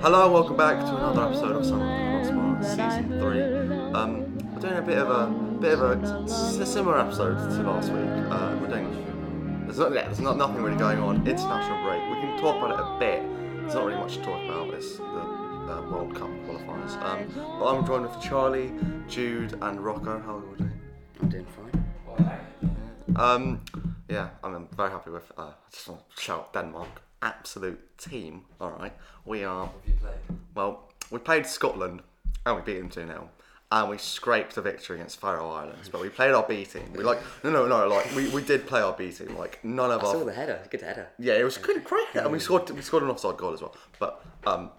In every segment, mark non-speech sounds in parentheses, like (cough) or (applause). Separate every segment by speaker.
Speaker 1: Hello and welcome back to another episode of Summer of the Hotspot Season 3. Um, we're doing a bit of a bit of a, s- s- similar episode to last week. Uh, we're doing there's not yeah, there's not nothing really going on. International break. We can talk about it a bit. There's not really much to talk about. It's the uh, World Cup qualifiers. Um, but I'm joined with Charlie, Jude, and Rocco. How are you all doing?
Speaker 2: I'm doing fine.
Speaker 1: Um, yeah, I'm very happy with. Uh, I just want to shout Denmark, absolute team. All right, we are. Well, we played Scotland and we beat them two 0 and we scraped a victory against Faroe Islands. But we played our B team. We like no, no, no. Like we, we did play our B team. Like none of
Speaker 2: Saw
Speaker 1: our
Speaker 2: the header. Good header.
Speaker 1: yeah, it was good, great, and we scored we scored an offside goal as well. But um,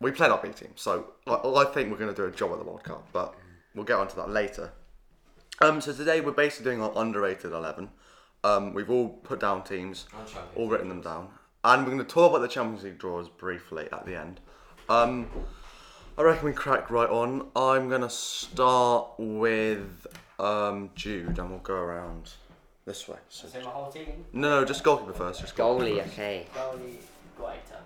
Speaker 1: we played our B team, so I, I think we're going to do a job at the World Cup, but we'll get onto that later. Um, so today we're basically doing our underrated eleven. Um, we've all put down teams, all written them down, and we're going to talk about the Champions League draws briefly at the end. Um, I reckon we crack right on. I'm going to start with um, Jude, and we'll go around this way. So,
Speaker 3: So my whole team,
Speaker 1: no, no, just goalkeeper first. Just goalkeeper
Speaker 2: Goalie,
Speaker 1: first.
Speaker 2: okay.
Speaker 3: goalie, Guaita.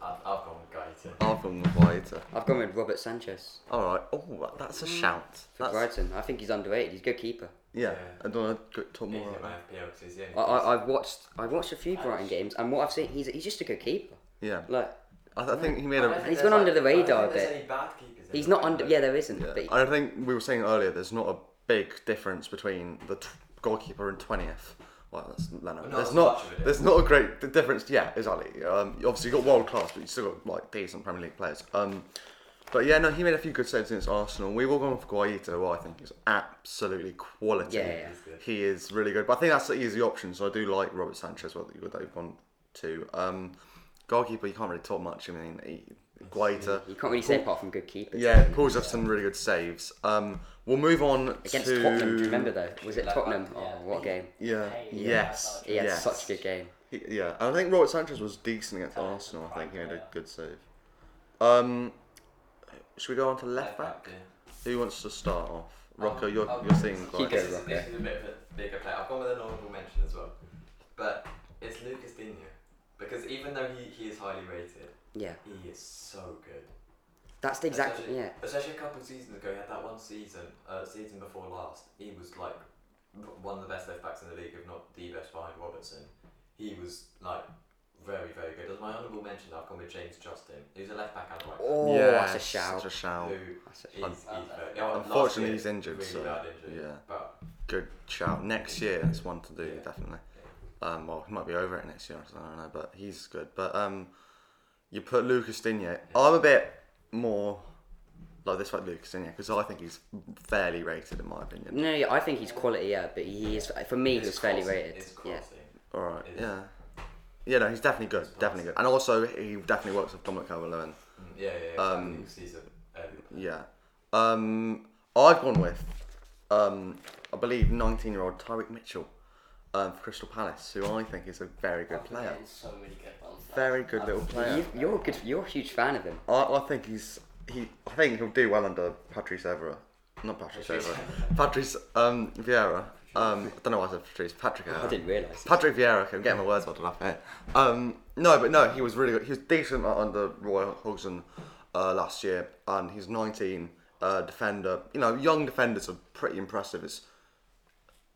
Speaker 4: I've, I've gone with Gaeta.
Speaker 1: I've gone with Guaita.
Speaker 2: I've gone with Robert Sanchez
Speaker 1: All right. Oh, that's a shout.
Speaker 2: for
Speaker 1: That's,
Speaker 2: Brighton. I think he's underrated. He's a good keeper.
Speaker 1: yeah.
Speaker 4: Yeah.
Speaker 1: I don't want to talk
Speaker 4: He's
Speaker 1: more
Speaker 4: in my
Speaker 1: about.
Speaker 4: FPL because he's the only
Speaker 2: I,
Speaker 4: person-
Speaker 2: I, I've watched I've watched a few Brighton games, and what I've seen, he's he's just a good keeper.
Speaker 1: Yeah.
Speaker 2: Like
Speaker 1: I, I think he made
Speaker 4: I don't
Speaker 1: a.
Speaker 4: think
Speaker 2: he's
Speaker 4: there's
Speaker 2: gone under the
Speaker 4: I don't
Speaker 2: radar
Speaker 4: think
Speaker 2: a
Speaker 4: there's
Speaker 2: bit.
Speaker 4: any bad keepers in
Speaker 2: he's
Speaker 4: the
Speaker 2: not
Speaker 4: league,
Speaker 2: under.
Speaker 4: though.
Speaker 2: Yeah, there isn't.
Speaker 1: Yeah.
Speaker 2: But
Speaker 1: I don't think we were saying earlier. There's not a big difference between the t- goalkeeper and twentieth. Well, that's Leno.
Speaker 4: not
Speaker 1: There's
Speaker 4: as
Speaker 1: not.
Speaker 4: much of a
Speaker 1: There's not a great d- difference. Yeah, exactly. Um, obviously you have got world class, but you still got like decent Premier League players. Um, but yeah, no, he made a few good saves against Arsenal. We've all gone for Guaita, who I think is absolutely quality.
Speaker 2: Yeah, yeah.
Speaker 1: He is really good. But I think that's the easy option. So I do like Robert Sanchez, whether you have gone to. Um, goalkeeper, you can't really talk much. I mean, he, Guaita.
Speaker 2: you can't really say apart from good keepers.
Speaker 1: Yeah, Paul's have some really good saves. Um, we'll move on
Speaker 2: Against
Speaker 1: to
Speaker 2: Tottenham, do you remember though? Was it
Speaker 4: Yeah.
Speaker 2: Tottenham?
Speaker 3: Yeah.
Speaker 2: Oh, what a game!
Speaker 1: Yeah.
Speaker 3: Hey, yeah,
Speaker 1: yes.
Speaker 3: that
Speaker 2: He had
Speaker 1: yes.
Speaker 2: such a good game.
Speaker 1: He- yeah, and I think Robert Sanchez was decent against Arsenal. I think he made a good save. Um, should we go on to left back?
Speaker 4: yeah.
Speaker 1: Who wants to start off? Rocco,
Speaker 4: Um,
Speaker 1: you're
Speaker 4: I'll-
Speaker 1: you're seeing
Speaker 2: Hugo
Speaker 1: quite.
Speaker 4: This is,
Speaker 2: Rocco.
Speaker 4: this is a bit of a bigger player. I've gone with an honourable mention as well. But it's Lucas Digne. Because even though he, he is highly rated,
Speaker 2: Yeah,
Speaker 4: he is so good.
Speaker 2: that's the exact.
Speaker 4: Especially-
Speaker 2: Yeah,
Speaker 4: Especially a couple of seasons ago, he had that one season, uh, season before last. He was like one of the best left backs in the league, if not the best behind Robertson. He was like very, very good. As my honourable mention, I've gone with James Justin, who's a left back and right.
Speaker 2: Oh,
Speaker 1: Yes,
Speaker 2: that's a shout.
Speaker 1: Such Oh, a shout.
Speaker 4: Who
Speaker 2: That's a-
Speaker 4: is, is very, yeah, well,
Speaker 1: Unfortunately,
Speaker 4: last year,
Speaker 1: he's injured,
Speaker 4: Really
Speaker 1: so,
Speaker 4: bad injury.
Speaker 1: yeah.
Speaker 4: But
Speaker 1: Good shout. Next year, that's one to do
Speaker 4: Yeah.
Speaker 1: definitely. Um, well, he might be over it next year. I don't know, but he's good. But um, you put Lucas Digne. I'm a bit more like this about Lucas Digne because I think he's fairly rated in my opinion.
Speaker 2: No, yeah, I think he's quality. Yeah, but he is for me. He
Speaker 4: his
Speaker 2: was fairly
Speaker 4: crossing-
Speaker 2: rated.
Speaker 4: his
Speaker 2: Yeah.
Speaker 4: crossing.
Speaker 1: All right,
Speaker 4: It is.
Speaker 1: yeah, yeah. No, he's definitely good. Definitely good. And also, he definitely works with Dominic Calvert-Lewin.
Speaker 4: Mm, Yeah, yeah, yeah.
Speaker 1: Um,
Speaker 4: Um, season. Um,
Speaker 1: Yeah. Um, I've gone with, um, I believe, 19-year-old Tyreek Mitchell um, for Crystal Palace, who I think is a very good
Speaker 3: I've been
Speaker 1: player.
Speaker 3: getting So many good ones. now.
Speaker 1: Very good little player.
Speaker 2: You, you're a good. You're a huge fan of him.
Speaker 1: I, I think he's he. I think he'll do well under Patrice Evra. Not Patrice
Speaker 4: Patrice
Speaker 1: Evra. Patrice um, Vieira. Um, I don't know why I said Patrice. Patrick
Speaker 2: I
Speaker 1: Evra.
Speaker 2: didn't realise.
Speaker 1: Patrick Vieira. I'm getting my words muddled up here. Um, no, but no, he was really good. He was decent under Roy Hodgson uh, last year, and he's 19. Uh, defender. You know, young defenders are pretty impressive. It's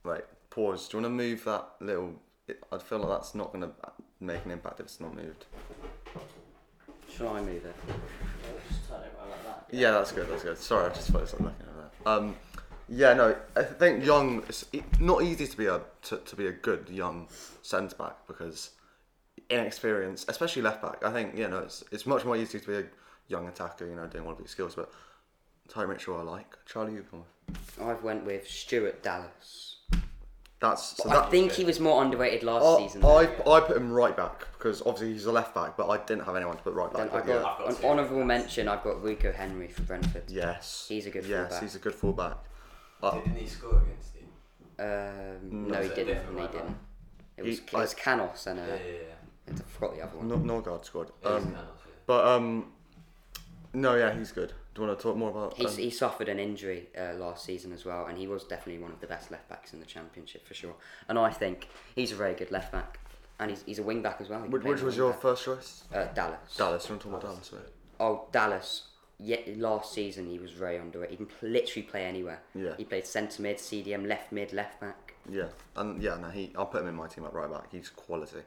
Speaker 1: Right, pause. Do you want to move that little? It, I feel like that's not going to make an impact if it's not moved.
Speaker 2: Shall I move it?
Speaker 3: Yeah, we'll just turn it around like that.
Speaker 1: Yeah, that's good. That's good. Sorry, I just focused on looking at that. Um, yeah, no, I think young. It's e- not easy to be a to, to be a good young centre back because inexperience, especially left back. I think you know it's it's much more easy to be a young attacker. You know, doing all of these skills. But Ty Mitchell, I like Charlie Ucombe.
Speaker 2: I've went with Stuart Dallas.
Speaker 1: That's so
Speaker 2: I
Speaker 1: that. Oh,
Speaker 2: think he was more underrated last
Speaker 1: I,
Speaker 2: season.
Speaker 1: I,
Speaker 2: than-
Speaker 1: I put him right back because obviously he's a left back, but I didn't have anyone to put right
Speaker 2: than
Speaker 1: back.
Speaker 2: I
Speaker 1: but yeah.
Speaker 2: got
Speaker 4: I've got
Speaker 2: an
Speaker 4: two.
Speaker 2: honourable mention. I've got Rico Henry for Brentford.
Speaker 1: Yes,
Speaker 2: He's a good
Speaker 1: Yes,
Speaker 2: fullback.
Speaker 1: he's a good fullback. Uh,
Speaker 4: Didn't he score against him?
Speaker 2: Um, no,
Speaker 4: That's
Speaker 2: he
Speaker 4: a
Speaker 2: didn't.
Speaker 4: different
Speaker 2: No, he
Speaker 4: right back.
Speaker 2: didn't. It
Speaker 1: He-
Speaker 2: was, it was Canos and uh,
Speaker 4: Yeah, yeah, yeah.
Speaker 2: I forgot the other one.
Speaker 1: no, Norgard scored.
Speaker 4: It was
Speaker 1: Um,
Speaker 4: Canos, yeah.
Speaker 1: But um, no, yeah, he's good. Do you want to talk more about?
Speaker 2: He's,
Speaker 1: Um,
Speaker 2: he suffered an injury uh, last season as well, and he was definitely one of the best left backs in the championship for sure. And I think he's a very good left back. and he's, he's a wing back as well. He can
Speaker 1: Which,
Speaker 2: play
Speaker 1: which
Speaker 2: as a
Speaker 1: was
Speaker 2: wing
Speaker 1: your
Speaker 2: back.
Speaker 1: first choice?
Speaker 2: uh, Dallas?
Speaker 1: Dallas. You want to talk about Dallas? mate?
Speaker 2: Oh, Dallas. Yeah, last season he was very under it. He can literally play anywhere.
Speaker 1: Yeah.
Speaker 2: He played centre mid, CDM, left mid, left back.
Speaker 1: Yeah, and yeah, no, he. I'll put him in my team at right back. He's quality.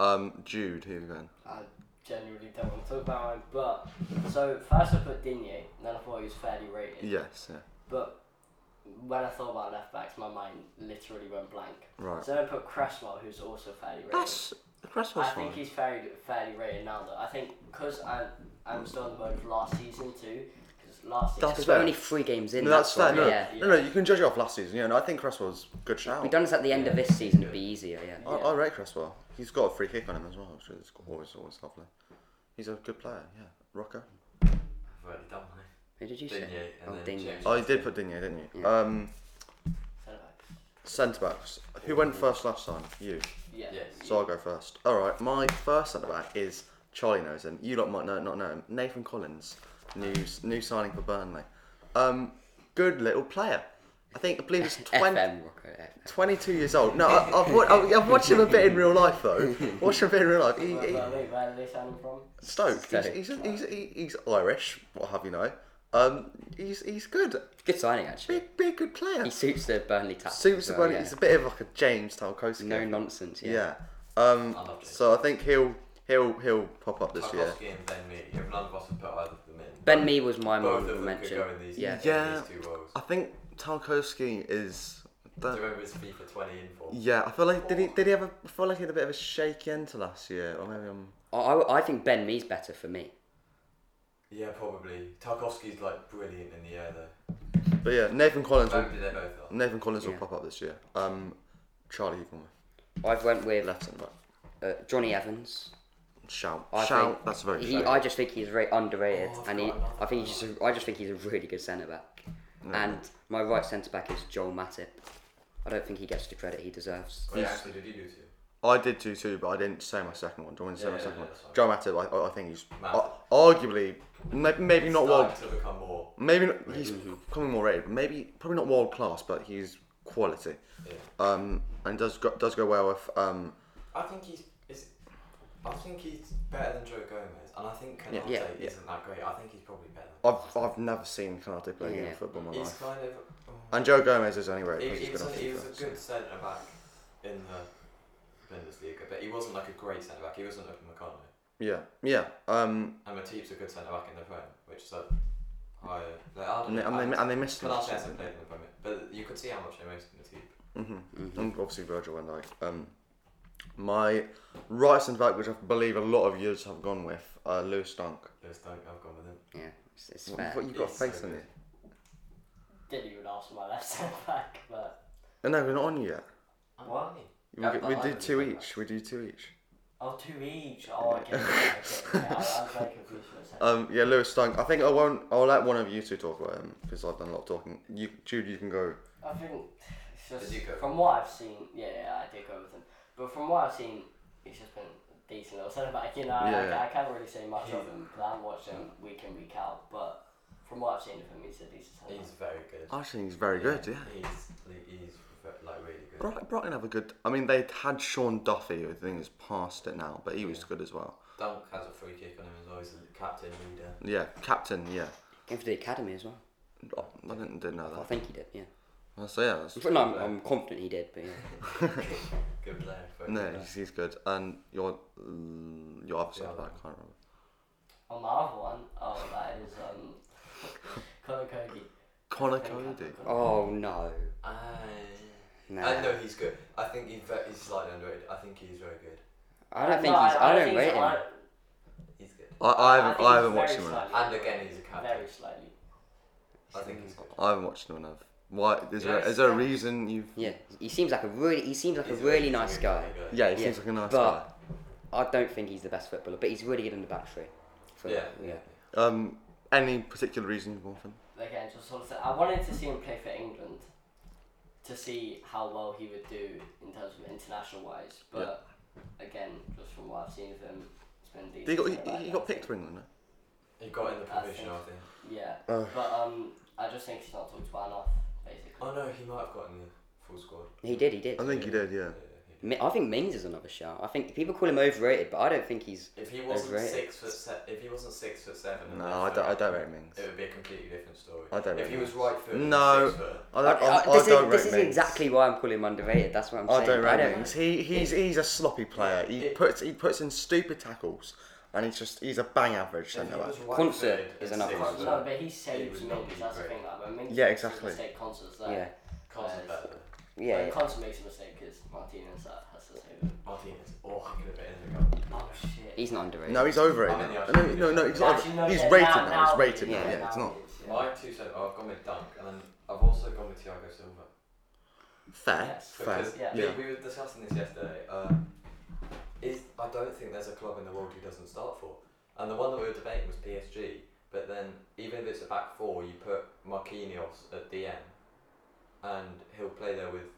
Speaker 1: Um, Jude, who are you going?
Speaker 3: I genuinely don't want to talk about him, but so first I put Digne, then I thought he was fairly rated.
Speaker 1: Yes, yeah,
Speaker 3: But when I thought about left backs, my mind literally went blank.
Speaker 1: right.
Speaker 3: So then I put Cresswell, who's also fairly rated.
Speaker 1: That's Cresswell's
Speaker 3: I think
Speaker 1: fine.
Speaker 3: he's fairly fairly rated now though. I think because I'm I'm still in the mode of last season too. Because last season.
Speaker 1: That's
Speaker 2: Because we're
Speaker 1: fair.
Speaker 2: only three games in.
Speaker 1: No, that's
Speaker 2: why,
Speaker 1: fair. No,
Speaker 2: Yeah.
Speaker 1: no, no, you can judge it off last season. Yeah, no, I think Cresswell's a good
Speaker 2: We've
Speaker 1: shout.
Speaker 2: done this at the end of this season. It'd be easier. Yeah.
Speaker 1: I, I rate Cresswell. He's got a free kick on him as well. Which is always, always lovely. He's a good player. Yeah, rocker.
Speaker 4: I've already done mine.
Speaker 2: Who did you say?
Speaker 4: Digne eh? and
Speaker 2: oh,
Speaker 4: then
Speaker 2: Digne.
Speaker 4: James.
Speaker 1: Oh, you did put Digne, didn't you?
Speaker 2: Yeah.
Speaker 1: Um,
Speaker 3: Centre-back.
Speaker 1: centre backs. Who went first last time? You.
Speaker 3: Yeah.
Speaker 4: Yes.
Speaker 1: So I'll go first. All right, my first centre back is Charlie knows him. You lot might know, not know him. Nathan Collins, new new signing for Burnley. Um, good little player. I think I believe
Speaker 2: (laughs)
Speaker 1: it's 20,
Speaker 2: FM Rocker.
Speaker 1: 22 years old. No, I, I've, wa- I've, I've watched him a bit in real life though.
Speaker 2: (laughs)
Speaker 1: Watched him a bit in real life. He,
Speaker 3: Wait,
Speaker 1: he,
Speaker 3: wait, wait, where did they sign him from?
Speaker 1: Stoke. He's,
Speaker 2: Stoke.
Speaker 1: he's, he's, he's, he's Irish. What have you know? Um, he's he's good.
Speaker 2: Good signing actually.
Speaker 1: Big big good player.
Speaker 2: He suits the Burnley tactics.
Speaker 1: Suits
Speaker 2: as
Speaker 1: the
Speaker 2: well,
Speaker 1: Burnley.
Speaker 2: Oh, yeah.
Speaker 1: He's a bit of like a James Tarkowski.
Speaker 2: No nonsense. Yeah.
Speaker 1: Yeah. Um,
Speaker 4: I love James.
Speaker 1: so I think he'll he'll he'll pop up this year.
Speaker 4: Tarkovsky and Ben Mee. If none of us have put either of them in,
Speaker 2: Ben Mee was my
Speaker 4: both of
Speaker 2: honourable
Speaker 4: them
Speaker 2: mention.
Speaker 4: could go in these,
Speaker 2: yeah.
Speaker 1: Yeah.
Speaker 4: these two roles.
Speaker 1: I think Tarkowski is.
Speaker 4: Do you
Speaker 1: That,
Speaker 4: remember his FIFA 20 in for?
Speaker 1: yeah, I feel like did he did he have a I feel like he had a bit of a shaky end to last year, or maybe I'm.
Speaker 2: I, I, I think Ben Mee's better for me.
Speaker 4: Yeah, probably. Tarkovsky's like brilliant in the air though.
Speaker 1: But yeah, Nathan Collins will,
Speaker 4: Maybe they both are.
Speaker 1: Nathan Collins
Speaker 2: Yeah.
Speaker 1: will pop up this year. Um, Charlie Eagleman,
Speaker 2: I've went with
Speaker 1: left centre back.
Speaker 2: uh, Johnny Evans.
Speaker 1: Shout,
Speaker 2: I
Speaker 1: shout.
Speaker 2: think
Speaker 1: that's very.
Speaker 2: He,
Speaker 1: good.
Speaker 2: I just think he's very underrated,
Speaker 4: Oh, I've
Speaker 2: and he,
Speaker 4: got another
Speaker 2: I think he's just, a, I just think he's a really good centre back. And my right centre back is Joel Matip. I don't think he gets the credit he deserves.
Speaker 4: Wait, actually, did you do two?
Speaker 1: I did two too, but I didn't say my second one. Do you want me to say
Speaker 4: Yeah,
Speaker 1: my
Speaker 4: yeah,
Speaker 1: second
Speaker 4: yeah,
Speaker 1: one?
Speaker 4: that's fine.
Speaker 1: Joe Matip, I, I think he's
Speaker 4: Matip.
Speaker 1: uh, arguably maybe, maybe not world,
Speaker 4: Starting to become more.
Speaker 1: maybe not, he's
Speaker 4: mm-hmm.
Speaker 1: becoming more rated, but maybe probably not world class, but he's quality.
Speaker 4: Yeah.
Speaker 1: Um, and does go, does go well with um,
Speaker 4: I think he's is. I think he's better than Joe Gomez, and I think Canate
Speaker 1: Yeah,
Speaker 2: yeah,
Speaker 1: yeah.
Speaker 4: isn't that great. I think he's probably better.
Speaker 1: I've I've never seen Canate play a game
Speaker 2: Yeah.
Speaker 1: of football in my
Speaker 4: he's
Speaker 1: life.
Speaker 4: kind of.
Speaker 1: And Joe Gomez is anyway because
Speaker 4: he, he,
Speaker 1: he's
Speaker 4: was,
Speaker 1: been
Speaker 4: a,
Speaker 1: off
Speaker 4: he was
Speaker 1: FIFA,
Speaker 4: a
Speaker 1: so-
Speaker 4: good centre back in the Bundesliga, but he wasn't like a great centre back. He wasn't up in McConnell.
Speaker 1: Yeah, yeah. Um,
Speaker 4: And Matip's a good centre back in the Prem, which is like higher. Like, I
Speaker 1: and
Speaker 4: don't
Speaker 1: they, and they, and they missed him.
Speaker 4: Canate hasn't played in the Prem, but you could see how much they missed Matip.
Speaker 1: Mm-hmm. And obviously Virgil van Dijk. Um, my right centre back, which I believe a lot of yous have gone with, uh, Lewis Dunk.
Speaker 4: Lewis Dunk, I've gone with him.
Speaker 2: Yeah, it's, it's
Speaker 1: What,
Speaker 2: fair.
Speaker 1: what you got a
Speaker 4: It's so
Speaker 1: face on
Speaker 4: good.
Speaker 1: it?
Speaker 3: Didn't even ask for my left (laughs) centre back, but
Speaker 1: Oh, no, we're not on you yet.
Speaker 4: Why?
Speaker 1: We,
Speaker 4: Yeah,
Speaker 1: get-
Speaker 4: but
Speaker 1: we
Speaker 4: I
Speaker 1: do
Speaker 4: haven't
Speaker 1: two
Speaker 4: done that.
Speaker 1: each. We do two each.
Speaker 3: oh, two each. Oh, I get it. Okay, yeah, I, I was very confused for a second.
Speaker 1: Um, yeah, Lewis Dunk. I think I won't. I'll let one of you two talk about him because I've done a lot of talking. You, Jude, you can go.
Speaker 3: I think it's just
Speaker 4: Did you go?
Speaker 3: from what I've seen. Yeah, yeah, I did go with him. But from what I've seen, he's just been a decent little centre back. You know, I-
Speaker 1: Yeah.
Speaker 3: I, I can't really say much of
Speaker 4: He's-
Speaker 3: him because I haven't watched him week in week out. But from what I've seen of him, he's a decent centre
Speaker 4: He's
Speaker 3: back.
Speaker 4: very good.
Speaker 1: I think he's very Oh, good. Yeah.
Speaker 4: He's he's re- like really good.
Speaker 1: Bright- Brighton have a good. I mean, they had Sean Duffy, who I think is past it now, but he was good as well.
Speaker 4: Dunk has a free kick on him as well. He's the captain leader. (laughs)
Speaker 1: Yeah, captain. Yeah,
Speaker 2: Came for the academy as well.
Speaker 1: Oh, I didn't, didn't know
Speaker 2: I
Speaker 1: that.
Speaker 2: think he did. Yeah.
Speaker 1: Well, So yeah, that's,
Speaker 2: No, I'm, I'm confident he did, but yeah.
Speaker 1: (laughs)
Speaker 4: Good player. very
Speaker 1: no,
Speaker 4: good player.
Speaker 1: he's, he's good. And your mm, your other side, I can't remember.
Speaker 3: On my other one, oh, that is um, (laughs) Connor Cody.
Speaker 1: Connor Cody.
Speaker 2: Oh no.
Speaker 4: I,
Speaker 2: Nah.
Speaker 4: I know he's good. I think he's ve- he's slightly underrated. I think he's very good.
Speaker 2: I don't think he's. I, don't rate him.
Speaker 4: He's good.
Speaker 1: I, I haven't
Speaker 3: think
Speaker 1: I
Speaker 3: he's
Speaker 1: haven't watched
Speaker 3: very
Speaker 1: him. Enough.
Speaker 3: slightly
Speaker 4: And again, he's a captain.
Speaker 3: Very slightly.
Speaker 4: I think he's good.
Speaker 1: I haven't watched him enough. Why? Is there
Speaker 4: Yeah,
Speaker 1: is there a
Speaker 4: he's-
Speaker 1: reason you?
Speaker 2: Yeah, he seems like a really. He seems like
Speaker 4: He's
Speaker 2: a really
Speaker 4: he's a
Speaker 2: nice
Speaker 4: good
Speaker 2: guy.
Speaker 4: player.
Speaker 1: Yeah, he
Speaker 2: Yeah,
Speaker 1: seems like a nice guy.
Speaker 2: but- I don't think he's the best footballer, but he's really good in the back three. For-
Speaker 4: Yeah.
Speaker 2: yeah.
Speaker 1: Um, any particular reason you want him?
Speaker 3: Again, just sort of say, I wanted to see him play for England to see how well he would do in terms of international wise. But again, just from what I've seen of him, it's been decent.
Speaker 1: He got
Speaker 3: so I-
Speaker 1: he, he
Speaker 3: I
Speaker 1: got
Speaker 3: think-
Speaker 1: picked for England. No?
Speaker 4: He got in the
Speaker 3: I
Speaker 4: provisional, I
Speaker 3: think-
Speaker 4: think.
Speaker 3: Yeah,
Speaker 1: Oh.
Speaker 3: but um, I just think he's not talked about enough, basically.
Speaker 4: Oh no, he might have gotten the full squad.
Speaker 2: He did. He did.
Speaker 1: I think he did. Yeah.
Speaker 4: Yeah, he good.
Speaker 2: Mi- I think Mings is another shout. I think people call him overrated, but I don't think he's.
Speaker 4: If he wasn't
Speaker 2: Overrated.
Speaker 4: six foot se- if he wasn't six foot seven, and
Speaker 1: No,
Speaker 4: left
Speaker 1: I don't, I
Speaker 4: foot,
Speaker 1: don't rate Mings.
Speaker 4: It would be a completely different story.
Speaker 1: I don't
Speaker 4: If
Speaker 1: rate
Speaker 4: he was
Speaker 1: Mings.
Speaker 4: right foot, and
Speaker 1: No.
Speaker 4: six foot,
Speaker 1: I
Speaker 2: I,
Speaker 1: don't,
Speaker 2: I-
Speaker 1: I, I
Speaker 2: this
Speaker 1: don't
Speaker 2: is, this
Speaker 1: rate
Speaker 2: is
Speaker 1: Mings.
Speaker 2: exactly why I'm calling him underrated. That's what I'm saying.
Speaker 1: I don't
Speaker 2: I
Speaker 1: rate
Speaker 2: don't
Speaker 1: Mings. He, he's, he's a sloppy player. He
Speaker 4: It-
Speaker 1: puts he puts in stupid tackles, and he's just he's a bang average
Speaker 4: if
Speaker 1: centre
Speaker 4: he
Speaker 1: back.
Speaker 4: was right
Speaker 2: Concert
Speaker 4: footed
Speaker 2: is
Speaker 4: and
Speaker 2: another
Speaker 4: six
Speaker 2: one.
Speaker 4: foot,
Speaker 3: No, but he
Speaker 4: He
Speaker 3: saves
Speaker 4: was
Speaker 3: Mings.
Speaker 4: not really
Speaker 3: That's the
Speaker 4: great.
Speaker 3: thing. Like when Mings
Speaker 1: Yeah,
Speaker 3: makes a
Speaker 1: exactly.
Speaker 3: Mistake concerts there.
Speaker 2: Yeah,
Speaker 4: Concert's better.
Speaker 2: yeah,
Speaker 3: When
Speaker 2: yeah.
Speaker 3: Concert makes a mistake because Martinez that has to save it.
Speaker 4: Martinez, oh, I could have been in the goal.
Speaker 3: Oh shit.
Speaker 2: He's not underrated.
Speaker 1: No, he's overrated.
Speaker 4: I mean,
Speaker 1: now.
Speaker 4: yeah,
Speaker 1: No, no, no, he's,
Speaker 3: But
Speaker 1: not
Speaker 3: actually, no,
Speaker 1: he's
Speaker 3: yeah,
Speaker 1: rated
Speaker 3: now-
Speaker 1: now. He's
Speaker 3: now
Speaker 1: rated
Speaker 3: he
Speaker 1: now.
Speaker 2: yeah,
Speaker 1: Yeah, it's
Speaker 3: now
Speaker 1: not
Speaker 3: he is, yeah.
Speaker 4: My two cent. I've gone with Dunk, and then I've also gone with Thiago Silva.
Speaker 1: fair.
Speaker 3: Yes.
Speaker 1: Fair.
Speaker 4: Because
Speaker 3: Yeah.
Speaker 4: we-
Speaker 1: Yeah.
Speaker 4: we were discussing this yesterday. Um, is I don't think there's a club in the world who doesn't start for. And the one that we were debating was PSG. But then even if it's a back four, you put Marquinhos at DM, and he'll play there with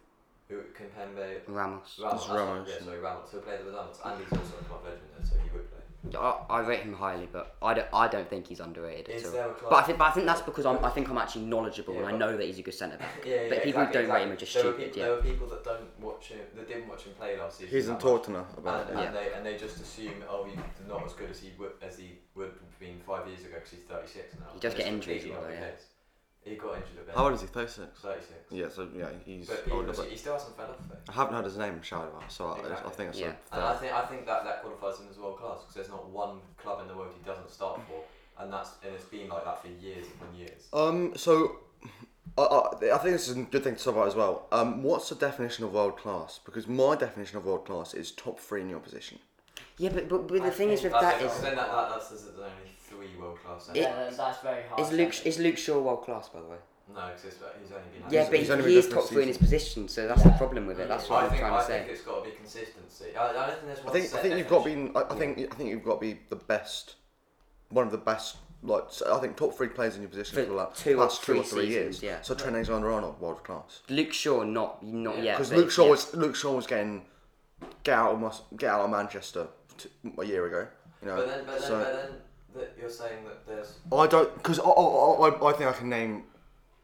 Speaker 4: who Kempembe.
Speaker 2: Ramos.
Speaker 4: Ramos.
Speaker 1: It's
Speaker 4: that's not-
Speaker 1: Ramos.
Speaker 4: Yeah, sorry, Ramos. He'll play there with Ramos, and he's also a club legend there, so he would play.
Speaker 2: I, I rate him highly, but I don't. I don't think he's underrated
Speaker 4: Is
Speaker 2: at all.
Speaker 4: there a club?
Speaker 2: But I think, but I think that's because I'm. I think I'm actually knowledgeable,
Speaker 4: Yeah,
Speaker 2: and I
Speaker 4: but-
Speaker 2: know that he's a good centre back.
Speaker 4: (laughs) yeah, yeah,
Speaker 2: but people
Speaker 4: exactly,
Speaker 2: who don't rate him
Speaker 4: exactly.
Speaker 2: are just
Speaker 4: there Were
Speaker 2: stupid,
Speaker 4: people,
Speaker 2: yeah.
Speaker 4: There were people that don't watch him, that didn't watch him play last season.
Speaker 1: He hasn't
Speaker 4: that much.
Speaker 1: talked enough about
Speaker 4: And,
Speaker 1: it.
Speaker 4: and
Speaker 2: Uh, Yeah.
Speaker 4: they and they just assume oh he's not as good as he would as he would have been five years ago because he's thirty six now.
Speaker 2: He does
Speaker 4: And
Speaker 2: get
Speaker 4: it's
Speaker 2: injuries
Speaker 4: completely
Speaker 2: all
Speaker 4: not
Speaker 2: the
Speaker 4: the
Speaker 2: way, yeah.
Speaker 4: case. He got injured a bit.
Speaker 1: How old is he? Thirty six.
Speaker 4: Thirty six.
Speaker 1: Yeah, so yeah, he's
Speaker 4: But he,
Speaker 1: older.
Speaker 4: was-
Speaker 1: But
Speaker 4: he still hasn't fell off though.
Speaker 1: I haven't heard his name shouted about, so I, I
Speaker 4: Exactly.
Speaker 1: think it's
Speaker 2: Yeah.
Speaker 1: a
Speaker 4: And I
Speaker 1: fair.
Speaker 4: think I think that that qualifies him as world class because there's not one club in the world he doesn't start for, and that's and it's been like that for years and years.
Speaker 2: Oh,
Speaker 1: Um, so I, I, I think this is a good thing to talk about as well. Um, what's the definition of world class? Because my definition of world class is top three in your position.
Speaker 2: Yeah, but but, but the
Speaker 3: I
Speaker 2: thing is
Speaker 3: think
Speaker 2: with
Speaker 4: That's
Speaker 2: that
Speaker 4: it,
Speaker 2: is,
Speaker 4: 'cause then that, that, that's there's only three world class. centres.
Speaker 3: yeah, that's, that's very hard.
Speaker 2: is Luke
Speaker 3: I think.
Speaker 2: is Luke Shaw world class by the way?
Speaker 4: No, because he's only been. Like
Speaker 2: Yeah,
Speaker 4: this
Speaker 2: but
Speaker 1: he's
Speaker 2: he,
Speaker 1: only
Speaker 2: he
Speaker 1: been
Speaker 2: is
Speaker 1: good
Speaker 2: top
Speaker 1: for a
Speaker 2: three in his position, so that's the
Speaker 3: Yeah.
Speaker 2: problem with it. That's
Speaker 4: I
Speaker 2: what I'm
Speaker 4: think,
Speaker 2: trying
Speaker 4: I
Speaker 2: to say.
Speaker 4: think it's got to be consistency. I, I don't think there's
Speaker 1: I
Speaker 4: one.
Speaker 1: think I
Speaker 4: set
Speaker 1: think you've got to
Speaker 4: definition.
Speaker 1: be. I, I think I think you've got to be the best, one of the best. Like so I think top three players in your position
Speaker 2: For
Speaker 1: for the la-
Speaker 2: two or
Speaker 1: last two or
Speaker 2: three
Speaker 1: three years.
Speaker 2: seasons, yeah.
Speaker 1: So Trent Alexander-Arnold, world class.
Speaker 2: Luke Shaw, not not
Speaker 4: Yeah.
Speaker 2: yet.
Speaker 1: Because
Speaker 2: but
Speaker 1: Luke Shaw
Speaker 2: yeah.
Speaker 1: was Luke Shaw was getting get out of Mus- get out of Manchester t- a year ago. You know.
Speaker 4: But then, but then,
Speaker 1: so
Speaker 4: but then, that you're saying that there's
Speaker 1: I don't because I, I, I, I think I can name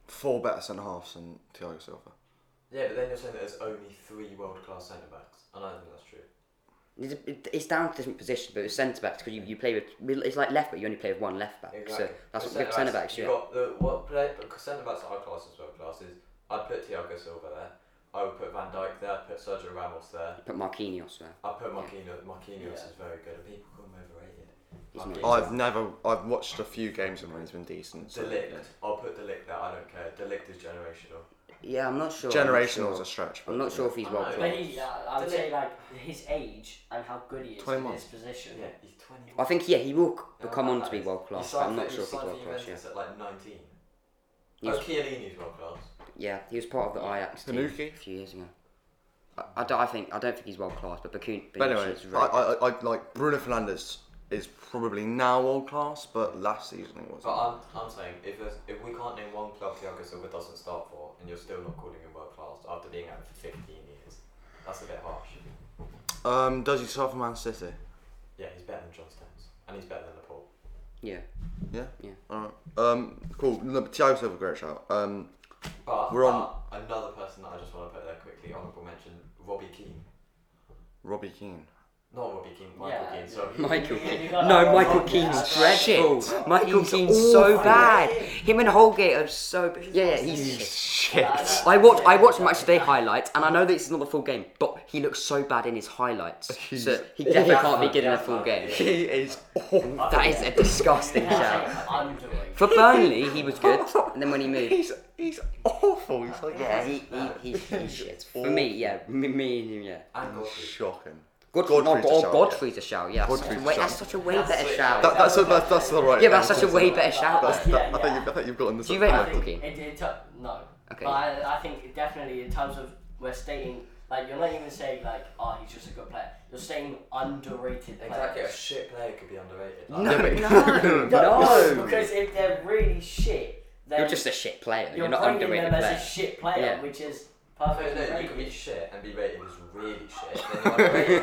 Speaker 1: four better centre halves than Thiago Silva.
Speaker 4: yeah, but then you're saying that there's only three world class centre backs, and I don't think that's true.
Speaker 2: It's, it's down to different positions, but with centre backs because you, you play with it's like left, but you only play with one left back. So that's
Speaker 4: With
Speaker 2: what with centre backs.
Speaker 4: You've
Speaker 2: Yeah,
Speaker 4: got the what play because centre backs are class as world classes. I'd put Thiago Silva there. I would put Van Dijk there. I'd put Sergio Ramos there.
Speaker 2: put Marquinhos there.
Speaker 4: I'd put Marquinhos. Marquinhos
Speaker 3: Yeah.
Speaker 4: is very good, and people call him overrated.
Speaker 2: He's not.
Speaker 4: Marquinhos.
Speaker 1: I've never I've watched a few games of him when he's been decent. So,
Speaker 4: Delict. I'll put Delict there. I don't care. Delict is generational.
Speaker 2: Yeah, I'm not sure. I'm not
Speaker 1: Generational is
Speaker 2: sure.
Speaker 1: a stretch. But
Speaker 2: I'm not sure if he's
Speaker 4: I
Speaker 2: world
Speaker 4: know.
Speaker 3: But
Speaker 2: class.
Speaker 3: he, uh, I would
Speaker 4: Does it-
Speaker 3: say like his age and how good he is
Speaker 1: 20
Speaker 3: in his
Speaker 1: months.
Speaker 3: position.
Speaker 4: Yeah, he's twenty.
Speaker 2: I think yeah, he will c-
Speaker 4: Yeah,
Speaker 2: become
Speaker 4: I
Speaker 2: on
Speaker 4: like
Speaker 2: to be
Speaker 4: that.
Speaker 2: world
Speaker 4: He
Speaker 2: class.
Speaker 4: signed
Speaker 2: I'm
Speaker 4: for-
Speaker 2: not
Speaker 4: he
Speaker 2: sure if he's
Speaker 4: signed for
Speaker 2: world class. Yeah,
Speaker 4: Juventus at like 19.
Speaker 2: He was-
Speaker 4: oh, Chiellini's world class.
Speaker 2: yeah, he was part of the Ajax team
Speaker 1: Tanuki?
Speaker 2: a few years ago. I, I, don't, I think I don't think he's world class, but Bakun.
Speaker 1: But anyway, I, I, I I- like Bruno Fernandes is probably now world class, but last season he
Speaker 4: But
Speaker 1: wasn't.
Speaker 4: I'm, I'm saying if there's, if we can't name one club Thiago Silva doesn't start for, and you're still not calling him world class after being out for 15 years, that's a bit harsh.
Speaker 1: Um, does he start for Man City?
Speaker 4: Yeah, he's better than John Stones, and he's better than Laporte.
Speaker 2: yeah,
Speaker 1: Yeah.
Speaker 2: Yeah.
Speaker 1: All right. Um, cool. No, but Thiago Silva, great shout. Um,
Speaker 4: But
Speaker 1: We're on-
Speaker 4: but another person that I just want to put there quickly, honourable mention, Robbie Keane.
Speaker 1: Robbie Keane.
Speaker 4: Not Robbie Keane, Michael
Speaker 3: Yeah.
Speaker 4: Keane. Sorry.
Speaker 2: (laughs) Michael
Speaker 3: You- you
Speaker 2: Keane.
Speaker 3: got
Speaker 2: No,
Speaker 3: that
Speaker 2: Michael
Speaker 3: wrong, yeah,
Speaker 2: Keane's
Speaker 3: that's
Speaker 2: dreadful. Michael
Speaker 1: He's
Speaker 2: Keane's so
Speaker 1: awful.
Speaker 2: bad. Him and Holgate are so. b- Yeah, yeah, he's.
Speaker 1: He's shit.
Speaker 2: I watched I watched Match Today highlights, and I know this is not the full game, but he looks so bad in his highlights
Speaker 1: (laughs)
Speaker 2: so he definitely can't be good in a full game.
Speaker 1: He is awful.
Speaker 2: That is a disgusting shout.
Speaker 3: I'm doing.
Speaker 2: For Burnley, he was good, and then when he moved,
Speaker 1: He's he's awful. He's like
Speaker 2: yeah, he, he, he, (laughs) he's shit. For me, yeah, me, me and him, yeah.
Speaker 4: And Godfrey.
Speaker 1: shocking.
Speaker 2: Godfrey, no,
Speaker 1: Godfrey's a
Speaker 2: or
Speaker 1: shout,
Speaker 2: Godfrey's a shout, yeah. That's,
Speaker 1: Godfrey's
Speaker 2: such,
Speaker 1: a
Speaker 2: a way,
Speaker 1: shout.
Speaker 2: that's such a way better shout.
Speaker 1: That, that's, that's that's the right.
Speaker 2: yeah, but that's such a way better shout.
Speaker 1: That's,
Speaker 2: though.
Speaker 1: that,
Speaker 3: Yeah,
Speaker 1: I think
Speaker 3: yeah.
Speaker 1: you, I think you've gotten this.
Speaker 2: Do you rate
Speaker 3: I
Speaker 2: Michael
Speaker 3: think
Speaker 2: Keane?
Speaker 3: it did. T- no.
Speaker 2: Okay.
Speaker 3: But I, I think it definitely in terms of we're stating like you're not even saying like oh he's just a good player. You're saying underrated players.
Speaker 4: Exactly, a shit player could be underrated.
Speaker 2: (laughs) No,
Speaker 1: (laughs)
Speaker 4: Like,
Speaker 1: Yeah, but-
Speaker 2: no,
Speaker 3: No,
Speaker 2: no.
Speaker 3: because if they're really shit, then
Speaker 2: You're just a shit player. You're,
Speaker 3: you're
Speaker 2: not
Speaker 3: rating
Speaker 2: underrated
Speaker 3: them
Speaker 2: player.
Speaker 3: as a shit player,
Speaker 2: Yeah.
Speaker 3: which is
Speaker 4: No,
Speaker 3: perfectly
Speaker 4: no, you
Speaker 3: rated.
Speaker 4: could be shit and be rated as really shit. Then you're underrated.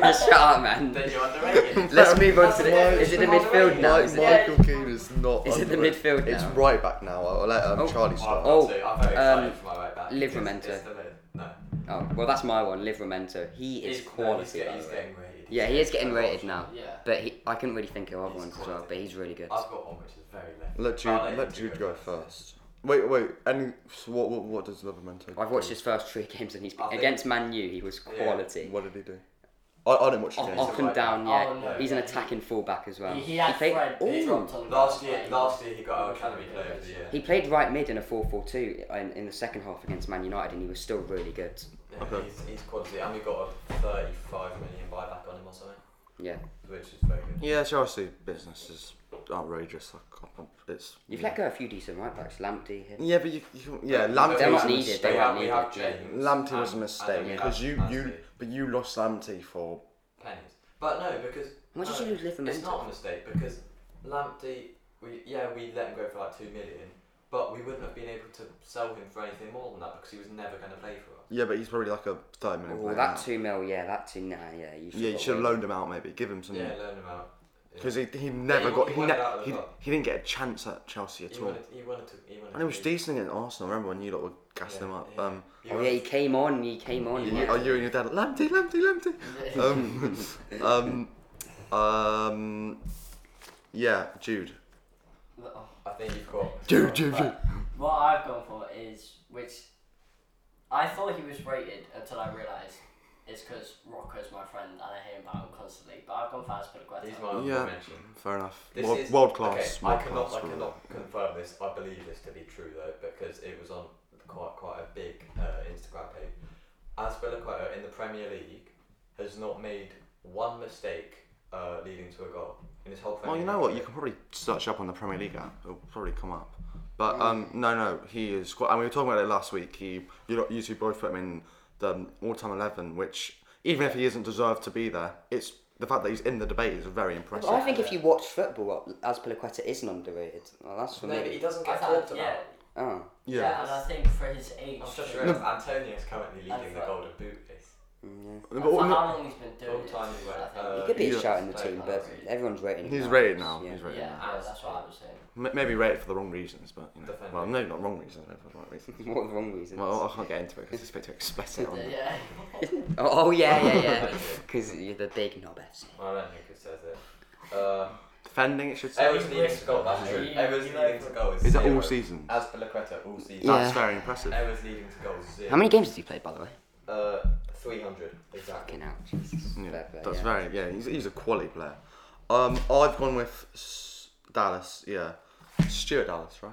Speaker 2: (laughs) Shut up, man.
Speaker 4: then you're underrated.
Speaker 2: Let's move on to
Speaker 3: Why-
Speaker 2: the. Is it the midfield now?
Speaker 1: Mike,
Speaker 2: Is it?
Speaker 1: Michael Keane is not.
Speaker 2: Is it the
Speaker 1: underrated.
Speaker 2: midfield
Speaker 1: It's
Speaker 2: now?
Speaker 1: right back now. I'll let um,
Speaker 2: Oh.
Speaker 1: Charlie
Speaker 4: Well, I've
Speaker 1: start.
Speaker 2: (laughs)
Speaker 4: got
Speaker 2: Oh,
Speaker 4: to. I'm very excited
Speaker 2: um,
Speaker 4: for my right back.
Speaker 2: Livramento.
Speaker 4: It's- it's the mid- No.
Speaker 2: Oh, well, that's my one, Livramento. He is
Speaker 4: He's- no,
Speaker 2: quality. by
Speaker 4: He's, get-
Speaker 2: the
Speaker 4: he's
Speaker 2: way.
Speaker 4: getting rated.
Speaker 2: yeah, he is getting rated now.
Speaker 3: Yeah.
Speaker 2: But he, I couldn't really think of other
Speaker 4: He's
Speaker 2: ones as well,
Speaker 4: quality.
Speaker 2: but he's really good.
Speaker 4: I've got one which is very left.
Speaker 1: Let Jude,
Speaker 4: I'll him
Speaker 1: let
Speaker 4: to
Speaker 1: Jude go first. Wait, wait. Any? So what, what? What does Livramento?
Speaker 2: I've watched his first three (laughs) games and he's
Speaker 4: I think-
Speaker 2: against Man U. He was
Speaker 4: Yeah.
Speaker 2: quality.
Speaker 1: What did he do? I, I didn't watch the
Speaker 2: Off,
Speaker 1: game.
Speaker 4: he's
Speaker 2: off
Speaker 4: a
Speaker 2: and
Speaker 4: right
Speaker 2: down, yeah.
Speaker 4: back.
Speaker 3: Oh, no,
Speaker 2: he's an
Speaker 3: yeah, he-
Speaker 2: attacking fullback as well.
Speaker 3: He, he had
Speaker 2: played,
Speaker 3: Fred. He
Speaker 2: Ooh.
Speaker 3: dropped on the
Speaker 4: Last
Speaker 3: ground,
Speaker 4: year,
Speaker 3: like,
Speaker 4: last year he got our
Speaker 3: was
Speaker 4: academy
Speaker 3: really
Speaker 4: player
Speaker 3: good.
Speaker 4: of the year.
Speaker 2: He played right mid in a 4-4-2 in, in the second half against Man United, and he was still really good.
Speaker 4: Yeah, he's, he's quality, and we got a 35 million buyback on him or something,
Speaker 2: Yeah,
Speaker 4: which is very good.
Speaker 1: Yeah, Chelsea business is outrageous. I can't, it's
Speaker 2: you've let go a few decent right backs. Lamptey, him.
Speaker 1: yeah, but you, you can- yeah,
Speaker 2: They're
Speaker 1: Lamptey was
Speaker 2: not
Speaker 1: a
Speaker 2: needed,
Speaker 1: mistake.
Speaker 2: they
Speaker 4: We have,
Speaker 2: weren't
Speaker 4: we have
Speaker 2: needed, yeah.
Speaker 4: James
Speaker 1: Lamptey was a
Speaker 4: and-
Speaker 1: mistake
Speaker 4: and we
Speaker 1: because
Speaker 4: have
Speaker 1: you you
Speaker 4: Anthony.
Speaker 1: but you lost Lamptey for
Speaker 4: pennies. But no, because
Speaker 2: Why did
Speaker 4: no,
Speaker 2: you lose Liverpool?
Speaker 4: It's not a mistake because Lamptey, we yeah we let him go for like two million, but we wouldn't have been able to sell him for anything more than that because he was never going to play for us.
Speaker 1: yeah, but he's probably like a third minute
Speaker 2: Oh,
Speaker 1: player.
Speaker 2: that
Speaker 1: now.
Speaker 2: two mil, yeah, that two, nah, yeah. You
Speaker 1: Yeah, you
Speaker 2: got
Speaker 1: should have
Speaker 2: away.
Speaker 1: loaned him out maybe. Give him some
Speaker 4: Yeah, loan him out. Yeah.
Speaker 1: because he, he never
Speaker 4: he-
Speaker 1: got
Speaker 4: he
Speaker 1: he,
Speaker 4: wanted
Speaker 1: ne-
Speaker 4: out of the
Speaker 1: he,
Speaker 4: club.
Speaker 1: he didn't get a chance at Chelsea at
Speaker 4: he
Speaker 1: all.
Speaker 4: wanted, he wanted to, he wanted.
Speaker 1: And he
Speaker 4: to
Speaker 1: was
Speaker 4: be-
Speaker 1: decent against Arsenal. I remember when you lot were gassing him
Speaker 4: yeah,
Speaker 1: up.
Speaker 4: yeah.
Speaker 1: Um,
Speaker 4: He
Speaker 2: Oh
Speaker 4: wanted-
Speaker 2: yeah, he came on. He came on.
Speaker 1: you,
Speaker 2: Yeah.
Speaker 1: oh, you and your dad, Lamptey, Lamptey, Lamptey. um, um, um, yeah, Jude.
Speaker 3: Oh.
Speaker 4: I think you've got.
Speaker 1: Jude, Jude, Jude.
Speaker 3: But what I've gone for is which I thought he was rated until I realised it's because Rocco's my friend and I hear him about him constantly. But I've gone for
Speaker 4: He's
Speaker 3: Aspilicueta.
Speaker 4: my honourable
Speaker 1: Yeah.
Speaker 4: mention.
Speaker 1: Fair enough.
Speaker 4: This
Speaker 1: world,
Speaker 4: is-
Speaker 1: world class.
Speaker 4: Okay,
Speaker 1: world
Speaker 4: I cannot,
Speaker 1: class
Speaker 4: I
Speaker 1: rule.
Speaker 4: cannot confirm this. I believe this to be true though because it was on quite quite a big uh, Instagram page. Aspilicueta in the Premier League has not made one mistake uh, leading to a goal in his whole Premier
Speaker 1: Well, you
Speaker 4: League
Speaker 1: know what? You
Speaker 4: career.
Speaker 1: can probably search up on the Premier League app. It'll probably come up. But um, no, no, he is. Quite, and we were talking about it last week. He, you, lot- you two both put him in the um, all-time eleven, which even if he isn't deserved to be there, it's the fact that he's in the debate is very impressive.
Speaker 2: I think if you watch football, Azpilicueta isn't underrated. Well, that's for
Speaker 4: No, but he
Speaker 2: me.
Speaker 4: doesn't
Speaker 3: I
Speaker 4: get
Speaker 3: thought,
Speaker 4: talked about.
Speaker 3: yeah,
Speaker 2: Oh,
Speaker 3: yeah, and I think for his age,
Speaker 4: I'm just
Speaker 3: too,
Speaker 4: realised Antonio's currently
Speaker 3: That's
Speaker 4: leading the
Speaker 3: right.
Speaker 4: Golden Boot race.
Speaker 1: No,
Speaker 3: and
Speaker 1: but
Speaker 3: for
Speaker 1: all-
Speaker 3: how long he's been doing
Speaker 4: Long
Speaker 3: it,
Speaker 4: time he went,
Speaker 3: I think.
Speaker 4: uh,
Speaker 2: he could be
Speaker 1: yeah.
Speaker 2: a shout in the
Speaker 4: Like,
Speaker 2: team, but
Speaker 4: underrated.
Speaker 2: everyone's rating him.
Speaker 1: he's rated now.
Speaker 2: Yeah.
Speaker 1: He's rated.
Speaker 3: yeah,
Speaker 1: now.
Speaker 3: I- that's what I was saying.
Speaker 4: (laughs)
Speaker 1: M- Maybe rated for the wrong reasons, but you know,
Speaker 4: Defending.
Speaker 1: well, no, not wrong reasons. No, for the right
Speaker 2: (laughs)
Speaker 1: reasons.
Speaker 2: What are the wrong reasons?
Speaker 1: Well, oh. I can't get into it because it's a bit too explicit. On the
Speaker 3: Yeah,
Speaker 2: (laughs)
Speaker 3: (laughs)
Speaker 2: oh, oh, yeah,
Speaker 1: (laughs)
Speaker 2: yeah, yeah. Because you're the big knob FC.
Speaker 4: I don't think it says it. Uh,
Speaker 1: defending, it should say.
Speaker 4: Everyone's leading to goal. That's true.
Speaker 3: Yeah.
Speaker 4: Everyone's leading to goal. Is,
Speaker 1: Is that
Speaker 4: zero.
Speaker 1: all seasons?
Speaker 4: Aspilicueta all season.
Speaker 2: Yeah.
Speaker 1: That's very impressive.
Speaker 4: Everyone's leading to goal. Zero.
Speaker 2: How many games has he played, by the way?
Speaker 4: Uh, 300, exactly.
Speaker 2: Fucking out, Jesus.
Speaker 1: Yeah,
Speaker 2: Fair play,
Speaker 1: that's
Speaker 2: yeah.
Speaker 1: very yeah. He's, he's a quality player. Um, I've gone with S- Dallas. Yeah, Stuart Dallas, right?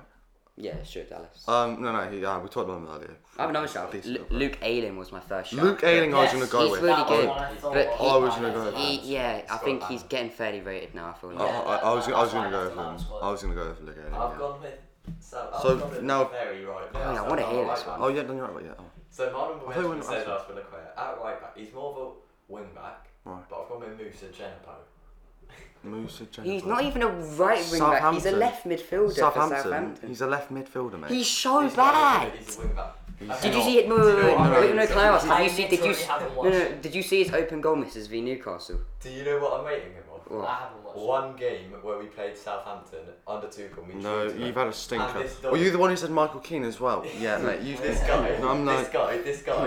Speaker 2: Yeah, sure, Dallas.
Speaker 1: Um, no, no. He, uh, we talked about him earlier.
Speaker 2: I have another shout.
Speaker 1: Decent
Speaker 2: Lu
Speaker 1: little player.
Speaker 2: Luke Ayling was my first shout.
Speaker 1: Luke Ayling, I was
Speaker 3: Yes,
Speaker 1: gonna go
Speaker 2: he's
Speaker 1: with.
Speaker 2: really
Speaker 3: that was
Speaker 2: good,
Speaker 3: one I thought
Speaker 2: but
Speaker 3: was
Speaker 2: he-
Speaker 1: I was gonna go
Speaker 3: highlighted.
Speaker 1: with that.
Speaker 2: He, yeah, I
Speaker 4: Scott
Speaker 2: think he's
Speaker 4: Bannon.
Speaker 2: getting fairly rated now. I feel like.
Speaker 1: I, I, I was, I was gonna go
Speaker 3: That's
Speaker 1: with
Speaker 3: why I left
Speaker 1: him.
Speaker 3: him out.
Speaker 1: I was gonna go with Luke Ayling.
Speaker 4: I've
Speaker 1: Yeah.
Speaker 4: gone with. So, I've
Speaker 1: So
Speaker 4: gone with
Speaker 1: now-
Speaker 4: Very right.
Speaker 2: yeah, I wanna hear this
Speaker 1: Oh yeah, done right. Yeah. Oh,
Speaker 4: So, my
Speaker 1: I
Speaker 4: number
Speaker 1: thought we
Speaker 4: one
Speaker 1: went
Speaker 4: says
Speaker 1: last
Speaker 4: Aspilicueta at right back. He's more of a wing back,
Speaker 1: Right.
Speaker 4: but I've gone with Musa Genepo.
Speaker 1: Musa Jennifer.
Speaker 2: He's not even a right wing back. He's a
Speaker 1: Southampton.
Speaker 2: left midfielder
Speaker 1: Southampton.
Speaker 2: for Southampton.
Speaker 1: He's a left midfielder, mate.
Speaker 2: He's so
Speaker 4: He's not a
Speaker 2: bad.
Speaker 4: wing- He's a wing back.
Speaker 1: He's
Speaker 2: Oh, Did
Speaker 1: not.
Speaker 2: you see it? No, no, no,
Speaker 4: Do you know
Speaker 2: no,
Speaker 4: what I
Speaker 2: no, no,
Speaker 4: mean?
Speaker 2: Klaus, Did
Speaker 3: I
Speaker 2: you see? Did you?
Speaker 3: literally
Speaker 2: see-
Speaker 3: haven't
Speaker 2: No, no,
Speaker 3: watched.
Speaker 2: no, Did you see his open goal misses v Newcastle?
Speaker 4: Do you know what I'm rating him on?
Speaker 2: What?
Speaker 3: I haven't watched.
Speaker 4: One game where we played Southampton under Tuchel. We
Speaker 1: No,
Speaker 4: cheated
Speaker 1: you've
Speaker 4: them.
Speaker 1: had a stinker.
Speaker 4: And this
Speaker 1: Were you
Speaker 4: dog-
Speaker 1: the one who said Michael Keane as well? Yeah, mate. You,
Speaker 4: This guy,
Speaker 1: No, I'm
Speaker 4: this
Speaker 1: like, hmm,
Speaker 4: guy, this guy.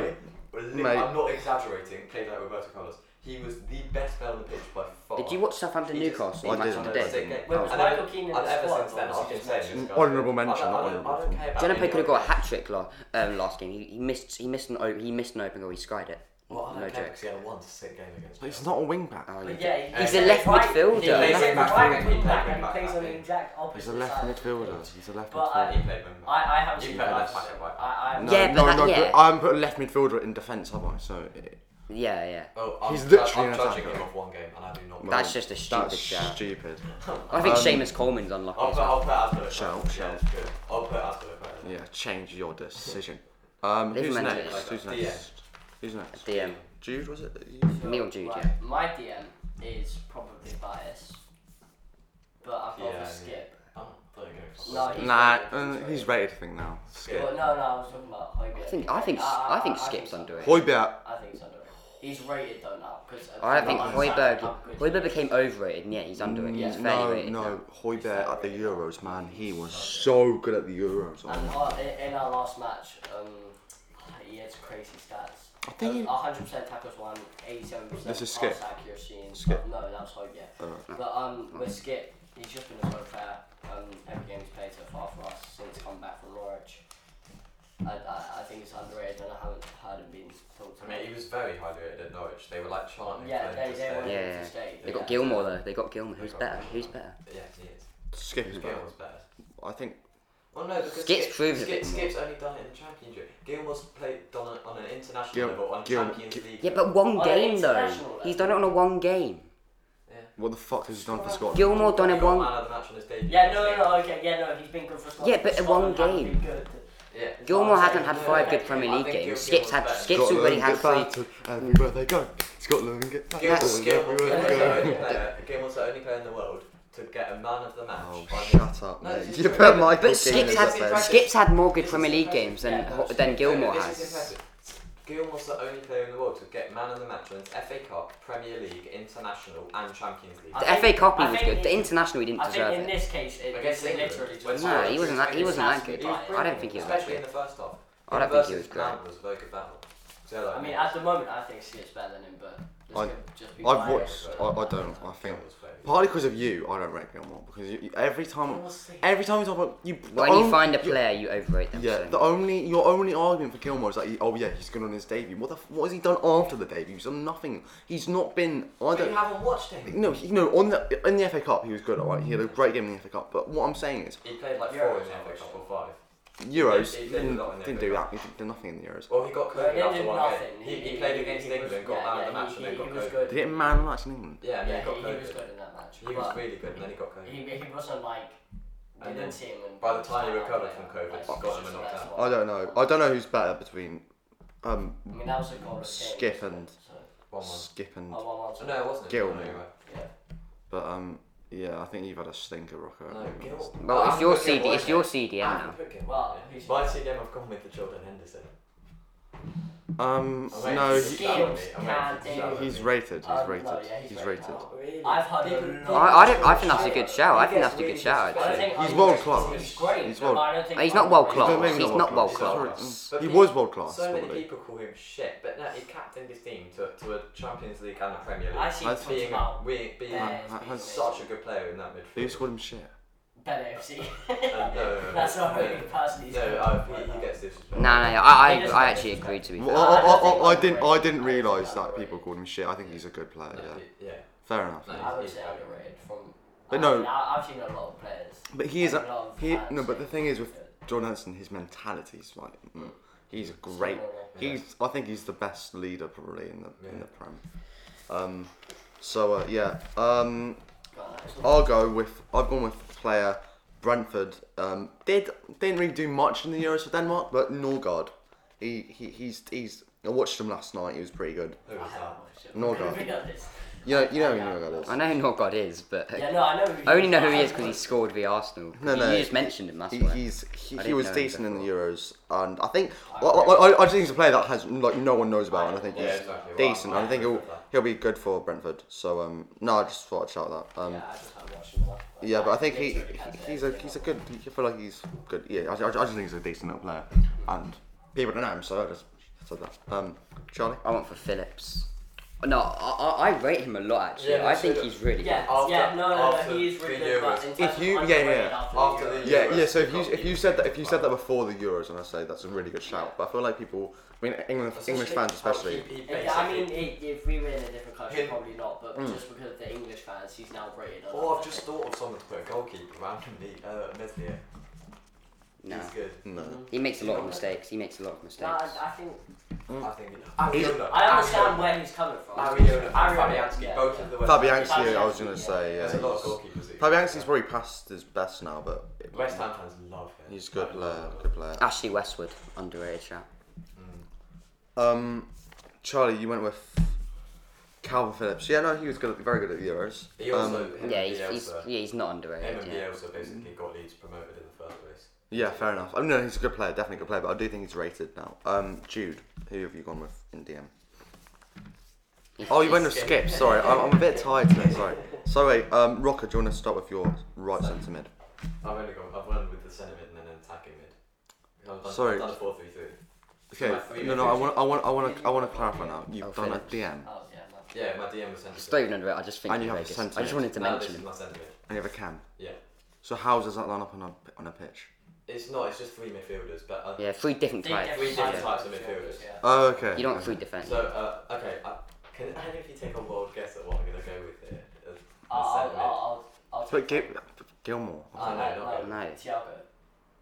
Speaker 4: li-
Speaker 1: Mate.
Speaker 4: I'm not exaggerating. Played like Roberto Carlos. He was the best player on the pitch by far.
Speaker 2: Did you watch Southampton
Speaker 4: He just-
Speaker 2: Newcastle
Speaker 1: I
Speaker 2: on match
Speaker 1: didn't.
Speaker 2: of the
Speaker 1: I
Speaker 2: day?
Speaker 1: didn't.
Speaker 3: Wait, was
Speaker 4: And I-
Speaker 3: Michael Keane in
Speaker 4: and
Speaker 3: the
Speaker 4: ever
Speaker 3: squad,
Speaker 4: since then,
Speaker 3: or was
Speaker 4: I've
Speaker 3: he
Speaker 4: been
Speaker 3: just
Speaker 4: saying this guy.
Speaker 1: Honourable mention,
Speaker 4: I don't-
Speaker 1: not
Speaker 4: I don't- I
Speaker 1: honourable.
Speaker 4: don't care about
Speaker 2: Jennifer
Speaker 4: any
Speaker 2: could have got a
Speaker 4: other-
Speaker 2: hat trick la- um, last game. He, he missed. He missed an. o- He missed an open goal. He skied it.
Speaker 4: Well, I
Speaker 2: no
Speaker 4: don't care because
Speaker 2: jokes.
Speaker 4: he had a one to six game against.
Speaker 1: But he's
Speaker 4: Chelsea.
Speaker 1: not a wing back.
Speaker 2: Oh,
Speaker 3: But
Speaker 2: yeah.
Speaker 3: yeah,
Speaker 2: He's
Speaker 3: he-
Speaker 2: a left
Speaker 3: right-
Speaker 2: midfielder.
Speaker 3: He plays
Speaker 4: Left
Speaker 3: right
Speaker 4: midfielder.
Speaker 3: wing back and he
Speaker 4: Left
Speaker 3: plays on the
Speaker 4: midfielder.
Speaker 3: exact opposite
Speaker 1: He's a left
Speaker 3: side.
Speaker 1: midfielder. He's a left
Speaker 3: But
Speaker 1: midfielder.
Speaker 3: I-
Speaker 4: He played wing back.
Speaker 3: I, I haven't
Speaker 4: You
Speaker 3: seen
Speaker 4: played
Speaker 3: that.
Speaker 4: left back and right back.
Speaker 3: I, I,
Speaker 1: No,
Speaker 2: Yeah,
Speaker 1: Uh, no,
Speaker 2: but
Speaker 1: no,
Speaker 2: that- yeah.
Speaker 1: I haven't put a left midfielder in defence, have I? So it,
Speaker 2: Yeah, yeah.
Speaker 4: Oh, I'm,
Speaker 1: He's
Speaker 4: ju-
Speaker 1: literally
Speaker 4: I'm
Speaker 1: an
Speaker 4: judging
Speaker 1: attacker.
Speaker 4: him off one game, and I do not.
Speaker 2: That's just a stupid
Speaker 1: that's
Speaker 2: shout. (laughs)
Speaker 1: stupid.
Speaker 2: I think Seamus Coleman's unlucky.
Speaker 4: I'll
Speaker 2: as
Speaker 4: put,
Speaker 2: well.
Speaker 4: I'll put Asper.
Speaker 1: Shout, shout.
Speaker 4: I'll put Asper.
Speaker 1: Yeah, change your decision. Um,
Speaker 2: Leave
Speaker 1: who's
Speaker 2: him in
Speaker 1: next?
Speaker 2: it.
Speaker 1: Who's
Speaker 4: Yeah.
Speaker 1: next? Who's next?
Speaker 2: DM.
Speaker 1: Jude was it?
Speaker 2: Neil Jude,
Speaker 3: Right,
Speaker 2: yeah.
Speaker 3: My DM is probably biased, but I've got
Speaker 4: Yeah,
Speaker 3: to skip.
Speaker 4: Oh, there you go.
Speaker 3: No, he's
Speaker 1: Nah,
Speaker 3: rated.
Speaker 1: uh, he's rated thing now.
Speaker 4: Yeah.
Speaker 3: But no, no, I was talking about Uh, Hoybier.
Speaker 2: I think. I think. I think Skip's underrated.
Speaker 1: Hoybert.
Speaker 3: I think he's underrated. He's rated though now uh, because
Speaker 2: I think Hoiberg. Hoiberg became overrated. and Yeah, he's underrated. He's fairly
Speaker 1: Mm, No,
Speaker 2: rated. now.
Speaker 1: no, Hoybert at the Euros, man. He was so good at the Euros. Oh
Speaker 3: And
Speaker 1: my
Speaker 3: uh, in- in our last match, um, he has crazy stats.
Speaker 1: I think he-
Speaker 3: 100% tackles one, 87%
Speaker 1: This is
Speaker 3: pass
Speaker 1: Skip.
Speaker 3: accuracy. And
Speaker 1: Skip.
Speaker 3: No, that's Hope, yeah.
Speaker 1: Alright.
Speaker 3: But um, with Skip, he's just been a good player. Um, every game he's played so far for us since coming back from Norwich. I, I, I think it's underrated and I haven't heard him being talked
Speaker 4: I
Speaker 3: about.
Speaker 4: mean, he was very highly rated at Norwich. They were like chanting
Speaker 3: Yeah,
Speaker 4: for
Speaker 3: they,
Speaker 4: him to
Speaker 3: they
Speaker 4: stay.
Speaker 3: were
Speaker 2: Yeah.
Speaker 3: to stay.
Speaker 2: They got
Speaker 3: yeah.
Speaker 2: Gilmore though. They got Gilmore. Who's
Speaker 4: got
Speaker 2: better?
Speaker 4: Gilmore.
Speaker 2: Who's better?
Speaker 4: Yeah, he is.
Speaker 1: Skip is better.
Speaker 4: Gilmore's better.
Speaker 1: I think
Speaker 4: Well, no, because
Speaker 2: Skip's
Speaker 4: Skip-
Speaker 2: proven a
Speaker 4: Skip-
Speaker 2: bit more.
Speaker 4: Skip's only done it in the championship. Gilmore's played on, a, on an international
Speaker 1: Gil-
Speaker 4: level, on
Speaker 1: Gil-
Speaker 4: Champions
Speaker 1: Gil-
Speaker 4: League.
Speaker 2: Yeah, but one
Speaker 3: On an
Speaker 2: game though.
Speaker 3: international
Speaker 2: He's
Speaker 3: level.
Speaker 2: done it on a one game.
Speaker 1: what the fuck has he done for Scotland?
Speaker 2: Gilmore done
Speaker 4: He
Speaker 2: it
Speaker 4: got
Speaker 2: one.
Speaker 4: man of the match on his debut.
Speaker 3: Yeah, no, no, no, okay, yeah, no, he's been good for Scotland.
Speaker 2: Yeah, but in one
Speaker 3: Scotland haven't
Speaker 2: game.
Speaker 3: been good.
Speaker 4: Yeah.
Speaker 2: Gilmore
Speaker 4: I'm
Speaker 2: hasn't
Speaker 4: saying,
Speaker 2: had
Speaker 4: no,
Speaker 2: five
Speaker 4: no,
Speaker 2: good Premier
Speaker 4: I
Speaker 2: League
Speaker 4: think Gil-
Speaker 2: games. Skip's
Speaker 4: Gilmore's
Speaker 2: had
Speaker 4: better.
Speaker 2: Skip's already had three.
Speaker 1: Happy birthday, go. Scotland, get back.
Speaker 4: Gilmore's-
Speaker 1: Scotland,
Speaker 4: Gilmore's the
Speaker 1: everywhere
Speaker 4: only
Speaker 1: they go.
Speaker 4: player- Gilmore's the only player in the world to get a man of the match.
Speaker 1: Oh,
Speaker 4: by the-
Speaker 1: shut up,
Speaker 4: No,
Speaker 1: mate. (laughs)
Speaker 4: this is
Speaker 1: You
Speaker 4: true.
Speaker 1: put Michael
Speaker 2: But
Speaker 1: Keane
Speaker 2: Skip's
Speaker 1: as
Speaker 4: that's
Speaker 1: a
Speaker 2: had
Speaker 1: bench.
Speaker 4: impressive.
Speaker 2: Skip's had more good
Speaker 4: This is
Speaker 2: Premier League
Speaker 4: impressive.
Speaker 2: games than
Speaker 3: Yeah, that's
Speaker 2: than Gilmore
Speaker 4: This is
Speaker 2: has.
Speaker 4: impressive. Gilmore's the only player in the world to get man of the match wins FA Cup, Premier League, International, and Champions League.
Speaker 2: The
Speaker 3: I
Speaker 2: FA
Speaker 3: think-
Speaker 2: Cup he
Speaker 3: I
Speaker 2: was
Speaker 3: think
Speaker 2: good. The
Speaker 3: he-
Speaker 2: international he didn't
Speaker 3: I think
Speaker 2: deserve
Speaker 3: in
Speaker 2: it.
Speaker 3: this case, it,
Speaker 4: Against
Speaker 3: it's
Speaker 4: England,
Speaker 3: literally
Speaker 4: when
Speaker 3: just.
Speaker 2: No,
Speaker 4: Scotland
Speaker 2: he wasn't
Speaker 4: was
Speaker 2: that. He
Speaker 4: playing
Speaker 2: wasn't that
Speaker 3: Sassy
Speaker 2: good.
Speaker 3: Brighton.
Speaker 2: I don't think he was that
Speaker 4: Especially in
Speaker 2: good.
Speaker 4: the first half.
Speaker 2: I don't think he
Speaker 4: Versus
Speaker 2: was great.
Speaker 4: Mount was a very good battle. So, like,
Speaker 3: I mean, at the moment, I think Skip's better than him, but this
Speaker 1: I-
Speaker 3: could just be
Speaker 1: I've
Speaker 3: bias,
Speaker 1: watched. I,
Speaker 3: but-
Speaker 1: I don't. I think
Speaker 4: Gilmore's very good.
Speaker 1: partly because of you, I don't rate Gilmore because you, you, every time, every time you talk about you, the
Speaker 2: When you
Speaker 1: only-
Speaker 2: find a
Speaker 1: you-
Speaker 2: player, you overrate them.
Speaker 1: Oh, Yeah,
Speaker 2: so
Speaker 1: the
Speaker 2: much.
Speaker 1: only your only argument for Gilmore is that he, oh yeah, he's good on his debut. What the f- what has he done after the debut? He's done nothing. He's not been. I
Speaker 4: But you
Speaker 1: don't.
Speaker 4: haven't watched him.
Speaker 1: No, he, no. On the in the FA Cup, he was good. Alright, he had a great game in the FA Cup. But what I'm saying is,
Speaker 4: He played like four
Speaker 3: Euros,
Speaker 4: in the FA Cup or five.
Speaker 1: Euros
Speaker 4: He did a
Speaker 1: didn't,
Speaker 4: lot in the
Speaker 1: didn't
Speaker 4: FA
Speaker 1: do
Speaker 4: Cup. Oh.
Speaker 1: that. He did, did nothing in the Euros.
Speaker 4: Well, he got
Speaker 3: Well,
Speaker 4: COVID
Speaker 3: he didn't
Speaker 4: after
Speaker 3: do
Speaker 4: one
Speaker 3: nothing.
Speaker 4: game. He, he,
Speaker 3: He-
Speaker 4: played
Speaker 3: he-
Speaker 4: against
Speaker 3: he was-
Speaker 4: England, got
Speaker 3: yeah,
Speaker 4: man
Speaker 3: yeah,
Speaker 4: of the match,
Speaker 3: he-
Speaker 4: and then
Speaker 3: he
Speaker 4: got
Speaker 3: was
Speaker 4: COVID.
Speaker 3: good.
Speaker 1: Did he get man of the match in England?
Speaker 4: Yeah, and
Speaker 3: Yeah,
Speaker 4: then
Speaker 3: he,
Speaker 4: got
Speaker 3: he
Speaker 4: COVID.
Speaker 3: was good in that match.
Speaker 4: He was
Speaker 3: but
Speaker 4: really good, and then he got COVID.
Speaker 3: he, he wasn't like.
Speaker 4: And
Speaker 3: You
Speaker 4: then
Speaker 3: didn't see him. And
Speaker 4: by the time he recovered from COVID,
Speaker 3: Like,
Speaker 4: Scotland
Speaker 3: just
Speaker 4: were
Speaker 3: the
Speaker 4: knocked
Speaker 3: best
Speaker 4: out.
Speaker 3: one.
Speaker 1: I don't know. I don't know who's better between um,
Speaker 3: I mean, that was a goalless game.
Speaker 1: Skip and-
Speaker 3: So,
Speaker 4: One one.
Speaker 1: Skip and
Speaker 3: oh, one, one, two.
Speaker 4: No, it wasn't.
Speaker 1: Gilmour.
Speaker 4: No,
Speaker 3: Yeah.
Speaker 1: but um yeah. I think you've had a stinker, Rocco.
Speaker 4: No, Gil.
Speaker 2: Well,
Speaker 4: I
Speaker 2: it's your
Speaker 4: haven't put
Speaker 2: CD.
Speaker 4: Gilmour
Speaker 2: It's
Speaker 4: in
Speaker 2: your
Speaker 4: there.
Speaker 2: CDM
Speaker 4: I haven't
Speaker 2: now.
Speaker 4: put Gilmour
Speaker 3: Well,
Speaker 4: in there.
Speaker 3: he's-
Speaker 4: by CDM, I've gone with the Jordan Henderson.
Speaker 1: Um,
Speaker 4: I'm waiting
Speaker 1: no,
Speaker 4: for
Speaker 1: he-
Speaker 4: Skip.
Speaker 3: Skills
Speaker 4: I'm
Speaker 3: can't
Speaker 4: waiting for
Speaker 3: do.
Speaker 4: Charlotte.
Speaker 1: he's rated. He's
Speaker 3: Um,
Speaker 1: rated.
Speaker 3: no, yeah, he's
Speaker 1: he's
Speaker 3: rated.
Speaker 1: rated.
Speaker 4: really.
Speaker 3: I've heard a lot
Speaker 2: I, I
Speaker 3: of
Speaker 2: don't. I think that's a good
Speaker 3: shit.
Speaker 2: shout. I think that's a good shout.
Speaker 3: I
Speaker 2: Actually.
Speaker 3: think
Speaker 1: He's
Speaker 3: I-
Speaker 1: world class.
Speaker 3: He's great.
Speaker 1: He's
Speaker 3: but
Speaker 1: world-
Speaker 3: I don't think
Speaker 2: He's not world
Speaker 3: underrated.
Speaker 2: class.
Speaker 1: But maybe
Speaker 2: He's not world class.
Speaker 4: class.
Speaker 3: Mm.
Speaker 1: He
Speaker 4: But
Speaker 1: was
Speaker 4: he-
Speaker 1: world class.
Speaker 4: So many
Speaker 1: probably.
Speaker 4: people call him shit, but no, he captained his team to, to a Champions League and a Premier League.
Speaker 3: I see
Speaker 1: I
Speaker 3: him
Speaker 1: think-
Speaker 3: talking
Speaker 4: being
Speaker 3: about
Speaker 4: we, being
Speaker 3: Bears
Speaker 1: that
Speaker 3: being
Speaker 1: has-
Speaker 4: such a good player in that
Speaker 1: Who
Speaker 4: midfield.
Speaker 1: scored him shit?
Speaker 3: better FC.
Speaker 4: no, no, no,
Speaker 3: That's
Speaker 4: no,
Speaker 3: not
Speaker 4: no.
Speaker 3: really the person he's.
Speaker 4: No, I, he, he gets this.
Speaker 2: No, no, no. I,
Speaker 3: He
Speaker 2: I,
Speaker 3: just
Speaker 2: I
Speaker 3: got
Speaker 2: actually
Speaker 3: this
Speaker 2: agree.
Speaker 3: guy.
Speaker 2: To be
Speaker 1: Well,
Speaker 2: fair,
Speaker 1: I,
Speaker 3: I don't
Speaker 1: I,
Speaker 3: think
Speaker 1: I, I
Speaker 3: he's
Speaker 1: didn't. I
Speaker 3: overrated.
Speaker 1: didn't
Speaker 3: I think
Speaker 1: realise
Speaker 3: he's
Speaker 1: that
Speaker 3: overrated.
Speaker 1: people called him shit. I think he's a good player.
Speaker 4: No,
Speaker 1: Yeah,
Speaker 4: yeah.
Speaker 1: fair enough.
Speaker 4: No,
Speaker 3: I would
Speaker 4: he's-
Speaker 3: say underrated from.
Speaker 1: But
Speaker 3: I
Speaker 1: no.
Speaker 3: mean, I, I've seen a lot of players.
Speaker 1: But he is.
Speaker 3: and
Speaker 1: A,
Speaker 3: lot of
Speaker 1: he
Speaker 3: fans
Speaker 1: no. But the
Speaker 3: say
Speaker 1: thing is
Speaker 3: he's
Speaker 1: with
Speaker 3: good.
Speaker 1: John Henson, his mentality is like. mm, He's a great. He's. I think he's the best leader probably in the in the prem. Um, so uh, yeah. Um,
Speaker 3: God, that's-
Speaker 1: I'll go with I've gone with player Brentford. Um, did didn't really do much in the Euros for Denmark, but Norgard, he, he he's he's. I watched him last night. He was pretty good.
Speaker 4: Who
Speaker 3: I
Speaker 4: was
Speaker 3: haven't
Speaker 4: that?
Speaker 3: watched it.
Speaker 1: Norgard.
Speaker 3: To be honest.
Speaker 1: You know you know who Norgard is.
Speaker 2: I know who Norgod is, but
Speaker 3: Yeah, no, I know. Who
Speaker 2: I only know who
Speaker 3: but
Speaker 2: he
Speaker 3: I
Speaker 2: is because he
Speaker 3: haven't
Speaker 2: scored v Arsenal.
Speaker 1: No,
Speaker 2: you,
Speaker 1: no.
Speaker 2: you just mentioned him. That's
Speaker 1: He,
Speaker 2: why.
Speaker 1: he's he, he
Speaker 2: didn't
Speaker 1: was
Speaker 2: know him
Speaker 1: decent in the Euros, and I think I,
Speaker 3: agree.
Speaker 1: I, I- I just think he's a player that has like no one knows about, and I think
Speaker 4: Yeah,
Speaker 1: he's
Speaker 4: exactly.
Speaker 1: decent. And I think
Speaker 4: Yeah.
Speaker 1: he'll he'll be good for Brentford. So um, no, I just thought I'd shout that. Um,
Speaker 3: Yeah, I just haven't watched him enough.
Speaker 1: yeah, but I think he,
Speaker 3: literally can't say
Speaker 1: he's a
Speaker 3: anything
Speaker 1: he's a
Speaker 3: about
Speaker 1: good. I feel like he's good. Yeah, I, I, I just think he's a decent little player, and people don't know him, so I just said that. Um, Charlie.
Speaker 2: I went for Phillips. No, I, I, I rate him a lot actually.
Speaker 4: Yeah,
Speaker 2: I
Speaker 4: me
Speaker 2: think
Speaker 4: too.
Speaker 2: he's really
Speaker 3: Yeah,
Speaker 4: After-
Speaker 3: yeah, no, no,
Speaker 4: after
Speaker 3: no, he is
Speaker 4: the
Speaker 3: really good. But
Speaker 4: Euros.
Speaker 3: in terms
Speaker 1: If
Speaker 3: of
Speaker 1: you- yeah,
Speaker 3: underrated
Speaker 1: yeah.
Speaker 3: after,
Speaker 4: After
Speaker 3: the
Speaker 4: the
Speaker 3: Euros,
Speaker 1: Yeah,
Speaker 4: Euros,
Speaker 1: yeah. So if
Speaker 4: we
Speaker 1: you
Speaker 4: can't
Speaker 1: if you
Speaker 4: beat
Speaker 1: said
Speaker 4: them.
Speaker 1: that if you said that before the Euros, and I say that's a really good shout, but I feel like people, I mean England English fans especially.
Speaker 4: He, he
Speaker 3: Yeah, I mean,
Speaker 4: basically-
Speaker 3: i if we were in a different country,
Speaker 4: Him-
Speaker 3: probably not. But
Speaker 1: Mm.
Speaker 3: just because of the English fans, he's now rated. on
Speaker 4: Oh, I've
Speaker 3: that.
Speaker 4: just thought of someone to put a goalkeeper randomly. Uh, Meslier.
Speaker 2: No,
Speaker 4: He's good.
Speaker 1: No.
Speaker 2: he makes a lot of mistakes. He makes a lot of
Speaker 3: No,
Speaker 2: mistakes.
Speaker 3: I, I think
Speaker 1: Mm.
Speaker 4: I think. Ariola.
Speaker 3: I understand
Speaker 4: Ariola.
Speaker 3: where he's coming from.
Speaker 4: Ariola and
Speaker 3: Ariola,
Speaker 4: Fabianski,
Speaker 3: yeah,
Speaker 4: both
Speaker 3: yeah.
Speaker 4: of the West Ham-
Speaker 1: Fabianski, I was gonna
Speaker 3: Fabianski,
Speaker 1: say
Speaker 4: There's
Speaker 1: yeah.
Speaker 4: a lot of
Speaker 1: he's-
Speaker 4: goalkeepers. that you-
Speaker 1: Fabianski's probably past his best now, but
Speaker 4: West Ham fans love him.
Speaker 1: he's a good
Speaker 4: I
Speaker 1: player.
Speaker 4: love him.
Speaker 1: Good player.
Speaker 2: Ashley Westwood, underrated shout.
Speaker 1: Um, Charlie, you went with Calvin Phillips. Yeah, no, he was good, very good at the Euros.
Speaker 4: He
Speaker 1: Um,
Speaker 4: also. him
Speaker 2: Yeah,
Speaker 4: and
Speaker 2: he's, he's
Speaker 4: Bielsa-
Speaker 2: yeah he's not
Speaker 4: Him
Speaker 2: underrated.
Speaker 4: and
Speaker 2: Yeah.
Speaker 4: Bielsa basically got Leeds promoted in the first place.
Speaker 1: Yeah, fair enough. I mean, no, he's a good player, definitely a good player, but I do think he's rated now. Um, Jude, who have you gone with in DM? Oh, you went with Skip. Sorry, I'm, I'm a bit tired today. Sorry. So wait, um, Rocker, do you want to start with your right centre mid?
Speaker 4: I've only gone. I've run with the centre mid and then an attacking mid. I've done,
Speaker 1: Sorry.
Speaker 4: I've done a four three three.
Speaker 1: Okay,
Speaker 4: My three
Speaker 1: no, no, I want, I want, I want to, I want to
Speaker 4: Yeah.
Speaker 1: clarify now. You've
Speaker 2: I'll
Speaker 1: done a
Speaker 2: finish.
Speaker 1: DM,
Speaker 3: Oh yeah, no.
Speaker 4: Yeah, my DM was sent.
Speaker 2: It's not even under it. I just think
Speaker 1: And you
Speaker 2: they're
Speaker 1: have a
Speaker 2: bogus. I
Speaker 1: sentiment.
Speaker 2: just wanted to
Speaker 4: No, this
Speaker 2: mention
Speaker 4: is
Speaker 2: them.
Speaker 4: my sentiment.
Speaker 1: and you have a cam.
Speaker 4: Yeah,
Speaker 1: So how does that line up on a on a pitch?
Speaker 4: it's not. It's just three midfielders, but uh,
Speaker 2: Yeah, three different
Speaker 3: Think
Speaker 2: types.
Speaker 4: we did
Speaker 3: every time
Speaker 2: yeah.
Speaker 4: types of
Speaker 3: it's
Speaker 4: midfielders.
Speaker 3: yours, yeah.
Speaker 1: Oh, okay.
Speaker 2: You don't have
Speaker 1: okay.
Speaker 2: three defence.
Speaker 4: so uh, okay. I, can any of you take a wild guess at what I'm gonna go with here? Uh, As, as
Speaker 3: I'll, I'll,
Speaker 4: sentiment?
Speaker 3: I'll, I'll
Speaker 1: But
Speaker 3: take
Speaker 1: Gil-
Speaker 3: it.
Speaker 1: Gilmore.
Speaker 3: Oh, no, no,
Speaker 2: No.
Speaker 3: Thiago.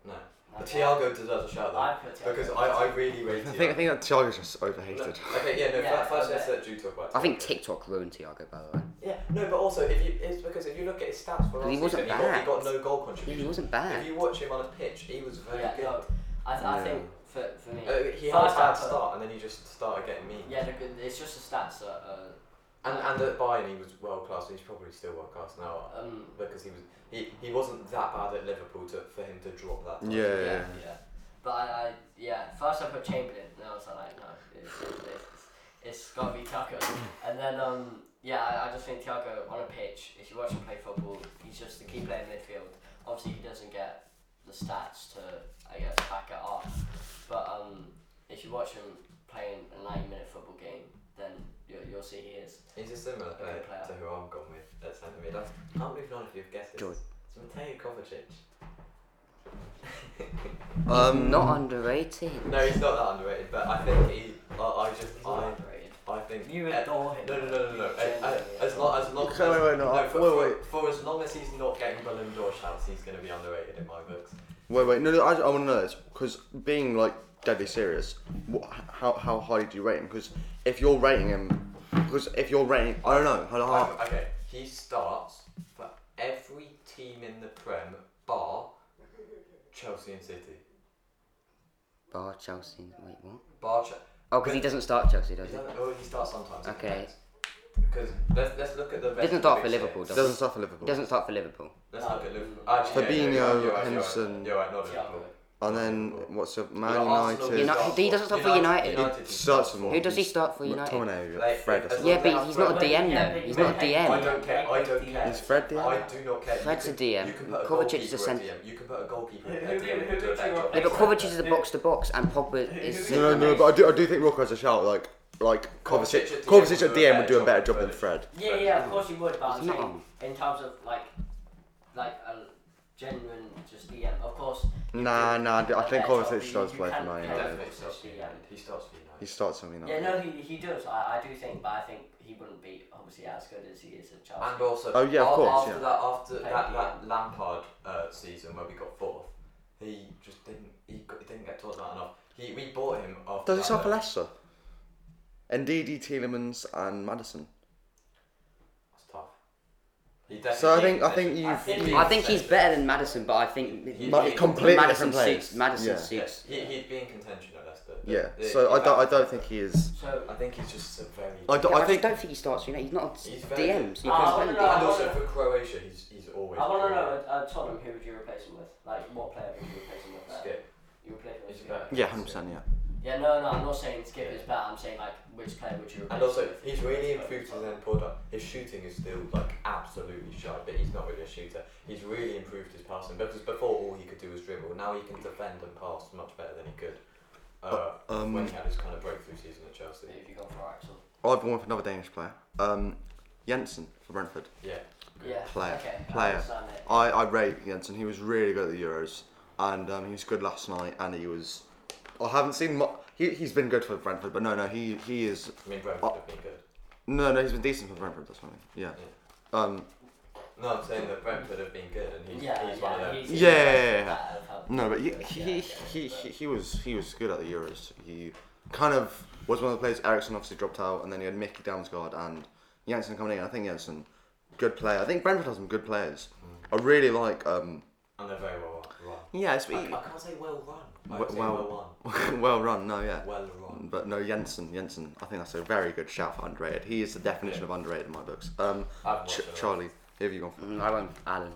Speaker 4: No.
Speaker 3: No,
Speaker 4: But Thiago deserves a shout
Speaker 3: I
Speaker 4: though.
Speaker 3: put Thiago.
Speaker 4: Because I, I really
Speaker 1: I
Speaker 2: (laughs)
Speaker 4: rate Thiago.
Speaker 1: think I think that Thiago's just
Speaker 4: No,
Speaker 1: overhated.
Speaker 4: okay, yeah, no,
Speaker 3: Yeah,
Speaker 4: yeah, first
Speaker 3: okay.
Speaker 4: let's let Drew talk about
Speaker 2: I think
Speaker 4: Thiago.
Speaker 2: TikTok ruined Tiago, by the way.
Speaker 4: Yeah, no, but also, if you, it's because if you look at his stats for
Speaker 2: But
Speaker 4: last
Speaker 2: he wasn't
Speaker 4: season, he got,
Speaker 2: bad.
Speaker 4: he got no goal
Speaker 2: Yeah, he
Speaker 4: contribution.
Speaker 2: wasn't
Speaker 4: If
Speaker 2: bad.
Speaker 4: you watch him on a pitch, he was very
Speaker 3: Yeah,
Speaker 4: good.
Speaker 3: no, I, I
Speaker 1: Yeah.
Speaker 3: think for, for me,
Speaker 4: Uh, he had a
Speaker 3: First
Speaker 4: bad
Speaker 3: half, uh,
Speaker 4: start, and then he just started getting mean.
Speaker 3: yeah, they're good. It's just the stats that uh,
Speaker 4: And and at Bayern, he was world class. He's probably still world class now
Speaker 3: um,
Speaker 4: because he was he, he wasn't that bad at Liverpool to, for him to drop that.
Speaker 1: Yeah,
Speaker 4: type.
Speaker 1: yeah,
Speaker 3: yeah,
Speaker 1: yeah.
Speaker 3: yeah. But I, I, yeah, first I put Chamberlain, and I was like, no, it's, it's, it's got to be Thiago. And then, um, yeah, I, I just think Thiago on a pitch, if you watch him play football, he's just the key player in midfield. Obviously, he doesn't get the stats to, I guess, back it up. But um, if you watch him playing a 90 minute football game, then you, you'll see he is.
Speaker 4: He's a similar player
Speaker 3: Good player.
Speaker 4: to who I'm gone with at centre mid. I can't believe none of you have guessed this.
Speaker 2: Joy.
Speaker 4: It's Mateo Kovacic.
Speaker 1: Um,
Speaker 2: Not underrated.
Speaker 4: no, he's not that underrated, but I think he. I, I just
Speaker 3: He's
Speaker 4: I
Speaker 3: not underrated.
Speaker 4: I think
Speaker 3: You
Speaker 4: eh,
Speaker 3: adore him.
Speaker 4: No, no, no, no, no.
Speaker 3: Genuinely
Speaker 4: Eh, eh, As long, as long,
Speaker 1: Okay, wait, wait, no,
Speaker 4: no,
Speaker 1: I-
Speaker 4: for,
Speaker 1: wait,
Speaker 4: for,
Speaker 1: wait.
Speaker 4: for as long as he's not getting Ballon d'Or shouts, he's going to be underrated in my books.
Speaker 1: Wait, wait, no, no I, I want to know this because being like deadly serious, wha how how highly do you rate him? Because if you're rating him, because if you're rating, I don't know, how, how,
Speaker 4: Um, okay, he starts for every team in the Prem, bar Chelsea and City.
Speaker 2: Bar Chelsea. Wait, what?
Speaker 4: Bar Chelsea.
Speaker 2: Oh, because he doesn't start Chelsea, does he?
Speaker 4: Oh, he starts sometimes. it
Speaker 2: Okay.
Speaker 4: depends. Because let's, let's look at the. rest
Speaker 2: Doesn't
Speaker 4: of the
Speaker 2: start
Speaker 4: big
Speaker 2: for Liverpool,
Speaker 4: six.
Speaker 1: he
Speaker 2: does
Speaker 1: doesn't suffer Liverpool,
Speaker 2: He doesn't start for Liverpool.
Speaker 4: Let's look at Liverpool.
Speaker 3: No.
Speaker 4: Actually, yeah, yeah, yeah,
Speaker 1: Fabinho,
Speaker 4: you're right, you're right.
Speaker 1: Henderson.
Speaker 4: You're right, not Liverpool.
Speaker 3: Thiago.
Speaker 1: and then what's up, Man
Speaker 4: Like,
Speaker 1: United?
Speaker 4: Arsenal,
Speaker 2: United-
Speaker 4: starts
Speaker 2: he doesn't start for United.
Speaker 1: He starts for more.
Speaker 2: Who does he start for United?
Speaker 1: McTominay,
Speaker 4: Like,
Speaker 1: Fred.
Speaker 4: as
Speaker 1: Or
Speaker 4: long
Speaker 1: something.
Speaker 2: Yeah,
Speaker 4: as
Speaker 2: but he's not a
Speaker 4: Fred-
Speaker 2: DM though.
Speaker 3: Yeah,
Speaker 2: He's not a
Speaker 3: but-
Speaker 4: I
Speaker 2: DM.
Speaker 4: don't care. I don't care.
Speaker 1: Is Fred the
Speaker 4: I
Speaker 1: DM?
Speaker 4: do not care. You
Speaker 2: Fred's
Speaker 4: can-
Speaker 2: a DM.
Speaker 4: You can put a
Speaker 2: Kovacic
Speaker 4: goalkeeper
Speaker 2: is a
Speaker 4: at
Speaker 2: cent-
Speaker 4: DM. You can put a goalkeeper
Speaker 3: Who-
Speaker 4: at DM.
Speaker 3: who- who
Speaker 4: and do a
Speaker 3: did
Speaker 4: better
Speaker 3: you
Speaker 4: job.
Speaker 2: Yeah, but
Speaker 3: Exactly.
Speaker 2: Kovacic is a box to box, and Pogba is.
Speaker 3: Who-
Speaker 1: No, no, no, but I do, I do think Rocco's a shout. Like, like Kovacic,
Speaker 4: Kovacic at DM
Speaker 1: Kovacic
Speaker 4: would
Speaker 1: at
Speaker 4: do a
Speaker 1: DM would do a better job than Fred.
Speaker 3: Yeah, yeah,
Speaker 1: um,
Speaker 3: of course you would, but I'm
Speaker 2: He's not
Speaker 3: saying in terms of like, like a genuine just DM. Of course. you
Speaker 1: Nah,
Speaker 3: do
Speaker 1: nah, I
Speaker 3: a
Speaker 1: think
Speaker 3: better
Speaker 1: Kovacic
Speaker 3: job, but you-
Speaker 1: does
Speaker 3: you
Speaker 1: play for
Speaker 3: can-
Speaker 1: Man
Speaker 4: He
Speaker 3: you
Speaker 1: Yeah. United.
Speaker 3: can
Speaker 4: definitely starts
Speaker 3: just
Speaker 4: for
Speaker 3: DM.
Speaker 4: United. He starts for United.
Speaker 1: He starts on United.
Speaker 3: Yeah, no, he, he does. I, I do think, but I think he wouldn't be obviously as good as he is at Chelsea.
Speaker 4: And also,
Speaker 1: Oh, yeah, of
Speaker 4: a-
Speaker 1: course,
Speaker 4: After
Speaker 1: yeah.
Speaker 4: that, after
Speaker 3: Thank
Speaker 4: that,
Speaker 3: you.
Speaker 4: that Lampard uh, season where we got fourth, he just didn't. He, got, he didn't get taught that enough. He we bought him after.
Speaker 1: Does he
Speaker 4: that,
Speaker 1: start for
Speaker 4: though.
Speaker 1: Leicester? Ndidi, Tielemans, and Madison.
Speaker 4: That's tough. He definitely.
Speaker 1: So I think I think
Speaker 3: I
Speaker 1: you've.
Speaker 3: think-
Speaker 2: I think he's better than Madison, but I think
Speaker 4: He-
Speaker 1: Mu-
Speaker 4: he-
Speaker 1: completely
Speaker 2: Madison
Speaker 1: different players.
Speaker 2: suits. Madison
Speaker 1: Yeah.
Speaker 2: suits.
Speaker 4: He, he'd be in contention at Leicester. but
Speaker 1: Yeah.
Speaker 4: it-
Speaker 1: So I
Speaker 4: he's
Speaker 1: don't I
Speaker 4: out.
Speaker 1: don't think he is.
Speaker 3: so
Speaker 4: I think he's just a very.
Speaker 1: I don't,
Speaker 2: Yeah,
Speaker 1: I
Speaker 2: I
Speaker 1: think
Speaker 2: don't think he starts for United. He's not
Speaker 4: He's
Speaker 2: a
Speaker 4: very
Speaker 2: DM. So you can't
Speaker 3: good. Ah,
Speaker 2: play him
Speaker 3: no,
Speaker 4: and
Speaker 2: DM.
Speaker 3: no.
Speaker 4: also for Croatia, he's he's always.
Speaker 3: I want to know at, at Tottenham who would you replace him with? Like what player would you replace him with? there?
Speaker 4: Skip.
Speaker 3: You replace him with
Speaker 4: He's
Speaker 3: Skip.
Speaker 4: better.
Speaker 1: yeah, hundred percent. Yeah.
Speaker 3: Yeah, no, no, I'm not saying Skip is better. I'm saying like which player would you replace?
Speaker 4: And also,
Speaker 3: him with?
Speaker 4: he's really improved his end product. His shooting is still like absolutely shy, but he's not really a shooter. He's really improved his passing because before all he could do was dribble. Now he can defend and pass much better than he could uh,
Speaker 1: um,
Speaker 4: when he had his kind of breakthrough season at Chelsea.
Speaker 3: If you go for Axel.
Speaker 1: I've gone with another Danish player. Um, Jensen for Brentford.
Speaker 4: Yeah,
Speaker 3: Yeah.
Speaker 1: Player.
Speaker 3: Okay. I
Speaker 1: Player.
Speaker 3: understand it.
Speaker 1: I, I rate Jensen. He was really good at the Euros, and um, he was good last night. And he was. I haven't seen. Mu- he he's been good for Brentford, but no, no, he he is.
Speaker 4: I mean
Speaker 1: Uh,
Speaker 4: Brentford have been good.
Speaker 1: No, no, he's been decent for Brentford. That's what I mean. Yeah. Um.
Speaker 4: No, I'm saying that Brentford have been good, and he's,
Speaker 3: Yeah,
Speaker 4: he's
Speaker 3: yeah,
Speaker 4: one of them.
Speaker 3: he's-
Speaker 1: Yeah, yeah, yeah, yeah.
Speaker 3: That would help.
Speaker 1: No, but he,
Speaker 3: Yeah,
Speaker 1: he,
Speaker 3: yeah, yeah,
Speaker 1: he,
Speaker 3: but-
Speaker 1: he, he was he was good at the Euros. He kind of was one of the players. Ericsson obviously dropped out, and then you had Mickey Damsgaard and Jensen coming in. I think Jensen, good player. I think Brentford has some good players. I really like. Um,
Speaker 4: and they're very well run.
Speaker 1: yeah, it's (laughs)
Speaker 4: I, I can't say well run. I would say
Speaker 1: Well- (laughs)
Speaker 4: well
Speaker 1: well run. No, yeah.
Speaker 4: run. Well run.
Speaker 1: But no, Jensen, Jensen. I think that's a very good shout for underrated. He is the definition of underrated in my books. Um,
Speaker 4: I've
Speaker 1: Ch-
Speaker 4: watched it.
Speaker 1: Charlie, who have you gone for?
Speaker 2: Mm, I went Alan.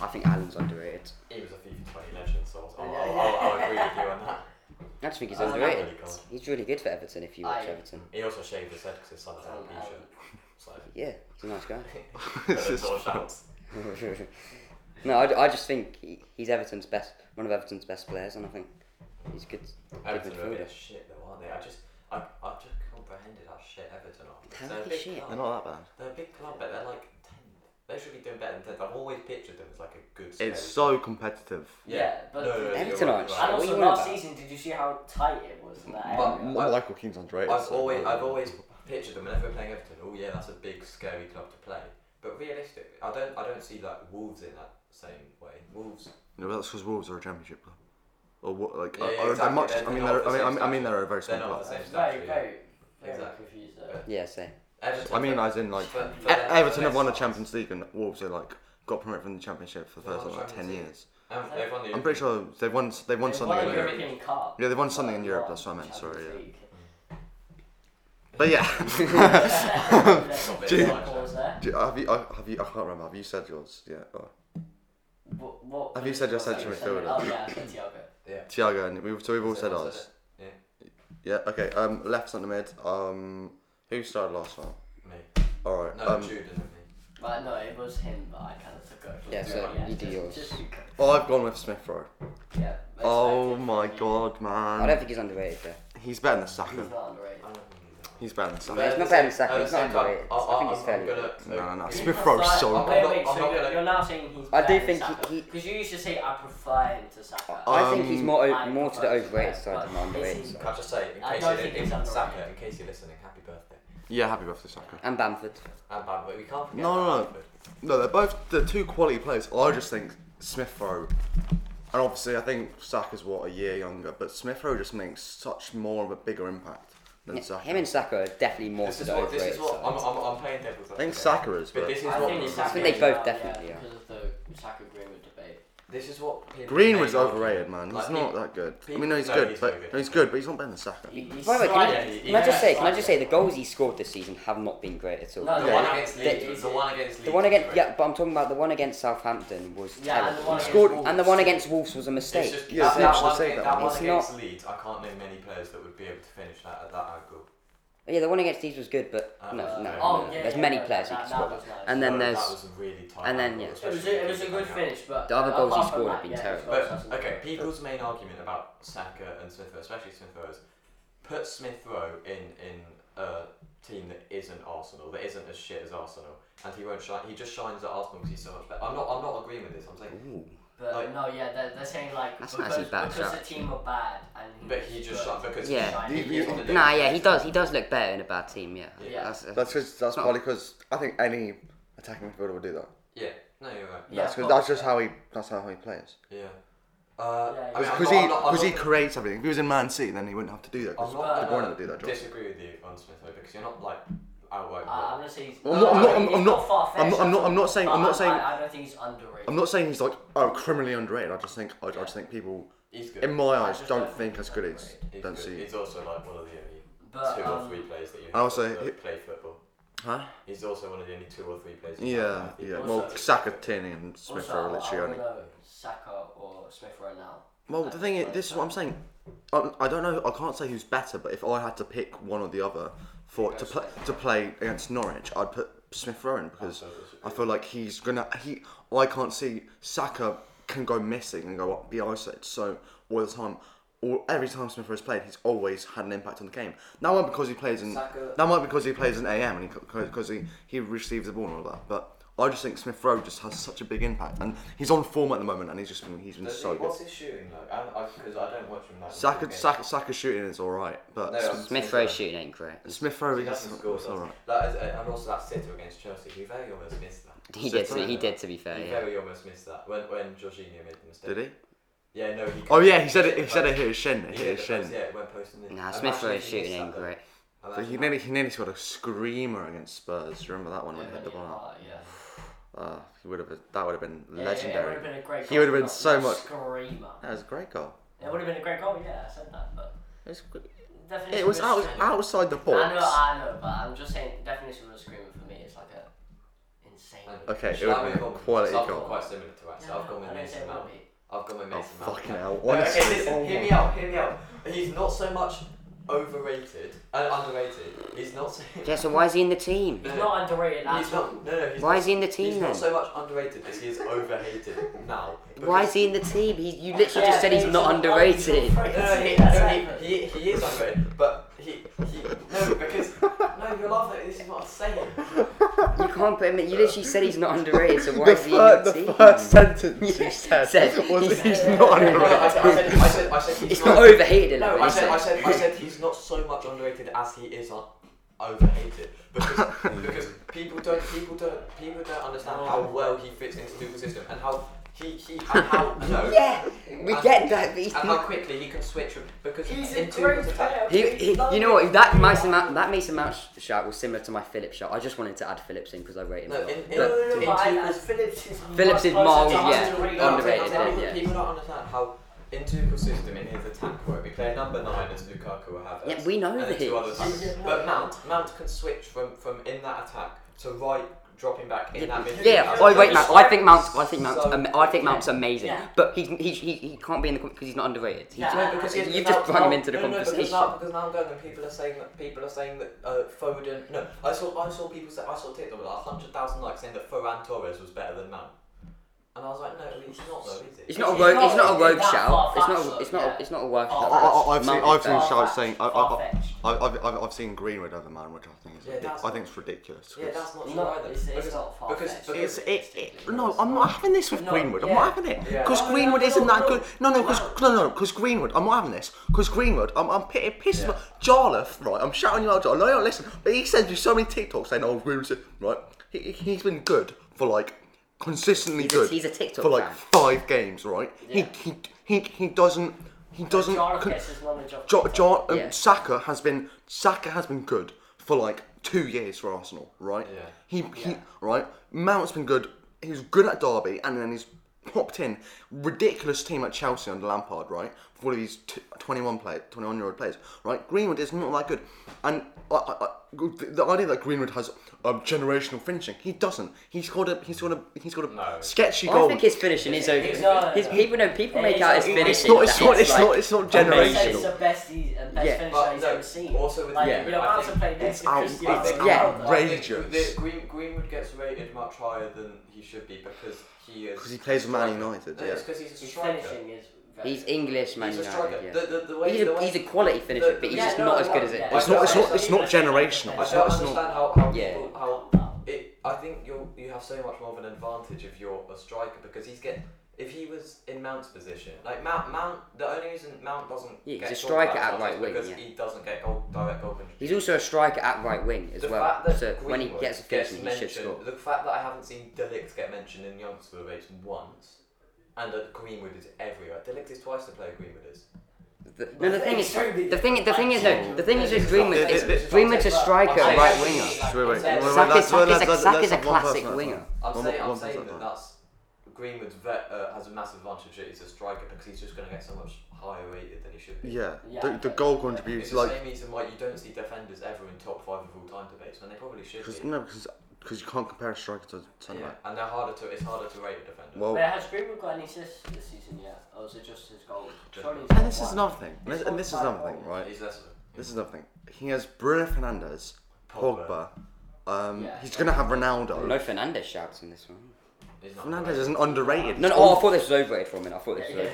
Speaker 2: I think Alan's underrated.
Speaker 4: He was a FIFA 20 legend, so I'll, I'll, I'll, I'll agree with you on that.
Speaker 3: (laughs)
Speaker 4: Um,
Speaker 2: I just think he's
Speaker 3: Oh, that
Speaker 2: underrated.
Speaker 4: really cool.
Speaker 2: He's really good for Everton if you watch
Speaker 3: I-
Speaker 2: Everton.
Speaker 4: He also shaved his head because his son's
Speaker 3: Um,
Speaker 4: alopecia. (laughs) So.
Speaker 3: (laughs)
Speaker 2: Yeah, he's a nice guy.
Speaker 1: (laughs)
Speaker 4: Mm-hmm.
Speaker 1: It's just-
Speaker 4: Door shouts.
Speaker 2: no, I, I just think he, he's Everton's best, one of Everton's best players, and I think He's good. Good
Speaker 4: Everton are a
Speaker 2: midfielder.
Speaker 4: bit shit though, aren't they? I just, I, I just comprehended how shit Everton are.
Speaker 2: How
Speaker 4: They're
Speaker 2: are
Speaker 4: a
Speaker 2: they
Speaker 4: big
Speaker 2: shit?
Speaker 4: club.
Speaker 1: They're not that bad.
Speaker 4: They're a big club, but they're like tenth. They should be doing better than tenth. I've always pictured them as like a good. scary
Speaker 1: It's so competive.
Speaker 4: Yeah,
Speaker 3: Yeah, but-
Speaker 4: no, no, no, you're
Speaker 2: Everton
Speaker 4: right,
Speaker 2: aren't
Speaker 4: you're
Speaker 2: shit.
Speaker 4: right.
Speaker 3: And
Speaker 2: What
Speaker 3: also
Speaker 2: you on
Speaker 3: last
Speaker 2: about?
Speaker 3: season, did you see how tight it was in that area?
Speaker 4: But-
Speaker 1: M- Michael Keane's underrated.
Speaker 4: I've
Speaker 1: so-
Speaker 4: always, I've always pictured them whenever we're playing Everton. Oh yeah, that's a big scary club to play. But realistically, I don't, I don't see like Wolves in that same way. Wolves,
Speaker 1: No, but that's because Wolves are a championship club. Or what, like,
Speaker 4: Yeah,
Speaker 1: are-
Speaker 4: yeah,
Speaker 1: are,
Speaker 4: exactly.
Speaker 1: they much,
Speaker 4: They're
Speaker 1: I mean,
Speaker 4: not
Speaker 1: they're,
Speaker 4: the
Speaker 1: I mean,
Speaker 4: same
Speaker 1: I mean, I mean,
Speaker 4: stature.
Speaker 1: they're a very small
Speaker 4: They're not the
Speaker 1: club.
Speaker 4: same
Speaker 3: It's very,
Speaker 4: stature. yeah.
Speaker 3: very, very
Speaker 4: Exactly.
Speaker 3: confused there.
Speaker 2: Yeah, same.
Speaker 4: Everton,
Speaker 1: I mean, as in, like,
Speaker 4: But-
Speaker 1: E-
Speaker 4: but they're-
Speaker 1: Everton
Speaker 4: they're
Speaker 1: have won a
Speaker 4: sides.
Speaker 1: Champions League and Wolves are like got promoted from the Championship for the
Speaker 4: They
Speaker 1: first
Speaker 4: won
Speaker 1: time, like ten
Speaker 4: Champions League.
Speaker 1: years.
Speaker 4: Um, they've won the
Speaker 1: I'm pretty sure they've won they've won
Speaker 3: They
Speaker 1: something
Speaker 3: won
Speaker 1: in
Speaker 3: the
Speaker 1: Europe.
Speaker 3: European Cup.
Speaker 1: Yeah, they won something
Speaker 3: but
Speaker 1: in Europe.
Speaker 3: not
Speaker 1: That's what I meant. Sorry.
Speaker 3: Champions
Speaker 1: (laughs) Yeah.
Speaker 3: League. (laughs)
Speaker 1: But yeah,
Speaker 4: (laughs) Dude.
Speaker 3: Pause there.
Speaker 1: Do you- have you? I- Have you? I can't remember. Have you said yours? Yeah. Oh.
Speaker 3: What, what,
Speaker 1: Have you said your central midfielder?
Speaker 3: Oh yeah, I said Thiago.
Speaker 1: Thiago and we. So we've all said
Speaker 4: Everton
Speaker 1: ours. Yeah. Okay. Um, left centre mid. Um, who started last round?
Speaker 4: it. Me.
Speaker 1: All right.
Speaker 4: No,
Speaker 1: um,
Speaker 4: Jude and me.
Speaker 3: But no, it was him. But I kind of took over.
Speaker 2: Yeah, so you do
Speaker 3: just-
Speaker 2: yours.
Speaker 3: just-
Speaker 1: oh, I've gone with Smith Rowe.
Speaker 3: yeah,
Speaker 1: Oh
Speaker 3: expected.
Speaker 1: my god,
Speaker 2: I don't
Speaker 1: man.
Speaker 2: think he's underrated though.
Speaker 1: He's better than
Speaker 3: He's
Speaker 1: Saka.
Speaker 3: not underrated.
Speaker 4: I don't think he's that.
Speaker 1: He's better than
Speaker 4: But
Speaker 1: Saka.
Speaker 2: it's
Speaker 4: at
Speaker 2: not
Speaker 4: the
Speaker 2: better than
Speaker 4: same-
Speaker 2: Saka,
Speaker 4: at the
Speaker 2: it's not
Speaker 4: same time,
Speaker 2: underrated.
Speaker 4: I-
Speaker 2: I think he's
Speaker 4: I'm
Speaker 2: fairly-
Speaker 4: gonna-
Speaker 1: No, no, no.
Speaker 4: He's
Speaker 1: Smith
Speaker 4: not-
Speaker 1: Rowe's
Speaker 3: Right,
Speaker 1: so.
Speaker 4: I'm
Speaker 3: Wait,
Speaker 4: not-
Speaker 3: wait,
Speaker 4: I'm
Speaker 3: so
Speaker 4: not
Speaker 3: you're,
Speaker 4: gonna-
Speaker 3: you're now saying he's.
Speaker 2: I do
Speaker 3: better
Speaker 2: think
Speaker 3: than
Speaker 2: he- he-
Speaker 3: Because you used to say I prefer him to Saka.
Speaker 2: I think he's more o-
Speaker 3: I
Speaker 2: more to the
Speaker 3: prefer
Speaker 2: overrated
Speaker 3: Saka,
Speaker 2: side than the
Speaker 3: but
Speaker 2: underrated
Speaker 3: this is-
Speaker 4: Can I just say, in
Speaker 3: I
Speaker 4: case
Speaker 3: don't
Speaker 4: you're
Speaker 3: think
Speaker 4: in,
Speaker 3: he's
Speaker 4: in Saka,
Speaker 3: underrated.
Speaker 4: in case you're listening, happy birthday.
Speaker 1: Yeah, happy birthday, Saka.
Speaker 2: And Bamford.
Speaker 4: And bad, but we can't forget.
Speaker 1: No, no,
Speaker 4: about
Speaker 1: no.
Speaker 4: Bamford.
Speaker 1: No, they're both the two quality players. I just think Smith Rowe, and obviously I think Saka's what a year younger, but Smith Rowe just makes such more of a bigger impact than
Speaker 2: Yeah,
Speaker 1: Saka.
Speaker 2: Him and Saka are definitely more
Speaker 4: This
Speaker 2: to
Speaker 4: is
Speaker 2: the
Speaker 4: what, this
Speaker 2: overrated
Speaker 4: is what, um, I'm,
Speaker 2: side.
Speaker 4: I'm, I'm playing devil's advocate.
Speaker 1: I think Saka is,
Speaker 4: But
Speaker 1: but
Speaker 4: this is
Speaker 3: I
Speaker 4: what
Speaker 3: think
Speaker 4: people-
Speaker 3: Saka
Speaker 2: think they
Speaker 3: is
Speaker 2: both
Speaker 3: out,
Speaker 2: definitely
Speaker 3: yeah,
Speaker 2: are.
Speaker 3: Because of the Saka Greenwood debate.
Speaker 4: This is what people
Speaker 1: Greenwood's
Speaker 4: hate on.
Speaker 1: overrated, man. He's
Speaker 4: Like,
Speaker 1: not
Speaker 4: people-
Speaker 1: that good. I
Speaker 4: people-
Speaker 1: mean, no, he's
Speaker 4: no,
Speaker 1: good,
Speaker 4: he's
Speaker 1: but
Speaker 4: no good.
Speaker 1: no, he's good, but he's not better than Saka.
Speaker 3: He- he's
Speaker 2: By the way, can,
Speaker 4: Yeah,
Speaker 2: I,
Speaker 4: he-
Speaker 3: slightly-
Speaker 2: can I just say? Can I
Speaker 3: slightly-
Speaker 2: just say the goals he scored this season have not been great at all.
Speaker 3: No,
Speaker 4: The
Speaker 3: Yeah.
Speaker 4: one against
Speaker 3: They-
Speaker 4: Leeds, the one against Leeds.
Speaker 2: The one against
Speaker 4: was
Speaker 2: yeah, but I'm talking about the one against Southampton was
Speaker 3: Yeah, and the
Speaker 2: terrible.
Speaker 3: one
Speaker 1: He
Speaker 3: against
Speaker 1: scored-
Speaker 3: Wolves.
Speaker 2: And the one against Wolves was a
Speaker 4: It's
Speaker 2: mistake.
Speaker 4: just,
Speaker 1: Yeah,
Speaker 4: that,
Speaker 1: they
Speaker 4: that,
Speaker 1: should
Speaker 4: one,
Speaker 1: say
Speaker 4: against-
Speaker 1: that
Speaker 4: that
Speaker 1: one.
Speaker 4: one
Speaker 2: It's
Speaker 4: against
Speaker 2: not-
Speaker 4: Leeds, I can't name many players that would be able to finish that at that angle.
Speaker 2: Yeah, the one against Leeds was good, but
Speaker 4: Uh,
Speaker 2: no, no,
Speaker 4: uh,
Speaker 2: no.
Speaker 3: Oh,
Speaker 2: no.
Speaker 3: yeah,
Speaker 2: There's
Speaker 3: yeah,
Speaker 2: many
Speaker 3: no,
Speaker 2: players who
Speaker 3: that-
Speaker 2: can
Speaker 3: that
Speaker 2: score.
Speaker 3: was nice.
Speaker 2: that. And then
Speaker 4: No,
Speaker 2: there's
Speaker 4: That was a really tight
Speaker 2: and then,
Speaker 4: angle,
Speaker 2: yeah. It
Speaker 3: It was,
Speaker 4: especially
Speaker 3: a, it was
Speaker 4: against
Speaker 3: a good
Speaker 4: Leeds.
Speaker 3: finish, but
Speaker 2: The other goals he
Speaker 3: apart from
Speaker 2: scored
Speaker 3: that,
Speaker 2: have been
Speaker 3: yeah, his
Speaker 2: terrible.
Speaker 3: goals
Speaker 4: But
Speaker 3: hasn't been
Speaker 4: okay,
Speaker 3: great.
Speaker 4: people's main argument about Saka and Smith Rowe, especially Smith Rowe, is put Smith Rowe in in a team that isn't Arsenal, that isn't as shit as Arsenal, and he won't shine. He just shines at Arsenal because he's so much better. I'm not. I'm not agreeing with this. I'm saying,
Speaker 2: Ooh.
Speaker 3: But
Speaker 4: Like-
Speaker 3: no, yeah, they're, they're saying like
Speaker 2: That's not
Speaker 3: because,
Speaker 2: actually bad
Speaker 3: because
Speaker 2: shout,
Speaker 3: the team are bad and
Speaker 4: but he just shines because
Speaker 2: Yeah.
Speaker 4: He,
Speaker 1: You-
Speaker 4: he is
Speaker 1: you-
Speaker 4: on the
Speaker 2: Nah,
Speaker 4: day-
Speaker 2: yeah, he does. He does look better in a bad team. Yeah,
Speaker 4: Yeah.
Speaker 2: That's,
Speaker 1: That's just that's
Speaker 2: No.
Speaker 1: probably because I think any attacking midfielder would do that.
Speaker 4: Yeah. No, you're right.
Speaker 3: Yeah,
Speaker 1: That's, 'cause
Speaker 3: but-
Speaker 1: that's just how he that's how he plays.
Speaker 4: Yeah. Uh,
Speaker 3: Yeah,
Speaker 4: I mean, I'm
Speaker 1: Because
Speaker 4: not-
Speaker 1: he
Speaker 4: I'm not- I'm
Speaker 1: because
Speaker 4: not
Speaker 1: he
Speaker 4: gonna-
Speaker 1: creates everything. If he was in Man City, then he wouldn't have to do that.
Speaker 4: I'm
Speaker 1: 'cause
Speaker 4: not uh,
Speaker 1: De Bruyne
Speaker 4: gonna
Speaker 1: would do that job.
Speaker 4: disagree with you on Smith Rowe because you're not like outright.
Speaker 3: I,
Speaker 4: wrong.
Speaker 3: I'm gonna say he's.
Speaker 1: I'm not- I'm
Speaker 3: I
Speaker 1: not-
Speaker 3: mean,
Speaker 1: I'm-
Speaker 3: he's
Speaker 1: I'm not-
Speaker 3: far-fetched,
Speaker 1: I'm not- I'm not- I'm not saying-
Speaker 3: but
Speaker 1: I'm not
Speaker 3: I-
Speaker 1: saying-
Speaker 3: I, I don't think he's underrated.
Speaker 1: I'm not saying he's like oh criminally underrated. I just think I, I just think people
Speaker 4: He's good.
Speaker 1: in my
Speaker 3: I
Speaker 1: eyes
Speaker 3: just
Speaker 1: don't
Speaker 3: don't
Speaker 1: think
Speaker 3: think
Speaker 1: as
Speaker 3: he's
Speaker 1: good
Speaker 3: that
Speaker 1: as
Speaker 4: He's
Speaker 1: don't
Speaker 4: good.
Speaker 1: see.
Speaker 4: He's also like one of the only
Speaker 3: but
Speaker 4: two
Speaker 3: um,
Speaker 4: or three players that you have
Speaker 1: I'll say
Speaker 4: that
Speaker 1: he-
Speaker 4: play football.
Speaker 1: Huh?
Speaker 4: He's also one of the only two or three players. you have
Speaker 1: Yeah,
Speaker 4: that play
Speaker 1: yeah.
Speaker 4: football.
Speaker 1: Well, Saka, Tierney, and Smith
Speaker 3: also,
Speaker 1: Rowe are
Speaker 3: I- I
Speaker 1: literally
Speaker 3: don't
Speaker 1: only.
Speaker 3: know Saka or Smith Rowe now.
Speaker 1: Well, the thing is, this is what I'm saying. I, I don't know. I can't say who's better, but if I had to pick one or the other for to play to play against Norwich, I'd put Smith Rowe in because I feel like he's gonna. He I can't see Saka can go missing and go up, be isolated. So all the time, all, every time Smith Rowe's played, he's always had an impact on the game. That might be because he plays in.
Speaker 4: Saka-
Speaker 1: That might be because he plays in AM and because he he receives the ball and all that, but. I just think Smith Rowe just has such a big impact, and he's on form at the moment, and he's just been, he's been
Speaker 4: Does he-
Speaker 1: so good.
Speaker 4: What's his shooting like? Because I, don't watch him like.
Speaker 1: Saka, Saka, Saka shooting is alright, but
Speaker 4: No, I'm-
Speaker 2: Smith Rowe shooting ain't great.
Speaker 1: Smith Rowe
Speaker 4: He
Speaker 1: is
Speaker 4: doesn't score.
Speaker 1: it's
Speaker 4: does he?
Speaker 1: alright.
Speaker 4: That is, and also that sitter against Chelsea, he very almost missed that.
Speaker 2: He
Speaker 1: So
Speaker 2: did. To,
Speaker 1: it's-
Speaker 2: he did. To be fair,
Speaker 4: He
Speaker 2: yeah.
Speaker 4: very almost missed that when when Jorginho made the mistake.
Speaker 1: Did he?
Speaker 4: Yeah, no, he.
Speaker 1: Oh yeah, he said it. He
Speaker 4: did
Speaker 1: said
Speaker 4: the
Speaker 1: it hit his shin. It
Speaker 4: post.
Speaker 1: hit
Speaker 4: He did
Speaker 1: his
Speaker 4: the post,
Speaker 1: shin.
Speaker 4: yeah, it went post and in.
Speaker 2: Nah, Smith
Speaker 4: Imagine
Speaker 2: Rowe
Speaker 4: if he
Speaker 2: shooting
Speaker 4: missed
Speaker 2: ain't
Speaker 4: that, though.
Speaker 2: great.
Speaker 1: So
Speaker 4: Imagine
Speaker 1: he nearly, he nearly scored a screamer against Spurs. Do you remember that one when he hit the bar?
Speaker 3: Yeah, yeah.
Speaker 1: Uh, he would have. That would have been
Speaker 3: Yeah, It would
Speaker 1: legendary.
Speaker 3: have been a great.
Speaker 1: He would have
Speaker 3: goal,
Speaker 1: been
Speaker 3: not-
Speaker 1: so
Speaker 3: not
Speaker 1: much-
Speaker 3: Screamer.
Speaker 1: That was a great goal.
Speaker 3: It would have been a great goal. Yeah, I said that, but
Speaker 1: It was,
Speaker 3: definitely.
Speaker 1: it was out, outside the box.
Speaker 3: I know, I know, but I'm just saying, definition of a screamer for me is like a insane.
Speaker 1: Okay, it
Speaker 4: Shall
Speaker 1: would
Speaker 4: I
Speaker 1: have been
Speaker 4: move
Speaker 1: a
Speaker 4: on?
Speaker 1: quality
Speaker 4: So I've got
Speaker 1: goal.
Speaker 4: quite similar to that. So I've gone with
Speaker 3: I don't
Speaker 4: Mason
Speaker 3: say it will
Speaker 4: Mount.
Speaker 3: be.
Speaker 4: I've gone with
Speaker 1: Oh
Speaker 4: Mason Mount.
Speaker 1: fucking hell!
Speaker 4: No, okay,
Speaker 1: Honestly,
Speaker 4: listen,
Speaker 1: oh
Speaker 4: hear
Speaker 1: my-
Speaker 4: me out, hear me out. He's not so much overrated, uh, underrated. He's not. so-
Speaker 2: Yeah, so why is he in the team?
Speaker 4: (laughs) No,
Speaker 3: He's not underrated at
Speaker 4: He's
Speaker 3: all.
Speaker 4: not. No, no. He's
Speaker 2: Why
Speaker 4: not,
Speaker 2: is he in the team
Speaker 4: He's
Speaker 2: then?
Speaker 4: not so much underrated as he is overhated now.
Speaker 2: Why
Speaker 4: because-
Speaker 2: is he in the team? He, you literally
Speaker 3: Yeah,
Speaker 2: just said he's
Speaker 3: he's
Speaker 2: not
Speaker 3: not
Speaker 2: underrated.
Speaker 3: underrated.
Speaker 4: No, he,
Speaker 3: That's
Speaker 4: no,
Speaker 3: right.
Speaker 4: he, he, he is underrated, but he, he no because no you're laughing. This is what I'm saying.
Speaker 2: You can't put him in. You literally said he's not underrated, so why
Speaker 1: The,
Speaker 2: is he in your
Speaker 1: fir- the
Speaker 2: team?
Speaker 1: first sentence he said,
Speaker 2: Said-
Speaker 1: was
Speaker 2: he
Speaker 1: he's
Speaker 2: said- (laughs)
Speaker 1: not
Speaker 4: No, I,
Speaker 1: underrated.
Speaker 4: said, I, said, I, said, I said he's
Speaker 2: It's
Speaker 4: not.
Speaker 2: not overhated,
Speaker 4: no,
Speaker 2: like
Speaker 4: I
Speaker 2: you
Speaker 4: said, I
Speaker 2: said.
Speaker 4: said I said he's not so much underrated as he is un- overhated because because people don't people don't people don't understand
Speaker 3: Oh.
Speaker 4: how well he fits into the system and how he he and
Speaker 3: (laughs)
Speaker 4: how no,
Speaker 2: Yeah, we
Speaker 4: and-
Speaker 2: get that. But he's
Speaker 4: and how quickly he can switch from because
Speaker 3: He's a
Speaker 4: in
Speaker 3: great
Speaker 4: Tuchel's attack-
Speaker 3: player.
Speaker 2: He, he, you know what? That Mason Mount, that Mason Mount sh- shot was similar to my Phillips shot. I just wanted to add Phillips in because I rate him. a
Speaker 4: No,
Speaker 2: lot.
Speaker 4: in, in,
Speaker 3: No, no, no,
Speaker 4: in
Speaker 3: no, but I-
Speaker 4: Tuchel's-
Speaker 3: as Phillips is
Speaker 2: Phillips is
Speaker 3: much
Speaker 2: miles,
Speaker 3: closer to
Speaker 2: Oh, yeah,
Speaker 3: underrated.
Speaker 4: No,
Speaker 2: underrated,
Speaker 4: no, no,
Speaker 2: yeah.
Speaker 4: People don't understand how in Tuchel's system in his attack work we play number nine as Lukaku or Havertz.
Speaker 2: Yeah, we know
Speaker 4: and then two
Speaker 2: this.
Speaker 4: other attackers.
Speaker 3: Yeah.
Speaker 4: But Mount, Mount can switch from, from in that attack to right, dropping back in
Speaker 2: Yeah,
Speaker 4: that midfield.
Speaker 2: yeah,
Speaker 4: attack.
Speaker 2: I rate Mount. I think Mount's. I think Mount's.
Speaker 4: So-
Speaker 2: am- I think Mount's amazing.
Speaker 3: Yeah.
Speaker 2: But he's, he, he, he can't be in the because he's not underrated. He
Speaker 3: Yeah.
Speaker 2: just-
Speaker 4: No, because
Speaker 2: you-
Speaker 4: he's-
Speaker 2: you've
Speaker 4: now-
Speaker 2: just brought him
Speaker 4: now-
Speaker 2: into the
Speaker 4: no, no,
Speaker 2: conversation.
Speaker 4: because now, because now I'm going and people are saying that people are saying that uh, Foden. No, I saw I saw people say I saw TikTok with like hundred thousand likes saying that Ferran Torres was better than Mount, and I was like, no, he's not though, is he?
Speaker 2: it's not a
Speaker 3: It's
Speaker 2: rogue.
Speaker 3: not-
Speaker 2: It's not a
Speaker 3: it's
Speaker 2: rogue
Speaker 3: that
Speaker 2: shout.
Speaker 3: far
Speaker 2: It's
Speaker 3: fetched,
Speaker 2: not. a- It's not.
Speaker 3: yeah.
Speaker 2: a- It's not a work
Speaker 3: Oh,
Speaker 2: shout.
Speaker 3: I-
Speaker 1: I- I've
Speaker 2: Mount
Speaker 1: seen-
Speaker 2: is
Speaker 1: I've
Speaker 2: better.
Speaker 1: seen- I was
Speaker 3: Far-fetched,
Speaker 1: saying, I- I-
Speaker 3: far-fetched.
Speaker 1: I've, I've, I've, I've seen Greenwood over Man, which I think is
Speaker 4: Yeah,
Speaker 1: ridiculous.
Speaker 4: that's-
Speaker 1: I think it's ridiculous.
Speaker 4: Yeah, that's not true
Speaker 3: No,
Speaker 4: either.
Speaker 3: it's- it's
Speaker 4: because,
Speaker 3: not far
Speaker 4: because,
Speaker 3: fetched.
Speaker 4: because
Speaker 1: It's, it, it, no, I'm not having this with
Speaker 3: No,
Speaker 1: Greenwood. I'm
Speaker 3: yeah.
Speaker 1: not having it
Speaker 4: Yeah.
Speaker 1: because
Speaker 4: No, no,
Speaker 1: Greenwood
Speaker 4: no,
Speaker 1: isn't that
Speaker 4: no.
Speaker 1: good. No, no, because no, no, because Greenwood. I'm not having this because Greenwood. I'm, I'm pi- it pisses
Speaker 4: Yeah.
Speaker 1: me off. Jarlath, right? I'm shouting you out, Jarlath. No, no, listen. But he sends you so many TikToks saying, "Oh, Greenwood's it," right." He, he- he's been good for like consistently
Speaker 2: He's a-
Speaker 1: good.
Speaker 2: he's a TikTok
Speaker 1: for like
Speaker 2: fan.
Speaker 1: five games, right?
Speaker 3: Yeah.
Speaker 1: He, he he he doesn't he doesn't.
Speaker 3: Jarlath
Speaker 1: con-
Speaker 3: gets his knowledge off
Speaker 1: Jo- Jo-
Speaker 3: TikTok.
Speaker 1: um,
Speaker 2: Yeah.
Speaker 1: Saka has been Saka has been good for like two years for Arsenal, right?
Speaker 4: Yeah.
Speaker 1: He, he right. Mount's been good. He was good at Derby, and then he's popped in ridiculous team at Chelsea under Lampard, right? For all of these t- 21 play, 21 year old players, right? Greenwood is not that good, and I, I, I, the the idea that Greenwood has um, generational finishing, he doesn't. He's got a he's got a he's got a
Speaker 4: No.
Speaker 1: sketchy
Speaker 2: I
Speaker 1: goal.
Speaker 2: think his finishing is over.
Speaker 3: No, no,
Speaker 2: His
Speaker 3: no.
Speaker 2: people no people
Speaker 3: Yeah,
Speaker 2: make
Speaker 3: it's
Speaker 2: out
Speaker 3: not-
Speaker 2: his
Speaker 3: it's
Speaker 2: finishing.
Speaker 1: it's not. It's
Speaker 2: that
Speaker 1: not. It's not.
Speaker 2: like-
Speaker 1: It's not
Speaker 3: They
Speaker 2: Amazing.
Speaker 3: say it's
Speaker 1: generational.
Speaker 3: the best, he's, the best
Speaker 2: Yeah.
Speaker 3: finish
Speaker 4: But
Speaker 3: he's
Speaker 4: no,
Speaker 3: ever seen.
Speaker 4: also with
Speaker 3: like,
Speaker 4: the-
Speaker 3: you know,
Speaker 4: I
Speaker 3: Mount's
Speaker 4: think-
Speaker 3: a play next
Speaker 1: It's
Speaker 3: to
Speaker 1: out-
Speaker 3: Cristiano
Speaker 1: it's
Speaker 3: Ronaldo.
Speaker 2: outrageous.
Speaker 1: outrageous.
Speaker 4: The, Green, Greenwood gets rated much higher than he should be because he is.
Speaker 1: Because he plays with Man United,
Speaker 4: No,
Speaker 1: yeah.
Speaker 4: it's because he's a
Speaker 3: His
Speaker 4: striker.
Speaker 3: finishing is very
Speaker 2: He's
Speaker 3: good.
Speaker 2: English, man.
Speaker 4: He's a
Speaker 2: United,
Speaker 4: striker.
Speaker 2: yeah.
Speaker 4: The, the, the way,
Speaker 2: He's
Speaker 4: the
Speaker 2: a,
Speaker 4: way,
Speaker 2: he's a quality finisher, but he's
Speaker 4: Yeah,
Speaker 2: just
Speaker 4: no,
Speaker 2: not
Speaker 4: I-
Speaker 2: as good as it.
Speaker 3: yeah.
Speaker 1: It's not. It's not. It's not generational.
Speaker 4: I
Speaker 1: It's
Speaker 4: don't
Speaker 1: not. It's not.
Speaker 4: understand how, how
Speaker 2: Yeah.
Speaker 4: people how it. I think you you have so much more of an advantage if you're a striker because he's get. If he was in Mount's position, like Mount, Mount, the only reason Mount doesn't
Speaker 2: Yeah, he's
Speaker 4: get
Speaker 2: a
Speaker 4: goal
Speaker 2: striker
Speaker 4: threats
Speaker 2: at
Speaker 4: is
Speaker 2: right wing,
Speaker 4: because
Speaker 2: yeah.
Speaker 4: he doesn't get goal, direct goal contribution.
Speaker 2: He's also a striker at right wing as
Speaker 4: The
Speaker 2: well.
Speaker 4: fact that
Speaker 2: So when he
Speaker 4: Greenwood
Speaker 2: gets a
Speaker 4: gets
Speaker 2: finishing, he should
Speaker 4: mentioned-
Speaker 2: score.
Speaker 4: The fact that I haven't seen Delict get mentioned in Youngster rates once, and that Greenwood is everywhere. Delict is twice the player Greenwood is.
Speaker 2: The, no, the thing is, the thing, the thing is, no, the thing is with
Speaker 4: It's
Speaker 2: Greenwood
Speaker 1: not- it-
Speaker 2: is
Speaker 1: it-
Speaker 2: Greenwood's a striker,
Speaker 4: I'm
Speaker 2: a
Speaker 4: saying-
Speaker 2: right
Speaker 4: I'm
Speaker 2: winger.
Speaker 4: saying-
Speaker 1: Wait, wait,
Speaker 4: I'm
Speaker 1: wait,
Speaker 4: saying-
Speaker 1: wait,
Speaker 2: Saka's-
Speaker 1: that's- well,
Speaker 2: Saka's a-
Speaker 1: that's-
Speaker 2: Saka's a
Speaker 1: that's one person
Speaker 2: classic
Speaker 1: at a
Speaker 2: winger.
Speaker 1: time.
Speaker 4: I'm
Speaker 1: One-
Speaker 4: saying, I'm
Speaker 1: one person
Speaker 4: saying
Speaker 1: at a
Speaker 4: that
Speaker 1: time.
Speaker 4: that's Greenwood's vet, uh, has a massive advantage that he's a striker because he's just going to get so much higher rated than he should be.
Speaker 1: Yeah,
Speaker 3: Yeah.
Speaker 1: the, the goal
Speaker 4: It's
Speaker 1: contributes
Speaker 4: the
Speaker 1: like
Speaker 4: same reason why you don't see defenders ever in top five of all time debates when they probably should
Speaker 1: because
Speaker 4: be.
Speaker 1: no because because you can't compare a striker to a centre
Speaker 4: Yeah,
Speaker 1: back.
Speaker 4: and they're harder to. It's harder to rate a defender.
Speaker 1: Well,
Speaker 3: But has Greenwood got any assists this season yet? Or is it just his goal? Surely he's
Speaker 1: and
Speaker 3: got
Speaker 1: this is
Speaker 3: one.
Speaker 1: another thing. And this, and this is another thing,
Speaker 4: Yeah,
Speaker 1: right?
Speaker 4: he's less of a-
Speaker 1: This is another thing. He has Bruno Fernandes, Pogba.
Speaker 4: Pogba.
Speaker 1: Um,
Speaker 3: Yeah.
Speaker 1: he's gonna have Ronaldo.
Speaker 2: No Fernandez shouts in this one.
Speaker 4: he's not
Speaker 1: Fernandes
Speaker 4: great.
Speaker 1: isn't underrated. (laughs)
Speaker 2: No, no, oh, I thought this was overrated for a minute. I thought this was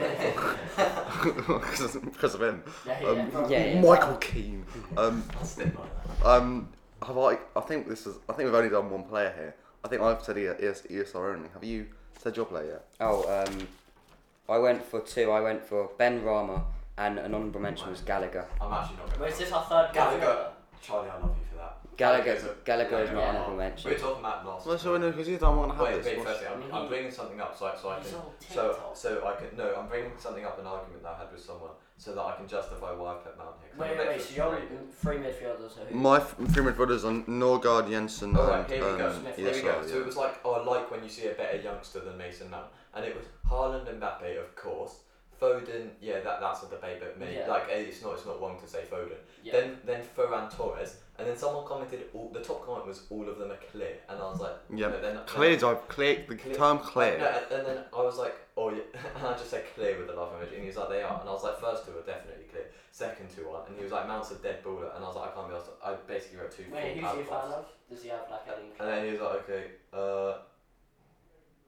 Speaker 2: overrated.
Speaker 1: because because of him.
Speaker 3: Yeah, yeah,
Speaker 1: Um,
Speaker 3: probably.
Speaker 2: Yeah, yeah.
Speaker 1: Michael Keane. Um,
Speaker 4: I'll stick by that.
Speaker 1: um, have I? I think this is. I think we've only done one player here. I think I've said E ES, ESR only. Have you said your player yet?
Speaker 2: Oh, um, I went for two. I went for Ben Rama and an honourable mention was Gallagher.
Speaker 4: I'm actually not
Speaker 3: But
Speaker 4: going
Speaker 3: is
Speaker 4: to.
Speaker 3: this our third
Speaker 4: Gallagher. Charlie, I love you for that.
Speaker 2: Gallagher's- Gallagher is not
Speaker 3: an
Speaker 2: honourable mention.
Speaker 4: We were talking about last.
Speaker 1: Well, so
Speaker 4: time.
Speaker 1: no, because you don't want to have
Speaker 4: Wait,
Speaker 1: this.
Speaker 4: wait,
Speaker 1: What's-
Speaker 4: firstly, I'm,
Speaker 2: Mm-hmm.
Speaker 4: I'm bringing something up so I, so I
Speaker 3: He's
Speaker 4: can.
Speaker 3: on
Speaker 4: So,
Speaker 3: TikTok.
Speaker 4: so I can. No, I'm bringing something up, an argument that I had with someone, so that I can justify why I put Mount here. 'cause
Speaker 3: Wait,
Speaker 4: I'm
Speaker 3: wait, wait,
Speaker 4: next
Speaker 3: so
Speaker 4: to
Speaker 3: you're
Speaker 4: three.
Speaker 3: on three midfielders. So who?
Speaker 1: My f- three midfielders on Norgard, Jensen,
Speaker 4: Alright,
Speaker 3: Mm-hmm.
Speaker 1: and
Speaker 4: here we go.
Speaker 1: um,
Speaker 3: Smith.
Speaker 4: Here we
Speaker 1: ESR.
Speaker 4: go. So
Speaker 1: yeah.
Speaker 4: it was like, oh, I like when you see a better youngster than Mason Mount. And it was Haaland and Mbappe, of course. Foden, yeah, that, that's a debate, but me,
Speaker 3: Yeah.
Speaker 4: like, eh, it's not, it's not wrong to say Foden.
Speaker 3: Yeah.
Speaker 4: Then, then Ferran Torres, and then someone commented, all, the top comment was, all of them are clear, and I was like,
Speaker 1: Yeah,
Speaker 4: no, they're not-
Speaker 1: clear.
Speaker 4: they're not-
Speaker 1: I've clear the
Speaker 4: Clear.
Speaker 1: term clear.
Speaker 4: No, and, and (laughs) then I was like, oh, yeah. and I just said clear with the love image, and he was like, they are, and I was like, first two are definitely clear. second to one, and he was like, Mount's a dead baller, and I was like, I can't be asked. I basically wrote two. full
Speaker 3: Wait, who's he a fan
Speaker 4: paragraphs.
Speaker 3: of? Does he have like any?
Speaker 4: And then he was like, okay, uh,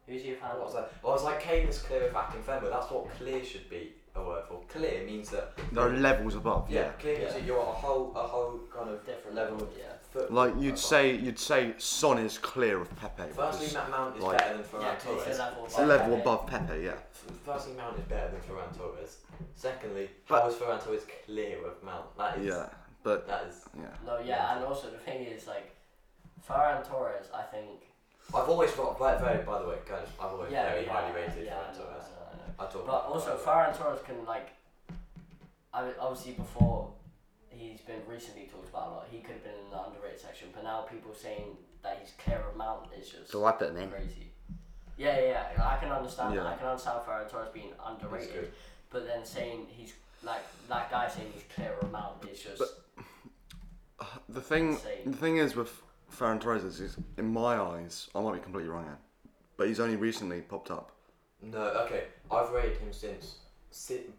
Speaker 3: Who's he a fan
Speaker 4: what was
Speaker 3: of?
Speaker 4: that? Well, I was like, Kane is clear of back in Fenway. That's what clear should be a word for. Clear means that
Speaker 1: There are levels above.
Speaker 4: yeah, clear means
Speaker 3: Yeah.
Speaker 4: that you're a whole a whole kind of
Speaker 3: Different
Speaker 4: level of
Speaker 3: yeah.
Speaker 4: foot.
Speaker 1: Like you'd
Speaker 4: above.
Speaker 1: say, you'd say Son is clear of Pepe.
Speaker 4: Firstly,
Speaker 1: because
Speaker 4: Matt Mount is
Speaker 1: like-
Speaker 4: better than Ferran
Speaker 3: Yeah, 'cause
Speaker 4: Torres.
Speaker 3: he's a level
Speaker 1: it's a
Speaker 3: above
Speaker 1: level
Speaker 3: Pepe.
Speaker 1: above Pepe. Yeah.
Speaker 4: Firstly, Mount is better than Ferran Torres. Secondly,
Speaker 1: But-
Speaker 4: how is Ferran Torres clear of Mount? That is
Speaker 1: Yeah. But
Speaker 4: that is.
Speaker 1: yeah.
Speaker 3: No, yeah, and also the thing is like, Ferran Torres, I think.
Speaker 4: I've always got by, very by the way, guys. I've always
Speaker 3: Yeah,
Speaker 4: very
Speaker 3: yeah,
Speaker 4: highly rated
Speaker 3: yeah, I
Speaker 4: Ferran
Speaker 3: know,
Speaker 4: Torres.
Speaker 3: I know, I know.
Speaker 4: I talk.
Speaker 3: But also, Ferran Torres can like, I mean, obviously before he's been recently talked about a lot. He could have been in the underrated section, but now people saying that he's clear of Mount is just
Speaker 2: So I put him in.
Speaker 3: crazy. Yeah, yeah, yeah, I can understand
Speaker 1: Yeah.
Speaker 3: that. I can understand Ferran Torres being underrated,
Speaker 4: good.
Speaker 3: but then saying he's like that guy saying he's clear of Mount is just
Speaker 1: The thing,
Speaker 3: Insane.
Speaker 1: the thing is with Ferran Torres is, is, in my eyes, I might be completely wrong here, but he's only recently popped up.
Speaker 4: no, okay. I've rated him since. Si-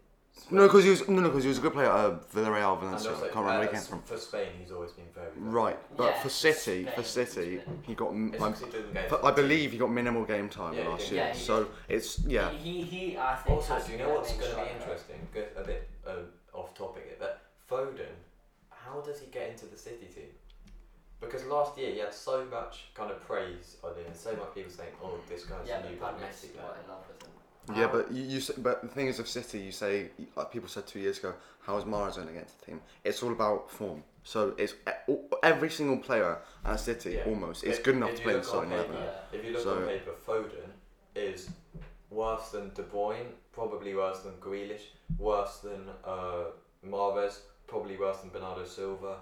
Speaker 1: No, because he was no, no, 'cause he was a good player at uh, Villarreal,
Speaker 4: and
Speaker 1: Valencia. I
Speaker 4: also,
Speaker 1: can't remember where he
Speaker 4: uh,
Speaker 1: came from.
Speaker 4: For Spain, he's always been very. very
Speaker 1: Right, but
Speaker 3: Yeah,
Speaker 1: for
Speaker 3: it's
Speaker 1: City, for
Speaker 3: Spain,
Speaker 1: City,
Speaker 3: isn't
Speaker 1: he got. m-
Speaker 4: It's
Speaker 1: I'm,
Speaker 4: 'cause he doesn't get-
Speaker 1: but I believe he got minimal game time
Speaker 4: Yeah, he
Speaker 1: last
Speaker 4: did.
Speaker 1: year,
Speaker 3: Yeah, he
Speaker 1: so it's yeah.
Speaker 3: He, he, he, I think.
Speaker 4: Also,
Speaker 3: has
Speaker 4: do
Speaker 3: to
Speaker 4: you
Speaker 3: be
Speaker 4: know
Speaker 3: our
Speaker 4: what's
Speaker 3: main
Speaker 4: going to be
Speaker 3: striker.
Speaker 4: interesting? Go a bit um, off topic, here, but Foden, how does he get into the City team? Because last year he had so much kind of praise on him, and so much people saying, "Oh, this guy's
Speaker 3: Yeah,
Speaker 4: a new
Speaker 3: but
Speaker 4: like
Speaker 3: Pundit's
Speaker 4: Messi."
Speaker 3: not in love with him.
Speaker 1: Yeah, but you, you s- but the thing is of City, you say like people said two years ago, how is Mara going against the team? It's all about form. So it's e- every single player at City
Speaker 4: Yeah.
Speaker 1: almost is
Speaker 4: If-
Speaker 1: good enough
Speaker 4: if
Speaker 1: to
Speaker 4: you
Speaker 1: play in the
Speaker 4: look on
Speaker 1: starting eleven.
Speaker 4: paper- If you look
Speaker 1: So-
Speaker 4: on paper, Foden is worse than De Bruyne, probably worse than Grealish, worse than uh, Mahrez, probably worse than Bernardo Silva.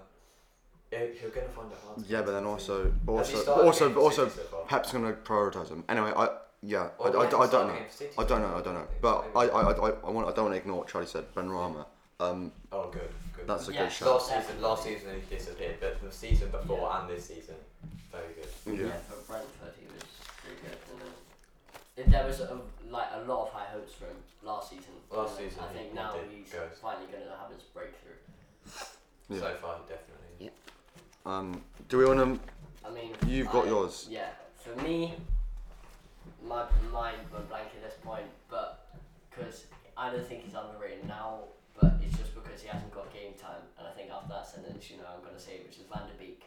Speaker 4: Yeah, You're going to find it hard. to
Speaker 1: Yeah,
Speaker 4: get
Speaker 1: but then
Speaker 4: into the team.
Speaker 1: also
Speaker 4: Has he
Speaker 1: also
Speaker 4: started
Speaker 1: also
Speaker 4: against
Speaker 1: but also
Speaker 4: City so far?
Speaker 1: Pep's going to prioritise him. Anyway, I yeah, I,
Speaker 4: Or
Speaker 1: I, I,
Speaker 4: Leicester
Speaker 1: don't know.
Speaker 4: against City.
Speaker 1: I don't know. I don't know. But I I, I, I want I don't want to ignore what Charlie said. Ben Rama. Um,
Speaker 4: Oh, good. good.
Speaker 1: that's a
Speaker 3: Yeah.
Speaker 1: good shot.
Speaker 4: last season. Last season he disappeared, but the season before
Speaker 3: Yeah.
Speaker 4: and this season, very good.
Speaker 1: Yeah.
Speaker 3: for Brentford, he was pretty good. And then, if there was a, like a lot of high hopes for him last season.
Speaker 4: Last
Speaker 3: and then
Speaker 4: season
Speaker 3: I
Speaker 4: he-
Speaker 3: think
Speaker 4: he
Speaker 3: now
Speaker 4: did
Speaker 3: he's
Speaker 4: goes.
Speaker 3: finally going to have his breakthrough.
Speaker 1: Yeah.
Speaker 4: So far, definitely.
Speaker 2: Yeah.
Speaker 1: Um, do we want
Speaker 3: I mean,
Speaker 1: to? You've got
Speaker 3: I-
Speaker 1: yours.
Speaker 3: Yeah, for me, my mind went blank at this point, but because I don't think he's underrated now, but it's just because he hasn't got game time, and I think after that sentence, you know, I'm going to say it, which is Van de Beek.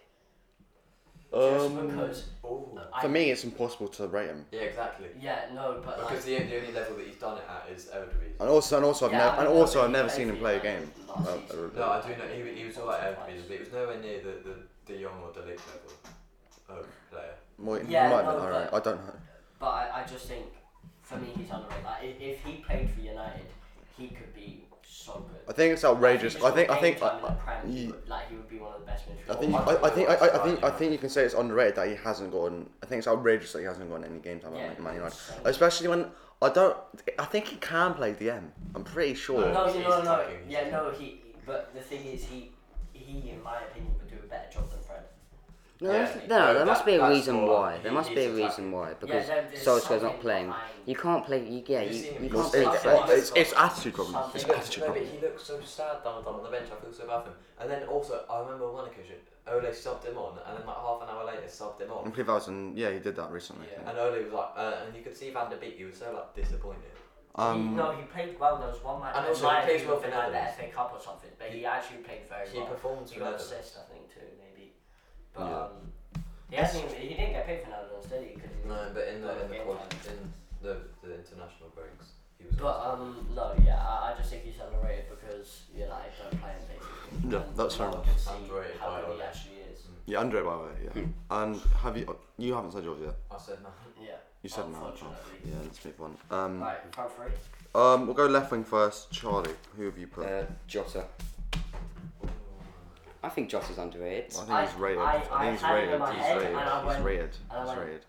Speaker 3: Just because
Speaker 4: Oh.
Speaker 3: I,
Speaker 1: um, For me, it's impossible to rate him.
Speaker 4: Yeah, exactly.
Speaker 3: yeah, no, but like,
Speaker 4: Because the, the only level that he's done it at is Eredivisie.
Speaker 1: And also, and also, I've
Speaker 3: Yeah,
Speaker 1: never, and
Speaker 3: I know,
Speaker 1: also,
Speaker 3: but
Speaker 1: I've
Speaker 3: he
Speaker 1: never
Speaker 3: played
Speaker 1: seen him
Speaker 3: for
Speaker 1: play a game.
Speaker 3: United last
Speaker 1: Uh,
Speaker 3: season.
Speaker 1: uh,
Speaker 4: No, I do know he, he was all at Eredivisie, but he was nowhere near the the De Jong or De Ligt level of player.
Speaker 1: well, he
Speaker 3: Yeah,
Speaker 1: might have
Speaker 3: no,
Speaker 1: been alright. I
Speaker 3: but-
Speaker 1: don't know.
Speaker 3: But I, I just think, for me, he's underrated. Like, if, if he played for United, he could be so
Speaker 1: I
Speaker 3: good.
Speaker 1: think it's outrageous. I think. I think. I,
Speaker 3: Like, if he just got game time in the Prem, he
Speaker 1: you-
Speaker 3: would- like he would be one of the best midfielders.
Speaker 1: I think. You,
Speaker 4: I
Speaker 1: I, I think. I, I, I think. I
Speaker 4: Right,
Speaker 1: think you can say it's underrated that he hasn't gotten. I think it's outrageous that he hasn't gotten any game time
Speaker 3: Yeah,
Speaker 1: at Man United,
Speaker 3: it's insane.
Speaker 1: especially when I don't. I think he can play DM. I'm pretty sure.
Speaker 3: no, no,
Speaker 4: he's
Speaker 3: no, no.
Speaker 4: attacking, he's
Speaker 3: Yeah, no. He. But the thing is, he, he, in my opinion, would do a better job than Fred.
Speaker 2: No,
Speaker 4: Yeah,
Speaker 2: that's- no,
Speaker 4: no,
Speaker 2: there
Speaker 4: that-
Speaker 2: must be a
Speaker 4: that's
Speaker 2: reason
Speaker 4: more-
Speaker 2: why. There
Speaker 4: he
Speaker 2: must be
Speaker 4: needs
Speaker 2: a
Speaker 4: to
Speaker 2: reason why because
Speaker 3: there- there's
Speaker 2: Solskjaer's not
Speaker 3: something
Speaker 2: playing.
Speaker 3: behind.
Speaker 2: You can't play. You, yeah,
Speaker 4: You've
Speaker 2: you,
Speaker 4: seen him
Speaker 2: you
Speaker 4: play
Speaker 2: can't
Speaker 1: It's,
Speaker 2: play.
Speaker 4: Southampton.
Speaker 1: it's,
Speaker 2: defence.
Speaker 3: Something-
Speaker 1: it's, it's attitude problem. It's
Speaker 4: He
Speaker 3: Something-
Speaker 4: looks,
Speaker 1: attitude
Speaker 4: no, but
Speaker 1: problem.
Speaker 4: he looked so sad down, down on the bench. I feel so bad for him. And then also, I remember on one occasion, Ole subbed him on, and then like half an hour later, subbed him
Speaker 1: I
Speaker 4: on.
Speaker 1: believe that was in- yeah, he did that recently.
Speaker 3: Yeah.
Speaker 4: And Ole was like, uh, and you could see Van der Beek, he was so like disappointed.
Speaker 1: Um,
Speaker 3: he, no, he played well. There was one match.
Speaker 4: And also,
Speaker 3: in my
Speaker 4: he plays
Speaker 3: opinion,
Speaker 4: well
Speaker 3: he
Speaker 4: for
Speaker 3: like
Speaker 4: Netherlands.
Speaker 3: the FA Cup or something, but he,
Speaker 4: He-
Speaker 3: actually played very
Speaker 4: He
Speaker 3: well.
Speaker 4: performs
Speaker 3: He
Speaker 4: for
Speaker 3: got an
Speaker 4: Netherlands.
Speaker 3: assist, I think, too, maybe. But
Speaker 1: Yeah.
Speaker 3: um, he hasn't even, he didn't get paid for Netherlands, did he? 'Cause he
Speaker 4: No, but in the in the
Speaker 3: Game
Speaker 4: quali-
Speaker 3: time.
Speaker 4: in the, the international breaks, he was.
Speaker 3: But um, no, yeah, I, I just think he's underrated because United don't play him basically.
Speaker 1: Yeah,
Speaker 3: And
Speaker 1: that's fair
Speaker 3: no one
Speaker 1: enough.
Speaker 3: can see
Speaker 4: Underrated
Speaker 3: how
Speaker 4: by Mm.
Speaker 3: good he
Speaker 4: Ole.
Speaker 3: actually is.
Speaker 1: yeah, Andre, by the way.
Speaker 3: Hmm.
Speaker 1: Yeah. And have you? You haven't said yours yet.
Speaker 4: I said no.
Speaker 3: Yeah.
Speaker 1: You said no. Oh,
Speaker 3: Unfortunately.
Speaker 1: yeah, let's move on. Um,
Speaker 3: Right, front three.
Speaker 1: um, we'll go left wing first. Charlie, who have you put?
Speaker 2: Uh, Jota. I think Jota's underrated.
Speaker 1: I think
Speaker 3: I-
Speaker 1: he's rated.
Speaker 3: I-
Speaker 1: I,
Speaker 3: I
Speaker 1: think he's
Speaker 3: had him in
Speaker 1: rated.
Speaker 3: my
Speaker 1: He's
Speaker 3: head,
Speaker 1: rated.
Speaker 3: and I
Speaker 1: He's
Speaker 3: went-
Speaker 1: rated.
Speaker 3: and I
Speaker 1: He's
Speaker 3: went-
Speaker 1: rated.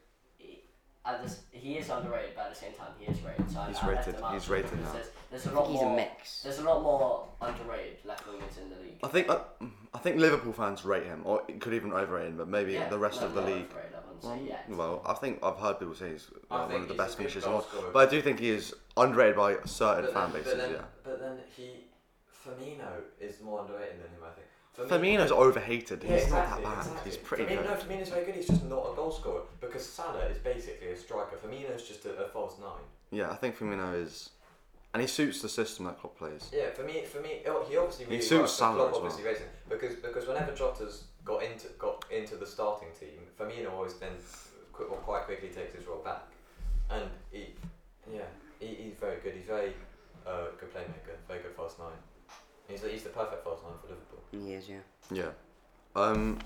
Speaker 3: I just, he is underrated, but at the same time, he is rated. So I-
Speaker 1: He's
Speaker 3: I left
Speaker 1: rated-
Speaker 3: him out
Speaker 1: he's rated
Speaker 3: because
Speaker 1: now.
Speaker 3: There's, there's a
Speaker 2: I think
Speaker 3: lot
Speaker 2: he's a
Speaker 3: more.
Speaker 2: mix.
Speaker 3: There's a lot more underrated left wingers in the league.
Speaker 1: I think uh, I think Liverpool fans rate him, or could even overrate him, but maybe
Speaker 3: Yeah,
Speaker 1: the rest
Speaker 3: no,
Speaker 1: of the
Speaker 3: no,
Speaker 1: league.
Speaker 3: Overrated, I wouldn't say
Speaker 1: Well,
Speaker 3: yet.
Speaker 1: well, I think I've heard people say he's
Speaker 4: I
Speaker 1: uh, one
Speaker 4: think
Speaker 1: of the
Speaker 4: he's a
Speaker 1: best
Speaker 4: good
Speaker 1: finishers in the
Speaker 4: goal
Speaker 1: world,
Speaker 4: scorer.
Speaker 1: but I do think he is underrated by certain
Speaker 4: But
Speaker 1: fan
Speaker 4: then-
Speaker 1: bases.
Speaker 4: But then,
Speaker 1: yeah.
Speaker 4: but then he, Firmino is more underrated than him, I think.
Speaker 1: Firmino's overhated.
Speaker 4: Yeah,
Speaker 1: He's
Speaker 4: exactly,
Speaker 1: not that bad.
Speaker 4: Exactly.
Speaker 1: He's pretty
Speaker 4: Firmino,
Speaker 1: good.
Speaker 4: no, Firmino's very good. He's just not a goal scorer because Salah is basically a striker. Firmino's just a, a false nine.
Speaker 1: Yeah, I think Firmino is, and he suits the system that Klopp plays.
Speaker 4: Yeah, for me, for me, oh, he obviously really
Speaker 1: suits
Speaker 4: works, but
Speaker 1: Salah
Speaker 4: Klopp
Speaker 1: as well.
Speaker 4: obviously raised him. because because whenever Jota's got into got into the starting team, Firmino always then qu- or quite quickly takes his role back, and he, yeah, he, he's very good. He's very uh, good playmaker, very good false nine. He's the, he's the perfect false nine for Liverpool.
Speaker 2: He is, yeah.
Speaker 1: Yeah. Um,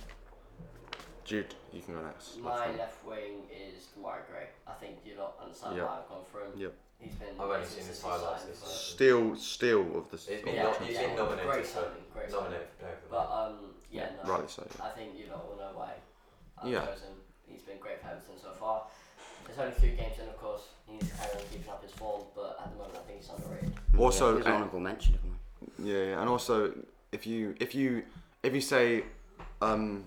Speaker 1: Jude, you can go next.
Speaker 3: My
Speaker 4: uh,
Speaker 3: left wing is Dwyer Gray. I think you lot understand
Speaker 1: Yeah.
Speaker 3: why I've gone for him.
Speaker 1: Yep.
Speaker 3: He's been
Speaker 4: I've only
Speaker 3: amazing
Speaker 4: seen his
Speaker 3: since he
Speaker 4: highlights
Speaker 3: signed
Speaker 4: this
Speaker 3: for-
Speaker 4: season.
Speaker 1: Still, still of the.
Speaker 4: He's been,
Speaker 3: Yeah,
Speaker 4: nom-
Speaker 3: yeah,
Speaker 4: he's been
Speaker 3: yeah.
Speaker 4: nominated
Speaker 3: Great
Speaker 4: for
Speaker 3: signing, great
Speaker 4: nominated for player of the
Speaker 3: But
Speaker 4: month.
Speaker 3: um, yeah, no.
Speaker 1: Rightly so.
Speaker 3: I think you lot will know why I've
Speaker 1: Yeah.
Speaker 3: chosen. He's been great for Everton so far. There's only two games in, of course. He needs to carry on keeping up his form, but at the moment, I think he's underrated.
Speaker 1: Also,
Speaker 3: uh,
Speaker 2: He's an honourable mention of mine.
Speaker 1: Yeah, yeah, and also if you if you if you say um,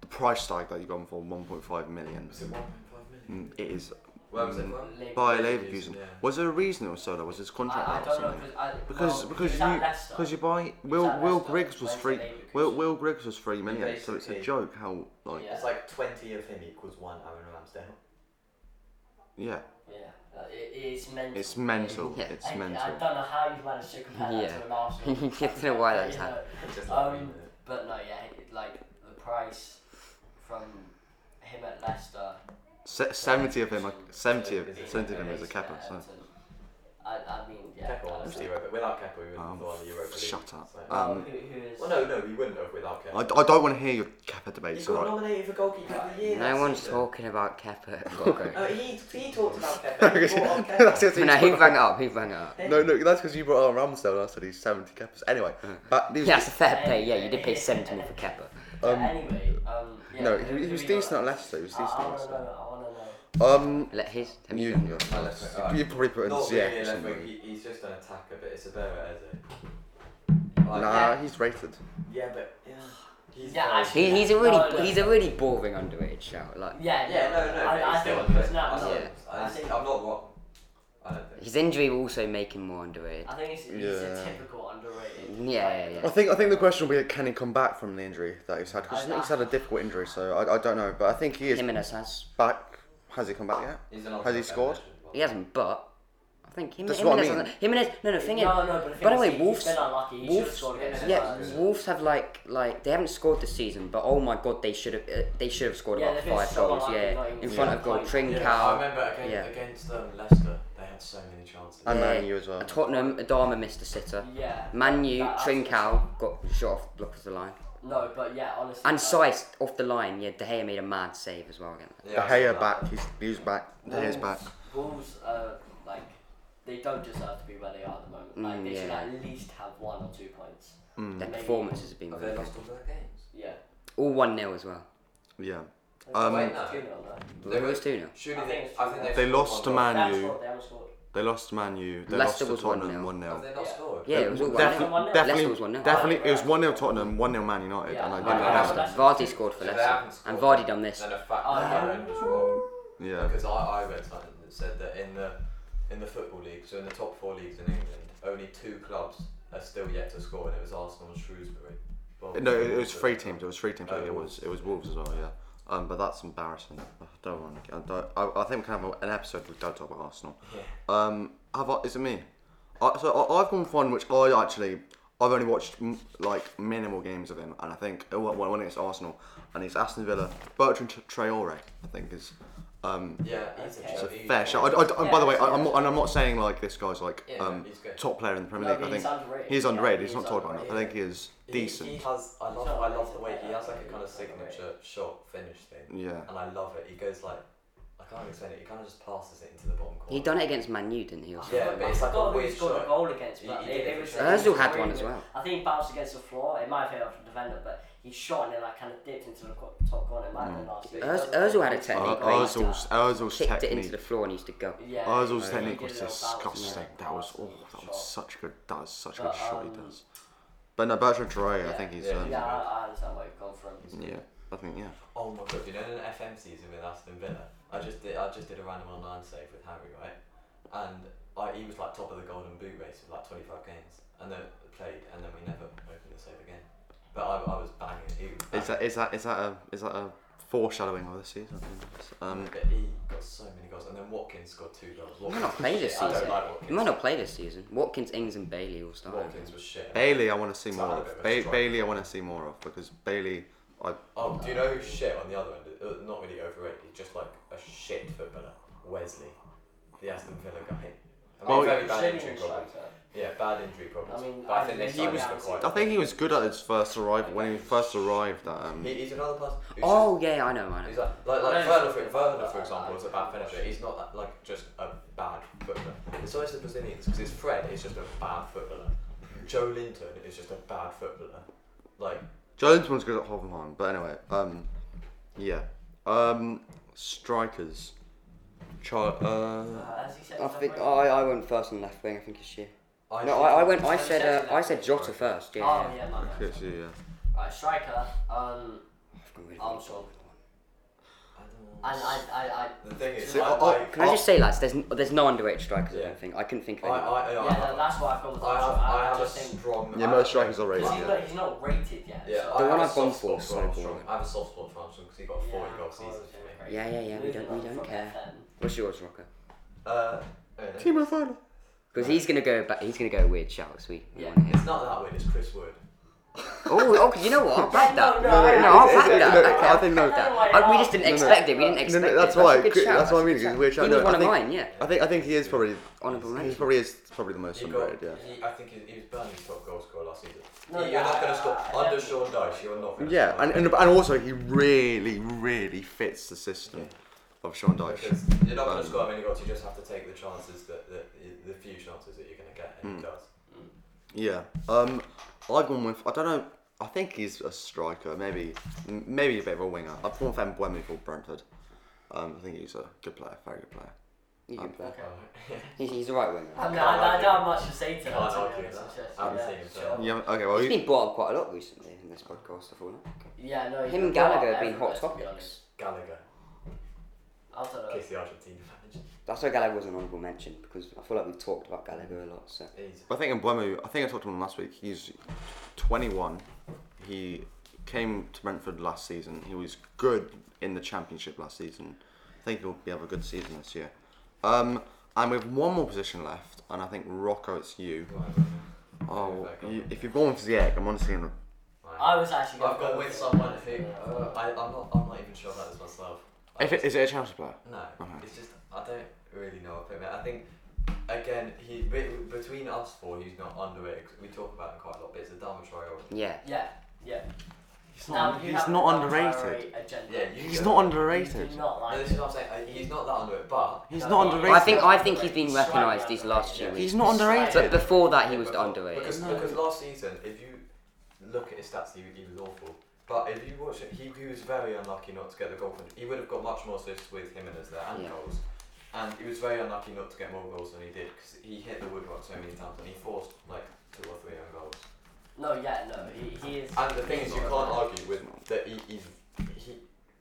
Speaker 1: the price tag that you've gone for 1.5 million,
Speaker 4: Was it 1.5 million?
Speaker 1: mm, it is
Speaker 4: Where was it from?
Speaker 3: Leverkusen,
Speaker 1: by
Speaker 4: Leverkusen,
Speaker 1: Leverkusen.
Speaker 4: yeah.
Speaker 1: Was there a reason it was so low? Was his contract
Speaker 3: I, I
Speaker 1: out or
Speaker 3: don't know
Speaker 1: something?
Speaker 3: I,
Speaker 1: Because
Speaker 3: well,
Speaker 1: because
Speaker 3: he's at
Speaker 1: you
Speaker 3: Leicester.
Speaker 1: because you buy Will
Speaker 3: at
Speaker 1: Will
Speaker 3: Leicester,
Speaker 1: Griggs was
Speaker 3: went to
Speaker 1: free
Speaker 3: Leverkusen.
Speaker 1: Will Will Griggs was three million,
Speaker 4: Basically.
Speaker 1: so it's a joke how like
Speaker 3: Yeah.
Speaker 4: It's like 20 of him equals one Aaron Ramsdale. (laughs)
Speaker 1: yeah,
Speaker 3: yeah, uh, it, it's mental.
Speaker 1: it's mental.
Speaker 2: Yeah.
Speaker 1: It's
Speaker 3: I, I
Speaker 1: mental.
Speaker 3: don't know how you've managed to compare that
Speaker 2: Yeah.
Speaker 3: to
Speaker 1: (laughs)
Speaker 3: an Arsenal.
Speaker 2: I don't know why
Speaker 3: But,
Speaker 2: that's
Speaker 3: you know,
Speaker 2: happened.
Speaker 4: Just like
Speaker 3: Um,
Speaker 4: Firmino.
Speaker 3: but no, yeah, it- like the price from him at Leicester.
Speaker 1: Se- seventy of him, like seventy of
Speaker 4: Leverkusen.
Speaker 1: seventy of him is a
Speaker 3: to
Speaker 1: keeper. So
Speaker 3: Everton, I, I mean, yeah.
Speaker 4: Kepa won
Speaker 3: that's-
Speaker 4: the Europa. Without Kepa, we wouldn't
Speaker 1: Um,
Speaker 4: have won the Europa League.
Speaker 1: shut up.
Speaker 4: So-
Speaker 1: Uh,
Speaker 3: well,
Speaker 1: Um,
Speaker 3: who, who is?
Speaker 4: well, no, no, we wouldn't have without
Speaker 1: I, I
Speaker 4: Kepa.
Speaker 1: don't want to hear your keeper
Speaker 4: He
Speaker 1: debates. (laughs)
Speaker 4: got
Speaker 1: Right?
Speaker 4: nominated for goalkeeper of the year.
Speaker 2: No
Speaker 4: that
Speaker 2: one's
Speaker 4: season.
Speaker 2: talking about Kepa (laughs) Gogo.
Speaker 3: (laughs)
Speaker 4: No, he, he talked about
Speaker 1: (laughs)
Speaker 4: Kepa. He brought on
Speaker 1: That's
Speaker 4: Kepa.
Speaker 1: it.
Speaker 2: no, he rang it up, he rang it up.
Speaker 1: No, no, that's because you brought on Ramsdale and I said he's 70 keepers. Anyway, but he was,
Speaker 2: Yeah, that's a fair pay, yeah, you did pay 70 mil for Kepa.
Speaker 3: But anyway, um, yeah,
Speaker 1: no,
Speaker 3: who-
Speaker 1: he, he
Speaker 3: who
Speaker 1: was
Speaker 3: you got?
Speaker 1: decent at Leicester. He was
Speaker 3: I,
Speaker 1: decent
Speaker 3: I
Speaker 1: at
Speaker 3: want to know.
Speaker 1: Leicester.
Speaker 3: I want to know.
Speaker 1: Um,
Speaker 2: Let his. Have
Speaker 1: you,
Speaker 2: you
Speaker 1: you,
Speaker 2: done yours?
Speaker 4: My left foot, alright.
Speaker 1: you probably put in
Speaker 4: Not really a
Speaker 1: Ziyech or
Speaker 4: left wing.
Speaker 1: something.
Speaker 4: He, he's just an attacker, but it's a bit of
Speaker 1: Nah,
Speaker 4: Like, yeah,
Speaker 1: he's rated.
Speaker 4: yeah, but yeah, he's
Speaker 3: Yeah,
Speaker 4: very-
Speaker 2: He,
Speaker 3: actually-
Speaker 2: he's a
Speaker 3: No,
Speaker 2: really,
Speaker 3: no.
Speaker 2: he's a really boring underrated shout. Like
Speaker 3: Yeah,
Speaker 4: Yeah, no, no. but
Speaker 3: I,
Speaker 4: he's
Speaker 3: I
Speaker 4: still
Speaker 3: think
Speaker 4: underrated.
Speaker 3: because now,
Speaker 4: I,
Speaker 2: Yeah.
Speaker 4: don't- I think I'm not wrong. I don't think.
Speaker 2: his injury will also make him more underrated.
Speaker 3: I think it's, he's
Speaker 1: Yeah.
Speaker 3: a typical underrated.
Speaker 2: Yeah, yeah,
Speaker 3: (laughs)
Speaker 2: yeah.
Speaker 1: I think I think the question will be can he come back from the injury that he's had because
Speaker 3: I-
Speaker 1: he's had a difficult injury. So I, I don't know, but I think he is
Speaker 2: Jimenez has.
Speaker 1: back. Has he come back yet?
Speaker 4: He's an
Speaker 1: Has he scored?
Speaker 2: He hasn't, but I think Jim-
Speaker 1: That's
Speaker 2: Jimenez.
Speaker 1: what I mean.
Speaker 2: hasn't- Jimenez. No, no. Thing
Speaker 3: No,
Speaker 2: is,
Speaker 3: no, but the
Speaker 2: by the
Speaker 3: thing is,
Speaker 2: way,
Speaker 3: he- he's
Speaker 2: Wolves.
Speaker 3: been unlucky. He should have
Speaker 2: Wolves-
Speaker 3: scored against
Speaker 2: Yeah,
Speaker 3: Spurs.
Speaker 2: Wolves have like like they haven't scored this season, but oh my god, they should have uh, they should have scored
Speaker 3: Yeah,
Speaker 2: about
Speaker 3: they've been
Speaker 2: five
Speaker 3: so
Speaker 2: goals.
Speaker 3: unlucky,
Speaker 2: Yeah,
Speaker 3: not even
Speaker 2: in
Speaker 3: scored
Speaker 2: front
Speaker 3: a
Speaker 2: of goal,
Speaker 3: point.
Speaker 2: Trincao.
Speaker 4: Yeah, I remember against,
Speaker 2: yeah.
Speaker 4: against um, Leicester, they had so many chances.
Speaker 1: And
Speaker 2: Yeah.
Speaker 1: Man U as well.
Speaker 2: Tottenham, Adama missed a sitter.
Speaker 3: Yeah.
Speaker 2: Manu,
Speaker 3: That- that's-
Speaker 2: Trincao got shot off block of the line,
Speaker 3: No, but yeah, honestly.
Speaker 2: and
Speaker 3: uh,
Speaker 2: Sice off the line. Yeah, De Gea made a mad save as well again.
Speaker 1: De Gea back. He's he's back. De Gea's back.
Speaker 3: Wolves- Wolves, uh, like, they don't deserve to be where they are at the moment. Like,
Speaker 2: Mm,
Speaker 3: they should
Speaker 2: yeah.
Speaker 3: at least have one or two points.
Speaker 2: Their
Speaker 3: Maybe-
Speaker 2: performances have been
Speaker 4: Have they
Speaker 2: really good.
Speaker 4: lost all their games?
Speaker 3: Yeah.
Speaker 2: All one 0 as well.
Speaker 1: Yeah.
Speaker 4: Um, Wait, no.
Speaker 3: Two nil, no.
Speaker 2: They were two 0
Speaker 4: Surely
Speaker 3: I
Speaker 4: they,
Speaker 3: think it's
Speaker 4: I think
Speaker 3: true.
Speaker 4: they've
Speaker 1: They
Speaker 4: scored
Speaker 1: lost
Speaker 4: one
Speaker 1: to
Speaker 4: goal.
Speaker 1: Man
Speaker 3: They haven't
Speaker 1: U.
Speaker 3: scored, they haven't scored.
Speaker 1: They lost to Man U. They
Speaker 2: Leicester
Speaker 1: lost
Speaker 2: was
Speaker 1: to Tottenham
Speaker 2: 1-0.
Speaker 1: one 0
Speaker 4: Have they not
Speaker 3: Yeah.
Speaker 4: scored?
Speaker 2: Yeah, it was all
Speaker 3: Definitely-
Speaker 2: one Oh, 0
Speaker 1: Definitely,
Speaker 2: Leicester was
Speaker 1: definitely,
Speaker 2: 1-0.
Speaker 1: definitely, it was one 0 Tottenham, one 0 Man United,
Speaker 3: Yeah.
Speaker 1: and I
Speaker 3: Right,
Speaker 1: didn't
Speaker 4: right,
Speaker 1: watch that.
Speaker 4: right.
Speaker 2: Vardy scored for
Speaker 4: So they
Speaker 2: Leicester,
Speaker 4: haven't scored.
Speaker 2: and Vardy done this.
Speaker 4: Then a fact
Speaker 3: Oh, yeah.
Speaker 4: error as well.
Speaker 1: Yeah,
Speaker 4: Because I, I read something that said that in the in the football league, so in the top four leagues in England, only two clubs are still yet to score, and it was Arsenal and Shrewsbury. Well,
Speaker 1: no, it, it was three teams. It was three teams.
Speaker 4: Oh,
Speaker 1: it was it was Wolves as well. Yeah, um, but that's embarrassing. I don't want. To, I, don't, I, I think we can have an episode we don't talk about Arsenal.
Speaker 4: Yeah.
Speaker 1: Um, have I, is it me? I, so I, I've gone for one which I actually I've only watched m- like minimal games of him, and I think uh, when, when it's Arsenal and it's Aston Villa, Bertrand Traore, I think is um,
Speaker 4: Yeah, he's
Speaker 3: Okay.
Speaker 4: a,
Speaker 1: It's a
Speaker 4: he's
Speaker 1: fair
Speaker 4: good.
Speaker 1: shot. I, I, I- by the way, I, I'm, not,
Speaker 3: Yeah.
Speaker 1: and I'm not saying like this guy's like
Speaker 4: Yeah,
Speaker 1: um,
Speaker 4: he's good.
Speaker 1: top player in the Premier
Speaker 3: No,
Speaker 1: League. I
Speaker 3: but he's
Speaker 1: think
Speaker 3: underrated.
Speaker 1: he's
Speaker 3: Yeah,
Speaker 1: underrated. he's
Speaker 3: he's
Speaker 1: not talked about enough. I think
Speaker 3: underrated.
Speaker 1: he is
Speaker 4: He-
Speaker 1: decent.
Speaker 4: He has. I love.
Speaker 3: not
Speaker 4: I love
Speaker 3: amazing,
Speaker 4: the way he
Speaker 3: yeah,
Speaker 4: has like a
Speaker 3: he's
Speaker 4: kind of
Speaker 3: not
Speaker 4: signature
Speaker 3: great.
Speaker 4: shot finish thing,
Speaker 1: Yeah,
Speaker 4: and I love it. He goes like, I can't explain it. He kind of just passes it into the bottom corner.
Speaker 2: He done it against Man U, didn't he? Or something?
Speaker 4: Yeah, but it's like a
Speaker 3: God, who
Speaker 4: weird
Speaker 3: scored
Speaker 4: shot.
Speaker 3: a goal against,
Speaker 4: He-
Speaker 3: but
Speaker 4: he
Speaker 3: it,
Speaker 4: did
Speaker 3: it
Speaker 4: it
Speaker 3: was.
Speaker 4: for
Speaker 3: it
Speaker 4: Chelsea.
Speaker 2: Özil had one as
Speaker 3: really-
Speaker 2: well.
Speaker 3: I think he bounced against the floor. It might have hit off the defender, but he shot and it like kind of dipped into the co- top corner. It might have been last year.
Speaker 2: Oz- Ozil Mm. had a
Speaker 1: uh,
Speaker 2: technique where he just
Speaker 1: Ozil's, Ozil's
Speaker 2: kicked it into
Speaker 1: technique.
Speaker 2: the floor and used to go.
Speaker 3: Yeah.
Speaker 1: Ozil's
Speaker 3: he
Speaker 1: technique
Speaker 3: did
Speaker 1: was
Speaker 3: a little bounce and
Speaker 1: disgusting.
Speaker 3: then
Speaker 1: That was
Speaker 3: passed
Speaker 1: oh,
Speaker 3: and
Speaker 1: that
Speaker 3: shot.
Speaker 1: was such a good. That was such a good
Speaker 3: But,
Speaker 1: shot he
Speaker 3: um,
Speaker 1: does. But no, Bertrand Traore, I
Speaker 3: yeah.
Speaker 1: think he's.
Speaker 4: Yeah.
Speaker 1: Um,
Speaker 3: Yeah,
Speaker 1: yeah.
Speaker 3: I, I understand where you've come from.
Speaker 1: I think yeah.
Speaker 4: Oh my god, you know in an FM season with Aston Villa, I just did I just did a random online save with Harry, right? and I, he was like top of the Golden Boot race with like 25 games, and then played, and then we never opened the save again. But I, I was banging. He was
Speaker 1: Is
Speaker 4: banging.
Speaker 1: that is that is that a is that a foreshadowing of the season? Um,
Speaker 4: But he got so many goals, and then Watkins scored two goals.
Speaker 2: He might not play this
Speaker 4: I
Speaker 2: season.
Speaker 4: don't like
Speaker 2: He
Speaker 4: Watkins.
Speaker 2: might not play this season. Watkins, Ings, and Bailey will start.
Speaker 4: Watkins was shit.
Speaker 1: Bailey, I want to see
Speaker 4: It's
Speaker 1: more
Speaker 4: not a
Speaker 1: of.
Speaker 4: bit of a
Speaker 1: Ba-
Speaker 4: strike.
Speaker 1: Bailey, I want to see more of because Bailey, I
Speaker 4: Oh, do you know who's shit on the other end? Uh, Not really overrated, just like a shit footballer. Wesley, the Aston Villa guy. I mean,
Speaker 1: Oh,
Speaker 4: very bad
Speaker 3: Shouldn't
Speaker 4: injury
Speaker 3: have
Speaker 4: problems.
Speaker 3: tried
Speaker 4: Yeah, bad injury problems.
Speaker 3: I mean,
Speaker 4: but I,
Speaker 3: I
Speaker 4: think
Speaker 3: mean,
Speaker 4: this
Speaker 3: he
Speaker 4: time
Speaker 3: was
Speaker 4: he's got
Speaker 3: the-
Speaker 4: quite.
Speaker 1: I think he was good at his first arrival when he first arrived at. Um,
Speaker 4: He, he's another person. Who's
Speaker 2: Oh yeah, I know, I know.
Speaker 4: Just, he's like like,
Speaker 3: I
Speaker 4: like
Speaker 3: don't
Speaker 4: Werner, for,
Speaker 3: think-
Speaker 4: Werner, for
Speaker 3: I-
Speaker 4: example,
Speaker 3: I-
Speaker 4: is a bad finisher. He's not that, like just a bad footballer. It's always the Brazilians because it's Fred. He's just a bad footballer. Joe Linton is just a bad footballer. Like
Speaker 1: Jones one's good at Hoffenheim, but anyway, um, yeah, um, strikers, Char-
Speaker 3: that.
Speaker 1: uh,
Speaker 3: Uh, as you said,
Speaker 2: I
Speaker 3: he's
Speaker 2: think oh,
Speaker 3: not
Speaker 2: I, I went first on left wing. I think it's shit.
Speaker 4: I
Speaker 2: No,
Speaker 4: think-
Speaker 2: I, I went. I
Speaker 3: So you
Speaker 2: said.
Speaker 3: said
Speaker 2: Uh, I said Jota first. Yeah.
Speaker 3: Oh
Speaker 2: yeah.
Speaker 3: yeah, my bad.
Speaker 1: actually, yeah.
Speaker 3: Right, striker. Um,
Speaker 2: I've got rid of
Speaker 3: I'm
Speaker 2: it.
Speaker 3: sure.
Speaker 4: I don't know.
Speaker 3: And I, I, I.
Speaker 4: The thing is,
Speaker 1: See,
Speaker 4: I,
Speaker 1: I- I-
Speaker 4: I-
Speaker 2: Can I just say, lads? There's n- there's no underrated strikers. I
Speaker 4: Yeah.
Speaker 2: don't think I couldn't think of
Speaker 4: I,
Speaker 2: any.
Speaker 4: I, I,
Speaker 3: Yeah,
Speaker 4: I,
Speaker 3: that- that's why I've gone with
Speaker 4: I have,
Speaker 3: Arsenal.
Speaker 4: I have a
Speaker 3: just think
Speaker 4: strong.
Speaker 1: Yeah,
Speaker 4: I
Speaker 1: most
Speaker 4: have-
Speaker 1: strikers are rated.
Speaker 3: because he's
Speaker 1: Yeah.
Speaker 3: not, he's not rated yet.
Speaker 4: Yeah,
Speaker 3: so-
Speaker 4: I
Speaker 2: The one
Speaker 4: have a
Speaker 2: I've gone
Speaker 4: soft
Speaker 2: for
Speaker 4: spot
Speaker 2: is
Speaker 4: for
Speaker 2: Snowball.
Speaker 4: Armstrong. I have a soft spot for Armstrong because he got a 40 goal season for me.
Speaker 2: Yeah, yeah, yeah. We don't we
Speaker 3: Moving on
Speaker 2: don't
Speaker 3: from
Speaker 2: care.
Speaker 3: FM.
Speaker 2: What's yours, Rocker?
Speaker 4: Uh,
Speaker 1: Timo Werner.
Speaker 2: Because he's gonna go. Back, he's gonna go weird shouts. We. we
Speaker 3: Yeah.
Speaker 2: wanna hear.
Speaker 4: It's not that weird, it's Chris Wood.
Speaker 2: (laughs) Oh, oh, you know what? I'll back
Speaker 3: Yeah,
Speaker 2: that.
Speaker 3: no, no,
Speaker 2: no,
Speaker 3: no,
Speaker 2: I'll
Speaker 1: it's-
Speaker 2: back
Speaker 1: it's-
Speaker 2: that.
Speaker 1: no,
Speaker 2: okay,
Speaker 1: I
Speaker 2: I'll
Speaker 1: think
Speaker 2: back
Speaker 1: no.
Speaker 2: that.
Speaker 3: No, no,
Speaker 2: I- we just didn't
Speaker 1: no, no.
Speaker 2: expect it. We didn't
Speaker 1: No,
Speaker 2: expect
Speaker 1: no,
Speaker 2: it.
Speaker 1: that's why.
Speaker 2: a good
Speaker 1: Chris-
Speaker 2: shout,
Speaker 1: That's what I mean.
Speaker 2: a
Speaker 1: He's
Speaker 2: good
Speaker 1: a weird
Speaker 2: shout.
Speaker 1: shout.
Speaker 2: He
Speaker 1: No,
Speaker 2: was one
Speaker 1: I
Speaker 2: of
Speaker 1: think,
Speaker 2: mine. Yeah.
Speaker 1: I think I think he is probably
Speaker 2: Honourable
Speaker 1: He's
Speaker 2: mention.
Speaker 1: probably is probably the most
Speaker 4: He got,
Speaker 1: underrated. Yeah.
Speaker 4: he, I think he, he was Burnley's top goal scorer last season.
Speaker 3: No,
Speaker 4: you're
Speaker 3: yeah,
Speaker 4: not going
Speaker 3: I-
Speaker 4: to score.
Speaker 3: I- I
Speaker 4: Under
Speaker 3: definitely-
Speaker 4: Sean Dyche, you're not going to
Speaker 1: Yeah, and, and and also he really really fits the system of Sean Dyche.
Speaker 4: You're not going
Speaker 1: Um,
Speaker 4: to score many goals, you just have to take the chances that, that the few chances that you're going to get, and
Speaker 1: Hmm.
Speaker 4: he does. (laughs)
Speaker 1: Yeah. Um, I've gone with I don't know. I think he's a striker, maybe m- maybe a bit of a winger. I've gone with Mbwemu for Brentford. Um, I think he's a good player, very good player.
Speaker 2: You can play.
Speaker 3: Okay.
Speaker 2: He's, he's the right winger.
Speaker 3: I, mean,
Speaker 4: Can't
Speaker 3: I, I
Speaker 4: argue.
Speaker 3: don't have much to say to that.
Speaker 4: Can't
Speaker 3: to be
Speaker 4: argue
Speaker 3: honest,
Speaker 4: with
Speaker 3: it's
Speaker 4: that.
Speaker 3: just-
Speaker 4: I haven't
Speaker 3: yeah,
Speaker 4: seen him, so-
Speaker 3: sure.
Speaker 1: Yeah. Okay. Well,
Speaker 2: He's
Speaker 1: you,
Speaker 2: been brought up quite a lot recently in this podcast. I thought.
Speaker 3: Yeah, no. he's
Speaker 2: Him and
Speaker 3: been
Speaker 2: Gallagher
Speaker 3: up
Speaker 2: have been hot
Speaker 3: everywhere, to be honest.
Speaker 2: topics.
Speaker 4: Gallagher,
Speaker 3: I don't know.
Speaker 4: in case the Argentina manager.
Speaker 2: That's why Gallagher was an honourable mention because I feel like we've talked about Gallagher a lot. So
Speaker 4: He's
Speaker 1: I think Mbwemu. I think I talked to him last week. He's 21. He came to Brentford last season. He was good in the Championship last season. I think he'll be have a good season this year. Um, and we have one more position left, and I think Rocco, it's you. Oh, you, if you've gone with Ziyech, I'm honestly gonna.
Speaker 3: I was actually.
Speaker 4: I've
Speaker 3: gonna
Speaker 4: gone
Speaker 3: go
Speaker 4: with someone who uh,
Speaker 3: Yeah.
Speaker 4: I, I'm not. I'm not even sure about this myself. I
Speaker 1: If it, is it a Chelsea player?
Speaker 4: No,
Speaker 1: Okay.
Speaker 4: it's just I don't really know what him. I think again he be- between us four, he's not underrated. 'cause we talk about him quite a lot, but it's a Dharma Traore.
Speaker 2: yeah,
Speaker 3: Yeah, yeah.
Speaker 1: He's
Speaker 3: Now
Speaker 1: not,
Speaker 3: you
Speaker 1: he's
Speaker 3: have
Speaker 1: not
Speaker 3: the
Speaker 1: underrated.
Speaker 3: Galatasaray Agenda.
Speaker 4: Yeah, you
Speaker 1: He's
Speaker 4: go.
Speaker 1: not
Speaker 3: You
Speaker 1: underrated.
Speaker 3: do not
Speaker 4: No,
Speaker 3: like
Speaker 4: this is what I'm saying. uh, He's not that underrated, but
Speaker 1: He's
Speaker 3: No,
Speaker 1: not
Speaker 3: he-
Speaker 1: underrated.
Speaker 2: I think I think he's been
Speaker 3: He's slightly
Speaker 2: recognised these last few
Speaker 3: underrated,
Speaker 2: weeks.
Speaker 3: yeah.
Speaker 1: He's not underrated.
Speaker 2: But before that, he was
Speaker 4: Before-
Speaker 2: underrated.
Speaker 4: Because,
Speaker 1: No.
Speaker 4: because last season, if you look at his stats, he, he was awful. But if you watch it, he, he was very unlucky not to get the goal. From, he would have got much more assists with Jimenez there and
Speaker 2: Yeah.
Speaker 4: goals. And he was very unlucky not to get more goals than he did because he hit the woodwork so many times and he forced like two or three own goals.
Speaker 3: No, yeah, no. He, he is.
Speaker 4: And the thing
Speaker 3: he's
Speaker 4: is, you
Speaker 3: not
Speaker 4: can't
Speaker 3: underrated.
Speaker 4: argue with that he, he's he,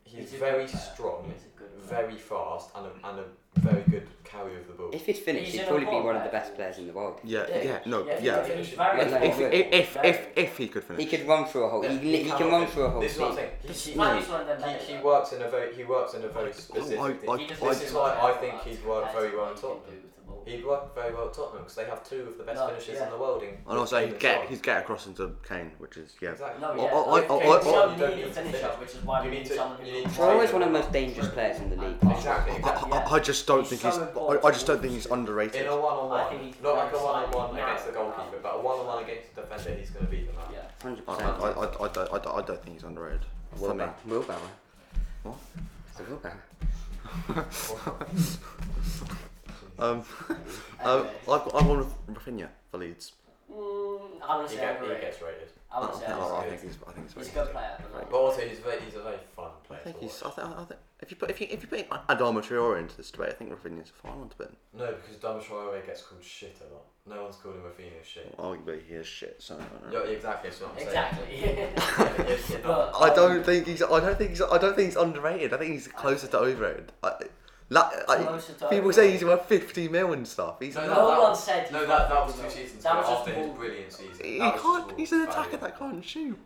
Speaker 4: he's,
Speaker 3: He's a
Speaker 4: very
Speaker 3: good player.
Speaker 4: strong,
Speaker 3: He's a good player.
Speaker 4: very fast, and a, and a very good carrier of the ball.
Speaker 2: If he'd finished,
Speaker 3: He's
Speaker 2: he'd
Speaker 3: in a
Speaker 2: probably be
Speaker 3: ball
Speaker 2: one of the
Speaker 3: back.
Speaker 2: best players in the world.
Speaker 1: Yeah,
Speaker 4: Yeah.
Speaker 1: yeah, no,
Speaker 3: Yeah,
Speaker 1: yeah.
Speaker 3: He's very.
Speaker 2: If-
Speaker 1: If
Speaker 3: good.
Speaker 1: if if if,
Speaker 3: Very.
Speaker 1: if he could finish,
Speaker 2: He could run through a hole. He, li- he can
Speaker 4: cannot
Speaker 2: run
Speaker 4: fit-
Speaker 2: through a hole.
Speaker 4: This is what I'm saying. He,
Speaker 3: He's
Speaker 4: he,
Speaker 3: not- he's not in
Speaker 4: he,
Speaker 3: the
Speaker 4: he,
Speaker 3: best.
Speaker 4: works in a very he works in a very specific.
Speaker 1: I-
Speaker 4: thing.
Speaker 1: I-
Speaker 3: He just
Speaker 1: I-
Speaker 4: this
Speaker 3: doesn't
Speaker 4: is
Speaker 3: know
Speaker 4: why
Speaker 3: how
Speaker 4: I
Speaker 3: to
Speaker 4: think
Speaker 3: work.
Speaker 4: he'd work
Speaker 3: That's
Speaker 4: very well
Speaker 3: what
Speaker 4: at
Speaker 3: he can
Speaker 4: Tottenham.
Speaker 3: do with the ball.
Speaker 4: He'd work very well at Tottenham because they have two of the best
Speaker 3: No,
Speaker 4: finishers
Speaker 3: yeah.
Speaker 4: in the world. In
Speaker 1: and also
Speaker 4: in
Speaker 1: he'd
Speaker 4: the
Speaker 1: get
Speaker 4: shot.
Speaker 1: he'd get across into Kane, which is yeah.
Speaker 4: Exactly.
Speaker 3: No, yeah.
Speaker 1: Oh, oh,
Speaker 3: no,
Speaker 1: oh,
Speaker 3: you
Speaker 1: oh,
Speaker 3: don't
Speaker 4: oh,
Speaker 3: need
Speaker 4: you don't
Speaker 3: a
Speaker 4: need to
Speaker 3: finisher,
Speaker 4: finish.
Speaker 3: which is why
Speaker 4: You
Speaker 3: we
Speaker 4: need
Speaker 3: need
Speaker 4: to-
Speaker 3: someone
Speaker 4: you
Speaker 3: who
Speaker 4: need
Speaker 3: can
Speaker 4: to- Traore's
Speaker 2: Traore is one of the most dangerous players in the league.
Speaker 4: Exactly.
Speaker 1: I, I, I just don't
Speaker 3: He's
Speaker 1: think
Speaker 3: so
Speaker 1: he's. I, I just don't think he's underrated.
Speaker 4: In a
Speaker 3: I think
Speaker 4: one-on-one,
Speaker 3: he's
Speaker 4: not like a
Speaker 3: very
Speaker 4: one-on-one
Speaker 3: slightly
Speaker 4: against the
Speaker 3: narrow.
Speaker 4: goalkeeper, but a one-on-one against the defender, he's going to beat them out.
Speaker 3: Yeah.
Speaker 2: Hundred
Speaker 1: I, I, I,
Speaker 2: percent.
Speaker 1: I, I, don't, I, don't, I don't think he's underrated. For me,
Speaker 2: Willbauer. Willbauer.
Speaker 1: What?
Speaker 2: It's a Willbauer.
Speaker 1: um, um, I've got, I've gone with Rafinha for Leeds.
Speaker 3: Mm, I'm gonna
Speaker 4: He,
Speaker 3: say
Speaker 4: get, he
Speaker 3: underrated.
Speaker 4: gets rated.
Speaker 3: I'm
Speaker 1: I,
Speaker 3: gonna say
Speaker 1: I, I
Speaker 3: underrated.
Speaker 1: think he's. I think he's.
Speaker 3: He's a
Speaker 1: Very good.
Speaker 3: good player. but not-
Speaker 4: But also, he's very, he's a very fun
Speaker 1: I
Speaker 4: player.
Speaker 1: think
Speaker 4: to
Speaker 1: he's. I
Speaker 4: watch.
Speaker 1: think, I think if you put if you if you put Adama Traore into this debate, I think Rafinha's a fine one to put. in.
Speaker 4: No, because Dom Traore gets called shit a lot. No one's called him Rafinha shit.
Speaker 1: Arguably, he is shit. So I don't know.
Speaker 4: Yeah, exactly. That's what I'm (laughs)
Speaker 3: Exactly. (laughs)
Speaker 4: saying. Yes, you're not-
Speaker 3: But,
Speaker 1: I
Speaker 3: um,
Speaker 1: don't think he's. I don't think he's. I don't think he's underrated. I think he's closer to overrated. I, La- I-
Speaker 3: Most of the time,
Speaker 1: people say he's worth 50 mil and stuff. He's
Speaker 4: No,
Speaker 1: no,
Speaker 4: that-
Speaker 3: No
Speaker 4: that
Speaker 3: one
Speaker 4: was-
Speaker 3: said
Speaker 4: No,
Speaker 3: he
Speaker 4: that, that
Speaker 3: fucking
Speaker 4: was two
Speaker 3: will.
Speaker 4: seasons
Speaker 3: That
Speaker 4: ago
Speaker 3: was just
Speaker 4: after his
Speaker 3: bull-
Speaker 4: brilliant season.
Speaker 1: he
Speaker 4: That was just
Speaker 1: can't.
Speaker 4: bull-
Speaker 1: He's an
Speaker 4: value.
Speaker 1: attacker that can't shoot.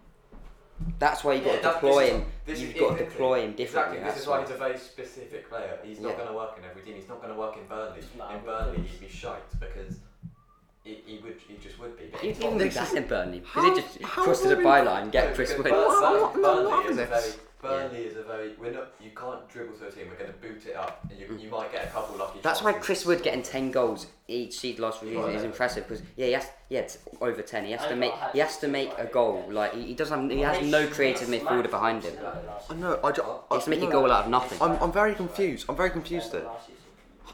Speaker 2: That's why you got
Speaker 4: Yeah,
Speaker 2: to
Speaker 4: that-
Speaker 2: deploy
Speaker 4: this is-
Speaker 2: him.
Speaker 4: this
Speaker 2: You've
Speaker 4: is
Speaker 2: got to
Speaker 4: exactly-
Speaker 2: deploy him differently.
Speaker 4: Exactly, this
Speaker 2: that's
Speaker 4: is why
Speaker 2: why.
Speaker 4: he's a very specific player. He's not
Speaker 2: Yeah.
Speaker 4: going to work in every team. He's not going to work in Burnley.
Speaker 3: No.
Speaker 4: in Burnley, he'd be shite because he, he would, he just would be. But
Speaker 2: He
Speaker 4: he's
Speaker 2: didn't
Speaker 4: not.
Speaker 2: do
Speaker 1: This
Speaker 2: that
Speaker 1: is-
Speaker 2: in Burnley because
Speaker 1: How-
Speaker 2: he just
Speaker 1: how
Speaker 2: crossed to the
Speaker 1: bloody-
Speaker 2: byline,
Speaker 4: No,
Speaker 2: get Chris
Speaker 4: because
Speaker 2: Wood.
Speaker 1: Well, I'm
Speaker 4: Burnley,
Speaker 1: not- I'm not
Speaker 4: Burnley is a
Speaker 1: loving
Speaker 4: very,
Speaker 1: this.
Speaker 4: Burnley is a very. We're not. You can't dribble to a team. We're going to boot it up, and you, you might get a couple lucky.
Speaker 2: That's why
Speaker 4: chances.
Speaker 2: Chris Wood getting ten goals each seed last season
Speaker 4: Right.
Speaker 2: is impressive because yeah, he has yeah it's over ten. He has to
Speaker 3: I've
Speaker 2: make
Speaker 3: not had
Speaker 2: he has to
Speaker 3: this
Speaker 2: make a
Speaker 3: guy.
Speaker 2: goal. Like he, he doesn't have, he has
Speaker 3: They
Speaker 2: no
Speaker 3: should
Speaker 2: creative
Speaker 3: have
Speaker 2: midfielder
Speaker 3: smashed
Speaker 2: behind him.
Speaker 3: Arsenal
Speaker 1: I
Speaker 3: last season.
Speaker 1: know. I just.
Speaker 2: He
Speaker 1: I,
Speaker 2: has to make
Speaker 1: no.
Speaker 2: a goal out of nothing.
Speaker 1: I'm, I'm very confused. I'm very confused. There.
Speaker 3: Last season.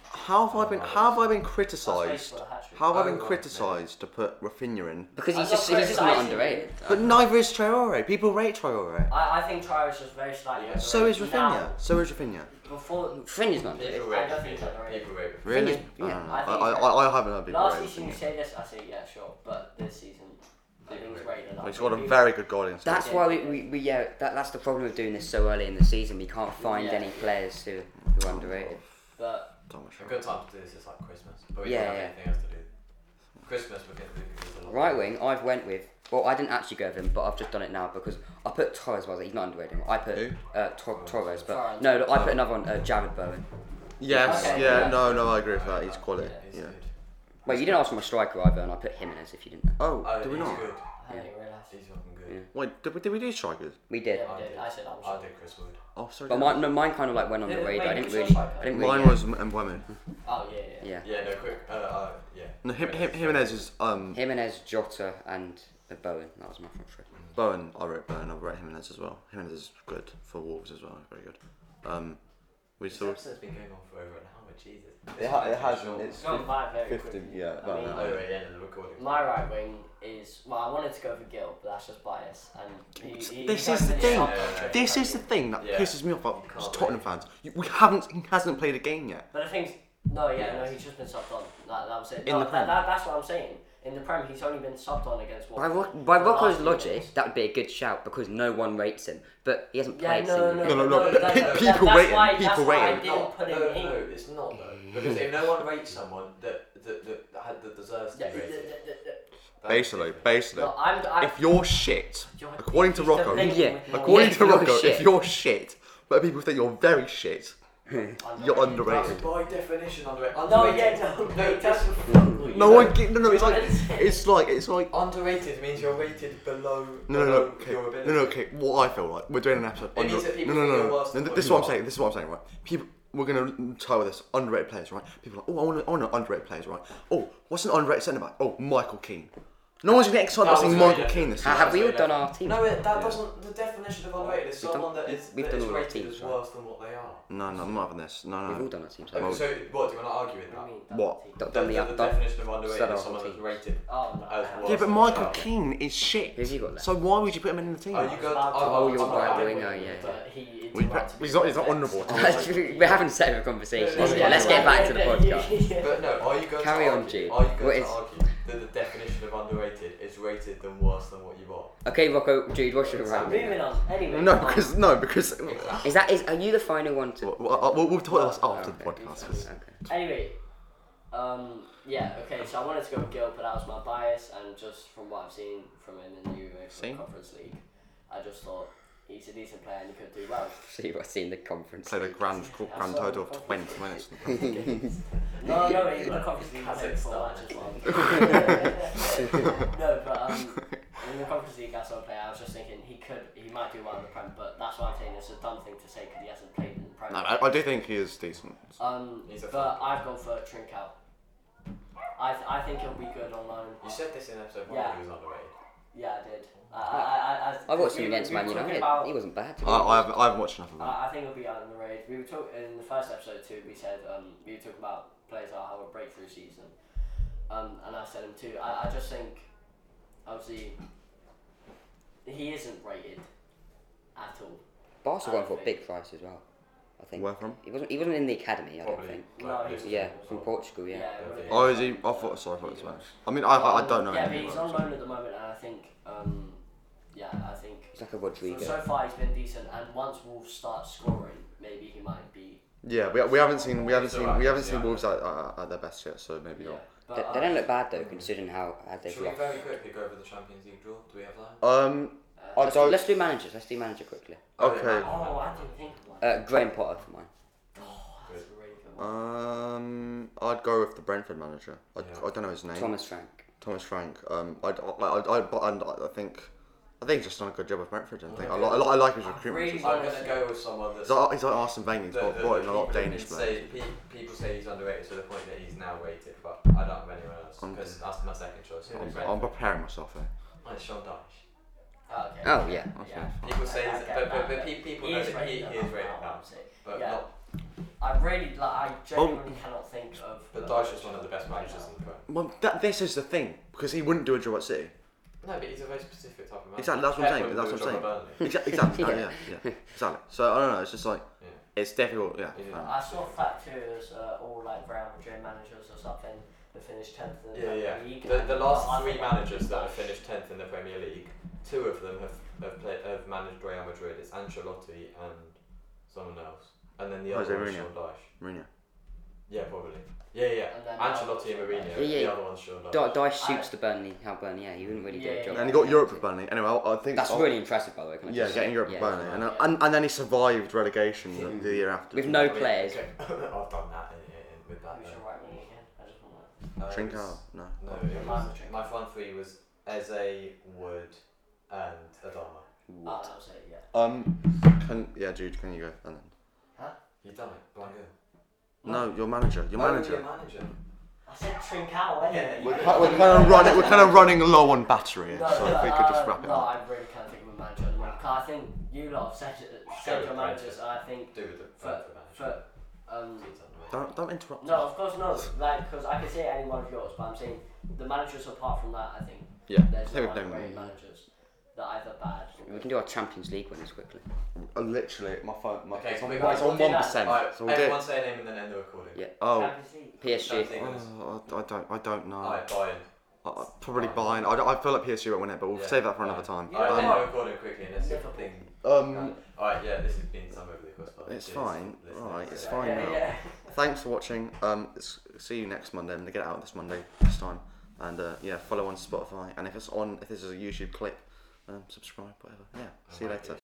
Speaker 1: How have I been? How have I been criticised?
Speaker 3: That's why he's got a hat-trick.
Speaker 1: How have I
Speaker 4: Oh,
Speaker 1: been
Speaker 4: right,
Speaker 1: criticised to put Rafinha in?
Speaker 2: Because
Speaker 3: I'm
Speaker 2: he's
Speaker 3: not
Speaker 2: just he's just not
Speaker 3: criticising
Speaker 2: underrated.
Speaker 1: But neither is Traore. People rate Traore.
Speaker 3: I, I think Traore is just very slightly.
Speaker 4: Yeah.
Speaker 1: So is
Speaker 3: overrated.
Speaker 1: Rafinha.
Speaker 3: Now,
Speaker 1: So is Rafinha.
Speaker 3: before
Speaker 2: Friend is not underrated.
Speaker 4: People
Speaker 3: I
Speaker 4: rate
Speaker 3: don't
Speaker 4: him.
Speaker 3: think he's underrated.
Speaker 4: People rate him.
Speaker 1: Really?
Speaker 2: Rafinha,
Speaker 1: I
Speaker 2: yeah.
Speaker 1: don't know.
Speaker 3: I think
Speaker 1: I,
Speaker 3: he's
Speaker 1: I, I haven't heard people
Speaker 3: last
Speaker 1: rate
Speaker 3: season you
Speaker 1: Rafinha.
Speaker 3: say this, I say yeah, sure, but this season I think he's rated enough.
Speaker 1: He's got a very good goal instinct.
Speaker 2: That's why we, we, we yeah that, that's the problem of doing this so early in the season. We can't find
Speaker 3: Yeah.
Speaker 2: any players who, who are underrated.
Speaker 3: But
Speaker 1: Don't watch
Speaker 4: A
Speaker 1: it.
Speaker 4: good time to do this is like Christmas, but we
Speaker 2: Yeah,
Speaker 4: don't have
Speaker 2: yeah.
Speaker 4: anything else to do. Christmas we're going to do because a lot.
Speaker 2: Right wing, I've went with. Well, I didn't actually go with him, but I've just done it now because I put Torres. Was he's not underrated. I put
Speaker 1: Who?
Speaker 2: uh, Tor- Torres, but
Speaker 3: Torres.
Speaker 2: no, look, I put another one, uh, Jared Bowen.
Speaker 1: Yes.
Speaker 3: Okay,
Speaker 1: yeah.
Speaker 3: yeah.
Speaker 1: No. No. I agree with that. He's quality.
Speaker 4: He's
Speaker 1: Yeah.
Speaker 4: good.
Speaker 2: Wait, you didn't ask for my striker either, and I put Jimenez if you didn't. know.
Speaker 1: Oh,
Speaker 4: Oh,
Speaker 1: did we
Speaker 4: he's
Speaker 1: not?
Speaker 4: good.
Speaker 3: I didn't realise.
Speaker 4: He's fucking good.
Speaker 1: Wait. Did we, did we do strikers?
Speaker 2: We did,
Speaker 3: Yeah. I
Speaker 4: I
Speaker 3: did.
Speaker 4: did.
Speaker 3: I said I'm
Speaker 4: I
Speaker 3: sure.
Speaker 4: did Chris Wood.
Speaker 1: Oh, sorry.
Speaker 2: but mine, no, mine kind of like went on the
Speaker 3: Yeah,
Speaker 2: radar. I
Speaker 3: wait,
Speaker 2: didn't
Speaker 3: which
Speaker 2: really,
Speaker 3: striker?
Speaker 2: I didn't really.
Speaker 1: Mine
Speaker 2: yeah.
Speaker 1: was Mbwemu.
Speaker 3: Oh yeah, yeah.
Speaker 2: yeah.
Speaker 4: Yeah, no, quick. Uh, uh, yeah.
Speaker 1: No, Jim- Jim-
Speaker 4: Jimenez.
Speaker 1: Jimenez is um
Speaker 2: Jimenez, Jota, and uh, Bowen. That was my front three.
Speaker 1: Bowen. I wrote Bowen. I wrote Jimenez as well. Jimenez is good for Wolves as well. Very good. Um, we
Speaker 4: This
Speaker 1: saw.
Speaker 4: episode's been going on for over an hour, Jesus.
Speaker 1: It ha- it has,
Speaker 4: Sure.
Speaker 1: it's-
Speaker 3: It's gone by very
Speaker 1: 50,
Speaker 3: quickly.
Speaker 1: yeah,
Speaker 3: I
Speaker 1: about
Speaker 3: mean,
Speaker 1: that.
Speaker 4: Oh, right, yeah, the recording.
Speaker 3: My right wing is well. I wanted to go for Gil, but that's just bias. And he, he,
Speaker 1: This
Speaker 3: he
Speaker 1: is the
Speaker 3: hasn't-
Speaker 1: thing.
Speaker 4: Yeah.
Speaker 1: This is the thing that
Speaker 4: Yeah.
Speaker 1: pisses me off
Speaker 4: You
Speaker 1: about
Speaker 4: can't
Speaker 1: Tottenham fans. You- We haven't. He hasn't played a game yet.
Speaker 3: But the thing's no, yeah,
Speaker 4: Yeah.
Speaker 3: no. He's just been subbed on. That, that was it.
Speaker 1: In
Speaker 3: No,
Speaker 1: the
Speaker 3: that,
Speaker 1: Prem.
Speaker 3: that, that's what I'm saying. In the Prem, he's only been subbed on against.
Speaker 2: By,
Speaker 3: Watford.
Speaker 2: Rock, by
Speaker 3: The last
Speaker 2: Rocco's
Speaker 3: few
Speaker 2: logic,
Speaker 3: minutes.
Speaker 2: that would be a good shout because no one rates him, but he hasn't
Speaker 3: Yeah,
Speaker 2: played.
Speaker 3: no, no,
Speaker 2: single-
Speaker 3: no,
Speaker 1: No, no, no,
Speaker 3: that-
Speaker 1: pe- (laughs)
Speaker 3: that-
Speaker 1: people
Speaker 3: that's
Speaker 1: rate him,
Speaker 3: why-
Speaker 1: people
Speaker 3: that's why
Speaker 1: rate
Speaker 3: I
Speaker 1: him.
Speaker 3: didn't put him
Speaker 4: no,
Speaker 3: in.
Speaker 4: no, it's not though. Because if no one rates someone that that that, that, had- that deserves
Speaker 3: Yeah,
Speaker 4: to be
Speaker 3: yeah,
Speaker 4: rated,
Speaker 3: yeah, yeah, yeah.
Speaker 4: that's
Speaker 1: Basically,
Speaker 4: different.
Speaker 1: basically,
Speaker 3: No, I'm. I,
Speaker 1: if you're shit,
Speaker 3: You're-
Speaker 1: according to
Speaker 3: he's the
Speaker 1: Rocco,
Speaker 3: thing
Speaker 2: Yeah.
Speaker 3: with no-
Speaker 1: according
Speaker 2: Yeah,
Speaker 1: to
Speaker 2: you're
Speaker 1: Rocco,
Speaker 2: shit.
Speaker 1: if you're shit, but people think you're very shit, you're
Speaker 4: That's
Speaker 1: underrated.
Speaker 4: by definition underrated.
Speaker 3: Oh, No,
Speaker 4: Underrated.
Speaker 1: (laughs)
Speaker 3: yeah, no, no,
Speaker 4: no,
Speaker 3: it doesn't.
Speaker 4: that's-
Speaker 1: No one. Get, no, no. It's like
Speaker 3: Underrated.
Speaker 1: it's like it's like.
Speaker 4: Underrated means you're rated below.
Speaker 1: No, no, no,
Speaker 4: below
Speaker 1: okay.
Speaker 4: Your
Speaker 1: no,
Speaker 4: ability.
Speaker 1: no, okay. What I feel like we're doing an episode.
Speaker 4: It means
Speaker 1: under-
Speaker 4: that people
Speaker 1: no, no, no,
Speaker 4: think you're
Speaker 1: no.
Speaker 4: worse than
Speaker 1: no.
Speaker 4: what
Speaker 1: This is
Speaker 4: you
Speaker 1: what I'm
Speaker 4: are.
Speaker 1: saying. This is what I'm saying. Right? People, we're gonna tie with this underrated players, right? People are like, oh, I want, to, I want to underrated players, right? Oh, what's an underrated centre back? Oh, Michael Keane. No one's gonna get excited about
Speaker 4: That was
Speaker 1: seeing
Speaker 4: very
Speaker 1: Michael
Speaker 4: good.
Speaker 1: Keane this
Speaker 2: Ha-
Speaker 1: year.
Speaker 2: have we all done our team?
Speaker 4: No, it, that doesn't. The definition of underrated is
Speaker 2: We've
Speaker 4: someone
Speaker 2: done-
Speaker 4: that is,
Speaker 2: we've
Speaker 4: that
Speaker 2: done
Speaker 4: is
Speaker 2: all our
Speaker 4: rated
Speaker 2: teams,
Speaker 4: as
Speaker 2: right?
Speaker 4: worse than what they are.
Speaker 1: No, no, I'm not having this. No,
Speaker 2: We've all
Speaker 1: no.
Speaker 2: done our team. So.
Speaker 4: Okay, so what do you want to argue with that?
Speaker 3: What do you mean?
Speaker 1: What?
Speaker 2: Done-
Speaker 4: The,
Speaker 2: done
Speaker 4: the,
Speaker 2: the,
Speaker 4: the
Speaker 2: done-
Speaker 4: definition of underrated
Speaker 2: Set
Speaker 4: is
Speaker 2: our
Speaker 4: someone that's
Speaker 2: teams.
Speaker 4: rated.
Speaker 3: Oh no.
Speaker 4: As well.
Speaker 1: Yeah, but Michael
Speaker 4: Yeah.
Speaker 1: Keane is shit.
Speaker 2: Who's he got left?
Speaker 1: So why would you put him in the team?
Speaker 4: Are you going?
Speaker 3: allowed to-
Speaker 2: Oh, you're
Speaker 3: That's
Speaker 2: right
Speaker 3: what I
Speaker 2: winger,
Speaker 3: would,
Speaker 2: yeah.
Speaker 3: But he,
Speaker 1: We- he's not. He's not honourable.
Speaker 2: (laughs) We're having set of conversations.
Speaker 1: Yeah, yeah,
Speaker 2: Yeah, let's
Speaker 1: yeah.
Speaker 2: get back to
Speaker 3: (laughs)
Speaker 2: the podcast.
Speaker 4: But no, are you going
Speaker 2: Carry
Speaker 4: to
Speaker 2: on,
Speaker 4: argue,
Speaker 2: Jude.
Speaker 4: Are you going
Speaker 2: What
Speaker 4: to
Speaker 2: is-
Speaker 4: argue that the definition of underrated is rated than worse than what you are?
Speaker 2: Okay, Rocco, Jude, what's your right? wing?
Speaker 3: Moving on. Anyway.
Speaker 1: No,
Speaker 3: um,
Speaker 1: because no, because uh,
Speaker 2: Is that is? Are you the final one to?
Speaker 1: we'll, we'll, we'll, we'll talk about this after the
Speaker 2: Okay.
Speaker 1: podcast. 'cause-
Speaker 2: Okay. (laughs)
Speaker 3: Anyway. Um. Yeah. Okay. So I wanted to go with Gil, but that was my bias, and just from what I've seen from him in the UEFA
Speaker 1: Seen?
Speaker 3: Conference League, I just thought he's a decent player and he could do well.
Speaker 2: See what's in the conference.
Speaker 1: Played a grand grand total of twenty minutes.
Speaker 3: No, no, (laughs) he got a conference league I played before that just (laughs)
Speaker 1: (laughs)
Speaker 3: one. no, but
Speaker 2: (laughs)
Speaker 3: um, in the conference league I saw play, I was just thinking he could, he might do well in the prem, but that's what I'm saying. It's a dumb thing to say because he hasn't played in the prem.
Speaker 1: No, I, I do think he is decent.
Speaker 3: um,
Speaker 4: He's a fuck.
Speaker 3: but I've gone for Trinkau. I, th- I think he'll be good on loan.
Speaker 4: You said this in episode one.
Speaker 3: Yeah.
Speaker 4: that He was underrated.
Speaker 3: Yeah, I did. I, I, I, I,
Speaker 2: I watched him
Speaker 3: we-
Speaker 2: against
Speaker 3: we were
Speaker 2: Man
Speaker 3: talking
Speaker 2: United.
Speaker 3: about-
Speaker 2: He wasn't bad.
Speaker 1: I, I haven't. I haven't watched enough of that.
Speaker 3: I I think it'll be out in the raid. We were talking in the first episode too. We said um, we were talking about players that have a breakthrough season, um, and I said him too. I, I just think obviously he isn't rated at all.
Speaker 2: Barca won for a
Speaker 3: I
Speaker 2: big price as well. I think.
Speaker 1: Where from?
Speaker 2: He wasn't. He wasn't in the academy. I don't
Speaker 4: Probably.
Speaker 2: think.
Speaker 3: No,
Speaker 4: like,
Speaker 3: he
Speaker 4: this
Speaker 3: was-
Speaker 2: Yeah,
Speaker 4: was
Speaker 2: from
Speaker 4: not-
Speaker 2: Portugal. Yeah.
Speaker 3: it would've been-
Speaker 1: Oh, is he? I thought. Sorry, I thought it was Spanish. I mean, I, I, I don't know.
Speaker 3: Yeah, but
Speaker 1: anything
Speaker 3: he's
Speaker 1: about
Speaker 3: on
Speaker 1: him.
Speaker 3: loan at the moment, and I think um, yeah, I think
Speaker 2: It's like a
Speaker 3: so,
Speaker 2: Rodrigo.
Speaker 3: so far he's been decent. And once Wolves start scoring, maybe he might be.
Speaker 1: Yeah, we, we haven't seen we haven't
Speaker 4: So
Speaker 1: seen
Speaker 4: I
Speaker 1: we
Speaker 4: guess,
Speaker 1: haven't seen
Speaker 4: yeah.
Speaker 1: Wolves at, at, at their best yet, so maybe
Speaker 3: Yeah.
Speaker 1: not.
Speaker 3: But,
Speaker 2: They,
Speaker 3: uh,
Speaker 2: they don't look bad though, considering how how they've
Speaker 4: Should we
Speaker 2: lost.
Speaker 4: very quickly go over the Champions League draw? Do we have that?
Speaker 1: Um,
Speaker 3: uh,
Speaker 1: I
Speaker 2: Oh, Let's,
Speaker 1: don't.
Speaker 2: let's do managers. Let's do manager quickly.
Speaker 1: Okay.
Speaker 3: oh, I didn't think of one.
Speaker 2: Uh, Graham Potter for mine.
Speaker 1: Uh,
Speaker 3: oh, that's a really good one.
Speaker 1: Um, I'd go with the Brentford manager. I,
Speaker 4: Yeah.
Speaker 1: I don't know his name.
Speaker 2: Thomas Frank.
Speaker 1: Thomas Frank. Um, I I I, I, but I, I think I think he's just done a good job with Brentford. I
Speaker 2: Oh,
Speaker 1: think I, li- I, li- I like his
Speaker 3: I'm
Speaker 1: recruitment.
Speaker 3: really-
Speaker 1: He's
Speaker 4: I'm gonna go with someone that's.
Speaker 1: like, he's like Arsene Wenger. He's
Speaker 4: the-
Speaker 1: brought
Speaker 4: the-
Speaker 1: brought in
Speaker 4: the
Speaker 1: a lot of
Speaker 4: people
Speaker 1: Danish
Speaker 4: who
Speaker 1: players.
Speaker 4: say- pe- people say he's underrated to the point that he's now rated, but I don't have anyone else
Speaker 1: I'm-
Speaker 4: because that's my second choice.
Speaker 3: I'm-
Speaker 1: I'm,
Speaker 4: Brentford.
Speaker 1: I'm preparing myself here.
Speaker 4: Mine's Sean Dyche.
Speaker 3: Oh, okay.
Speaker 2: Oh yeah.
Speaker 1: Okay,
Speaker 3: Yeah.
Speaker 1: fine.
Speaker 4: People say,
Speaker 3: I- I
Speaker 4: he's,
Speaker 3: get
Speaker 4: but, but,
Speaker 3: that,
Speaker 4: but pe- people
Speaker 3: he
Speaker 4: know
Speaker 3: is
Speaker 4: that he,
Speaker 3: rated
Speaker 4: he is rated
Speaker 3: I
Speaker 4: now,
Speaker 3: would say.
Speaker 4: but
Speaker 3: Yeah.
Speaker 4: not.
Speaker 3: I really like. I
Speaker 1: Oh.
Speaker 3: genuinely cannot think of. uh,
Speaker 4: But Dyche is one of the best managers in the world.
Speaker 1: Well, that, this is the thing because he wouldn't do a job at City.
Speaker 4: No, but he's a very specific type of manager.
Speaker 1: Exactly, that's what I'm
Speaker 4: Pep
Speaker 1: saying,
Speaker 4: wouldn't
Speaker 1: that's
Speaker 4: do a
Speaker 1: what I'm
Speaker 4: job at Burnley.
Speaker 1: Exactly. exactly. yeah.
Speaker 2: (laughs) Yeah.
Speaker 1: yeah, yeah, exactly. So I don't know. It's just like
Speaker 4: Yeah.
Speaker 1: it's difficult. Yeah.
Speaker 4: Yeah.
Speaker 1: fair enough.
Speaker 3: I saw fact who was uh, all like Real Madrid managers or something that finished tenth in the
Speaker 4: Yeah,
Speaker 3: league.
Speaker 4: yeah. The, the
Speaker 3: and I
Speaker 4: last three
Speaker 3: think I would
Speaker 4: managers
Speaker 3: do
Speaker 4: that have finished tenth in the Premier League, two of them have have, played, have managed Real Madrid. It's Ancelotti and someone else, and then the
Speaker 1: Jose
Speaker 4: other
Speaker 1: Oh,
Speaker 4: one's
Speaker 1: Mourinho.
Speaker 4: Sean Dyche.
Speaker 1: Mourinho.
Speaker 4: Yeah, probably. Yeah, yeah.
Speaker 3: And then
Speaker 4: Ancelotti and
Speaker 3: Mourinho.
Speaker 4: Mourinho.
Speaker 2: Yeah, yeah.
Speaker 4: The other one's Sean
Speaker 2: D-
Speaker 4: Dyche.
Speaker 2: Dice shoots the Burnley. How Burnley? Yeah, he wouldn't really do
Speaker 3: Yeah,
Speaker 2: a job.
Speaker 3: yeah.
Speaker 1: And he
Speaker 2: like
Speaker 1: got
Speaker 2: that.
Speaker 1: Europe with Burnley. Anyway, I, I think
Speaker 2: That's
Speaker 1: I'll-
Speaker 2: really impressive, by the way. Can I
Speaker 1: Yeah,
Speaker 2: just
Speaker 1: getting
Speaker 2: say?
Speaker 1: Europe with
Speaker 2: Yeah.
Speaker 1: Burnley, and, and and then he survived relegation the, the year after.
Speaker 2: With
Speaker 1: didn't
Speaker 2: no
Speaker 1: he?
Speaker 4: I mean,
Speaker 2: players.
Speaker 4: okay. (laughs) I've done that in, in, in, with that.
Speaker 3: Who's your
Speaker 4: though.
Speaker 3: right wing again? I just want to.
Speaker 4: Uh, it
Speaker 1: Trincao,
Speaker 4: was-
Speaker 1: no.
Speaker 4: No, it was,
Speaker 3: Trincao.
Speaker 4: my front three was Eze, Wood, and Adama.
Speaker 3: Oh,
Speaker 2: What?
Speaker 3: that was it. Yeah.
Speaker 1: Um, can yeah, Jude, can you go? And then
Speaker 4: You done it, Blanco.
Speaker 1: no, your manager, your
Speaker 4: Oh,
Speaker 1: manager.
Speaker 4: Your manager.
Speaker 3: I said Trincao. wasn't
Speaker 4: Yeah,
Speaker 3: it?
Speaker 4: we're
Speaker 1: We're kind, we're kind of running. We're kind of running low on battery, here,
Speaker 3: No,
Speaker 1: so
Speaker 3: no,
Speaker 1: if we could just
Speaker 3: uh,
Speaker 1: wrap it
Speaker 3: no,
Speaker 1: up.
Speaker 3: I really can't think of a manager at the moment. 'Cause I think you lot have said, it-
Speaker 4: Show
Speaker 3: said
Speaker 4: the
Speaker 3: your managers, and I think
Speaker 4: Do with the
Speaker 3: for,
Speaker 4: front three manager.
Speaker 3: for um,
Speaker 4: He's done it.
Speaker 1: Don't don't interrupt.
Speaker 3: no, of course not. Like, because I could say any one of yours, but I'm saying the managers apart from that, I think
Speaker 1: Yeah,
Speaker 3: there's
Speaker 1: same
Speaker 3: no
Speaker 1: with Damon.
Speaker 3: underrated managers that are either bad.
Speaker 2: We can do our Champions League winners quickly.
Speaker 1: Uh, Literally, my phone. My
Speaker 4: Okay,
Speaker 1: it's on,
Speaker 4: wait,
Speaker 1: it's
Speaker 4: wait,
Speaker 1: on
Speaker 3: we'll
Speaker 1: one
Speaker 3: do that.
Speaker 1: percent.
Speaker 4: Alright,
Speaker 1: So we'll do.
Speaker 4: everyone say a name and then end the recording.
Speaker 2: Yeah.
Speaker 1: Oh,
Speaker 3: Champions League.
Speaker 4: Champions
Speaker 2: PSG.
Speaker 4: League winners.
Speaker 1: oh, I, I don't. I don't know.
Speaker 4: Alright, Bayern.
Speaker 1: I, I probably buying. I, don't- I feel like PSG won't win it, but we'll
Speaker 4: Yeah.
Speaker 1: save that for another time.
Speaker 3: You
Speaker 4: Alright,
Speaker 3: know
Speaker 4: end
Speaker 3: what?
Speaker 4: the recording quickly and let's see if
Speaker 3: Liverpool.
Speaker 4: thing.
Speaker 1: Um,
Speaker 4: Alright, yeah, this has been some over the course. but
Speaker 1: It's
Speaker 4: cheers,
Speaker 1: fine.
Speaker 4: listeners.
Speaker 1: Alright, it's
Speaker 4: Yeah.
Speaker 1: fine
Speaker 3: yeah,
Speaker 1: now.
Speaker 3: Yeah.
Speaker 1: thanks for watching. Um, s- see you next Monday. I'm gonna get it out this Monday this time. And uh, yeah, follow on Spotify. And if it's on, if this is a YouTube clip, um, subscribe, whatever. Yeah.
Speaker 4: I
Speaker 1: See you
Speaker 4: might
Speaker 1: later.
Speaker 4: do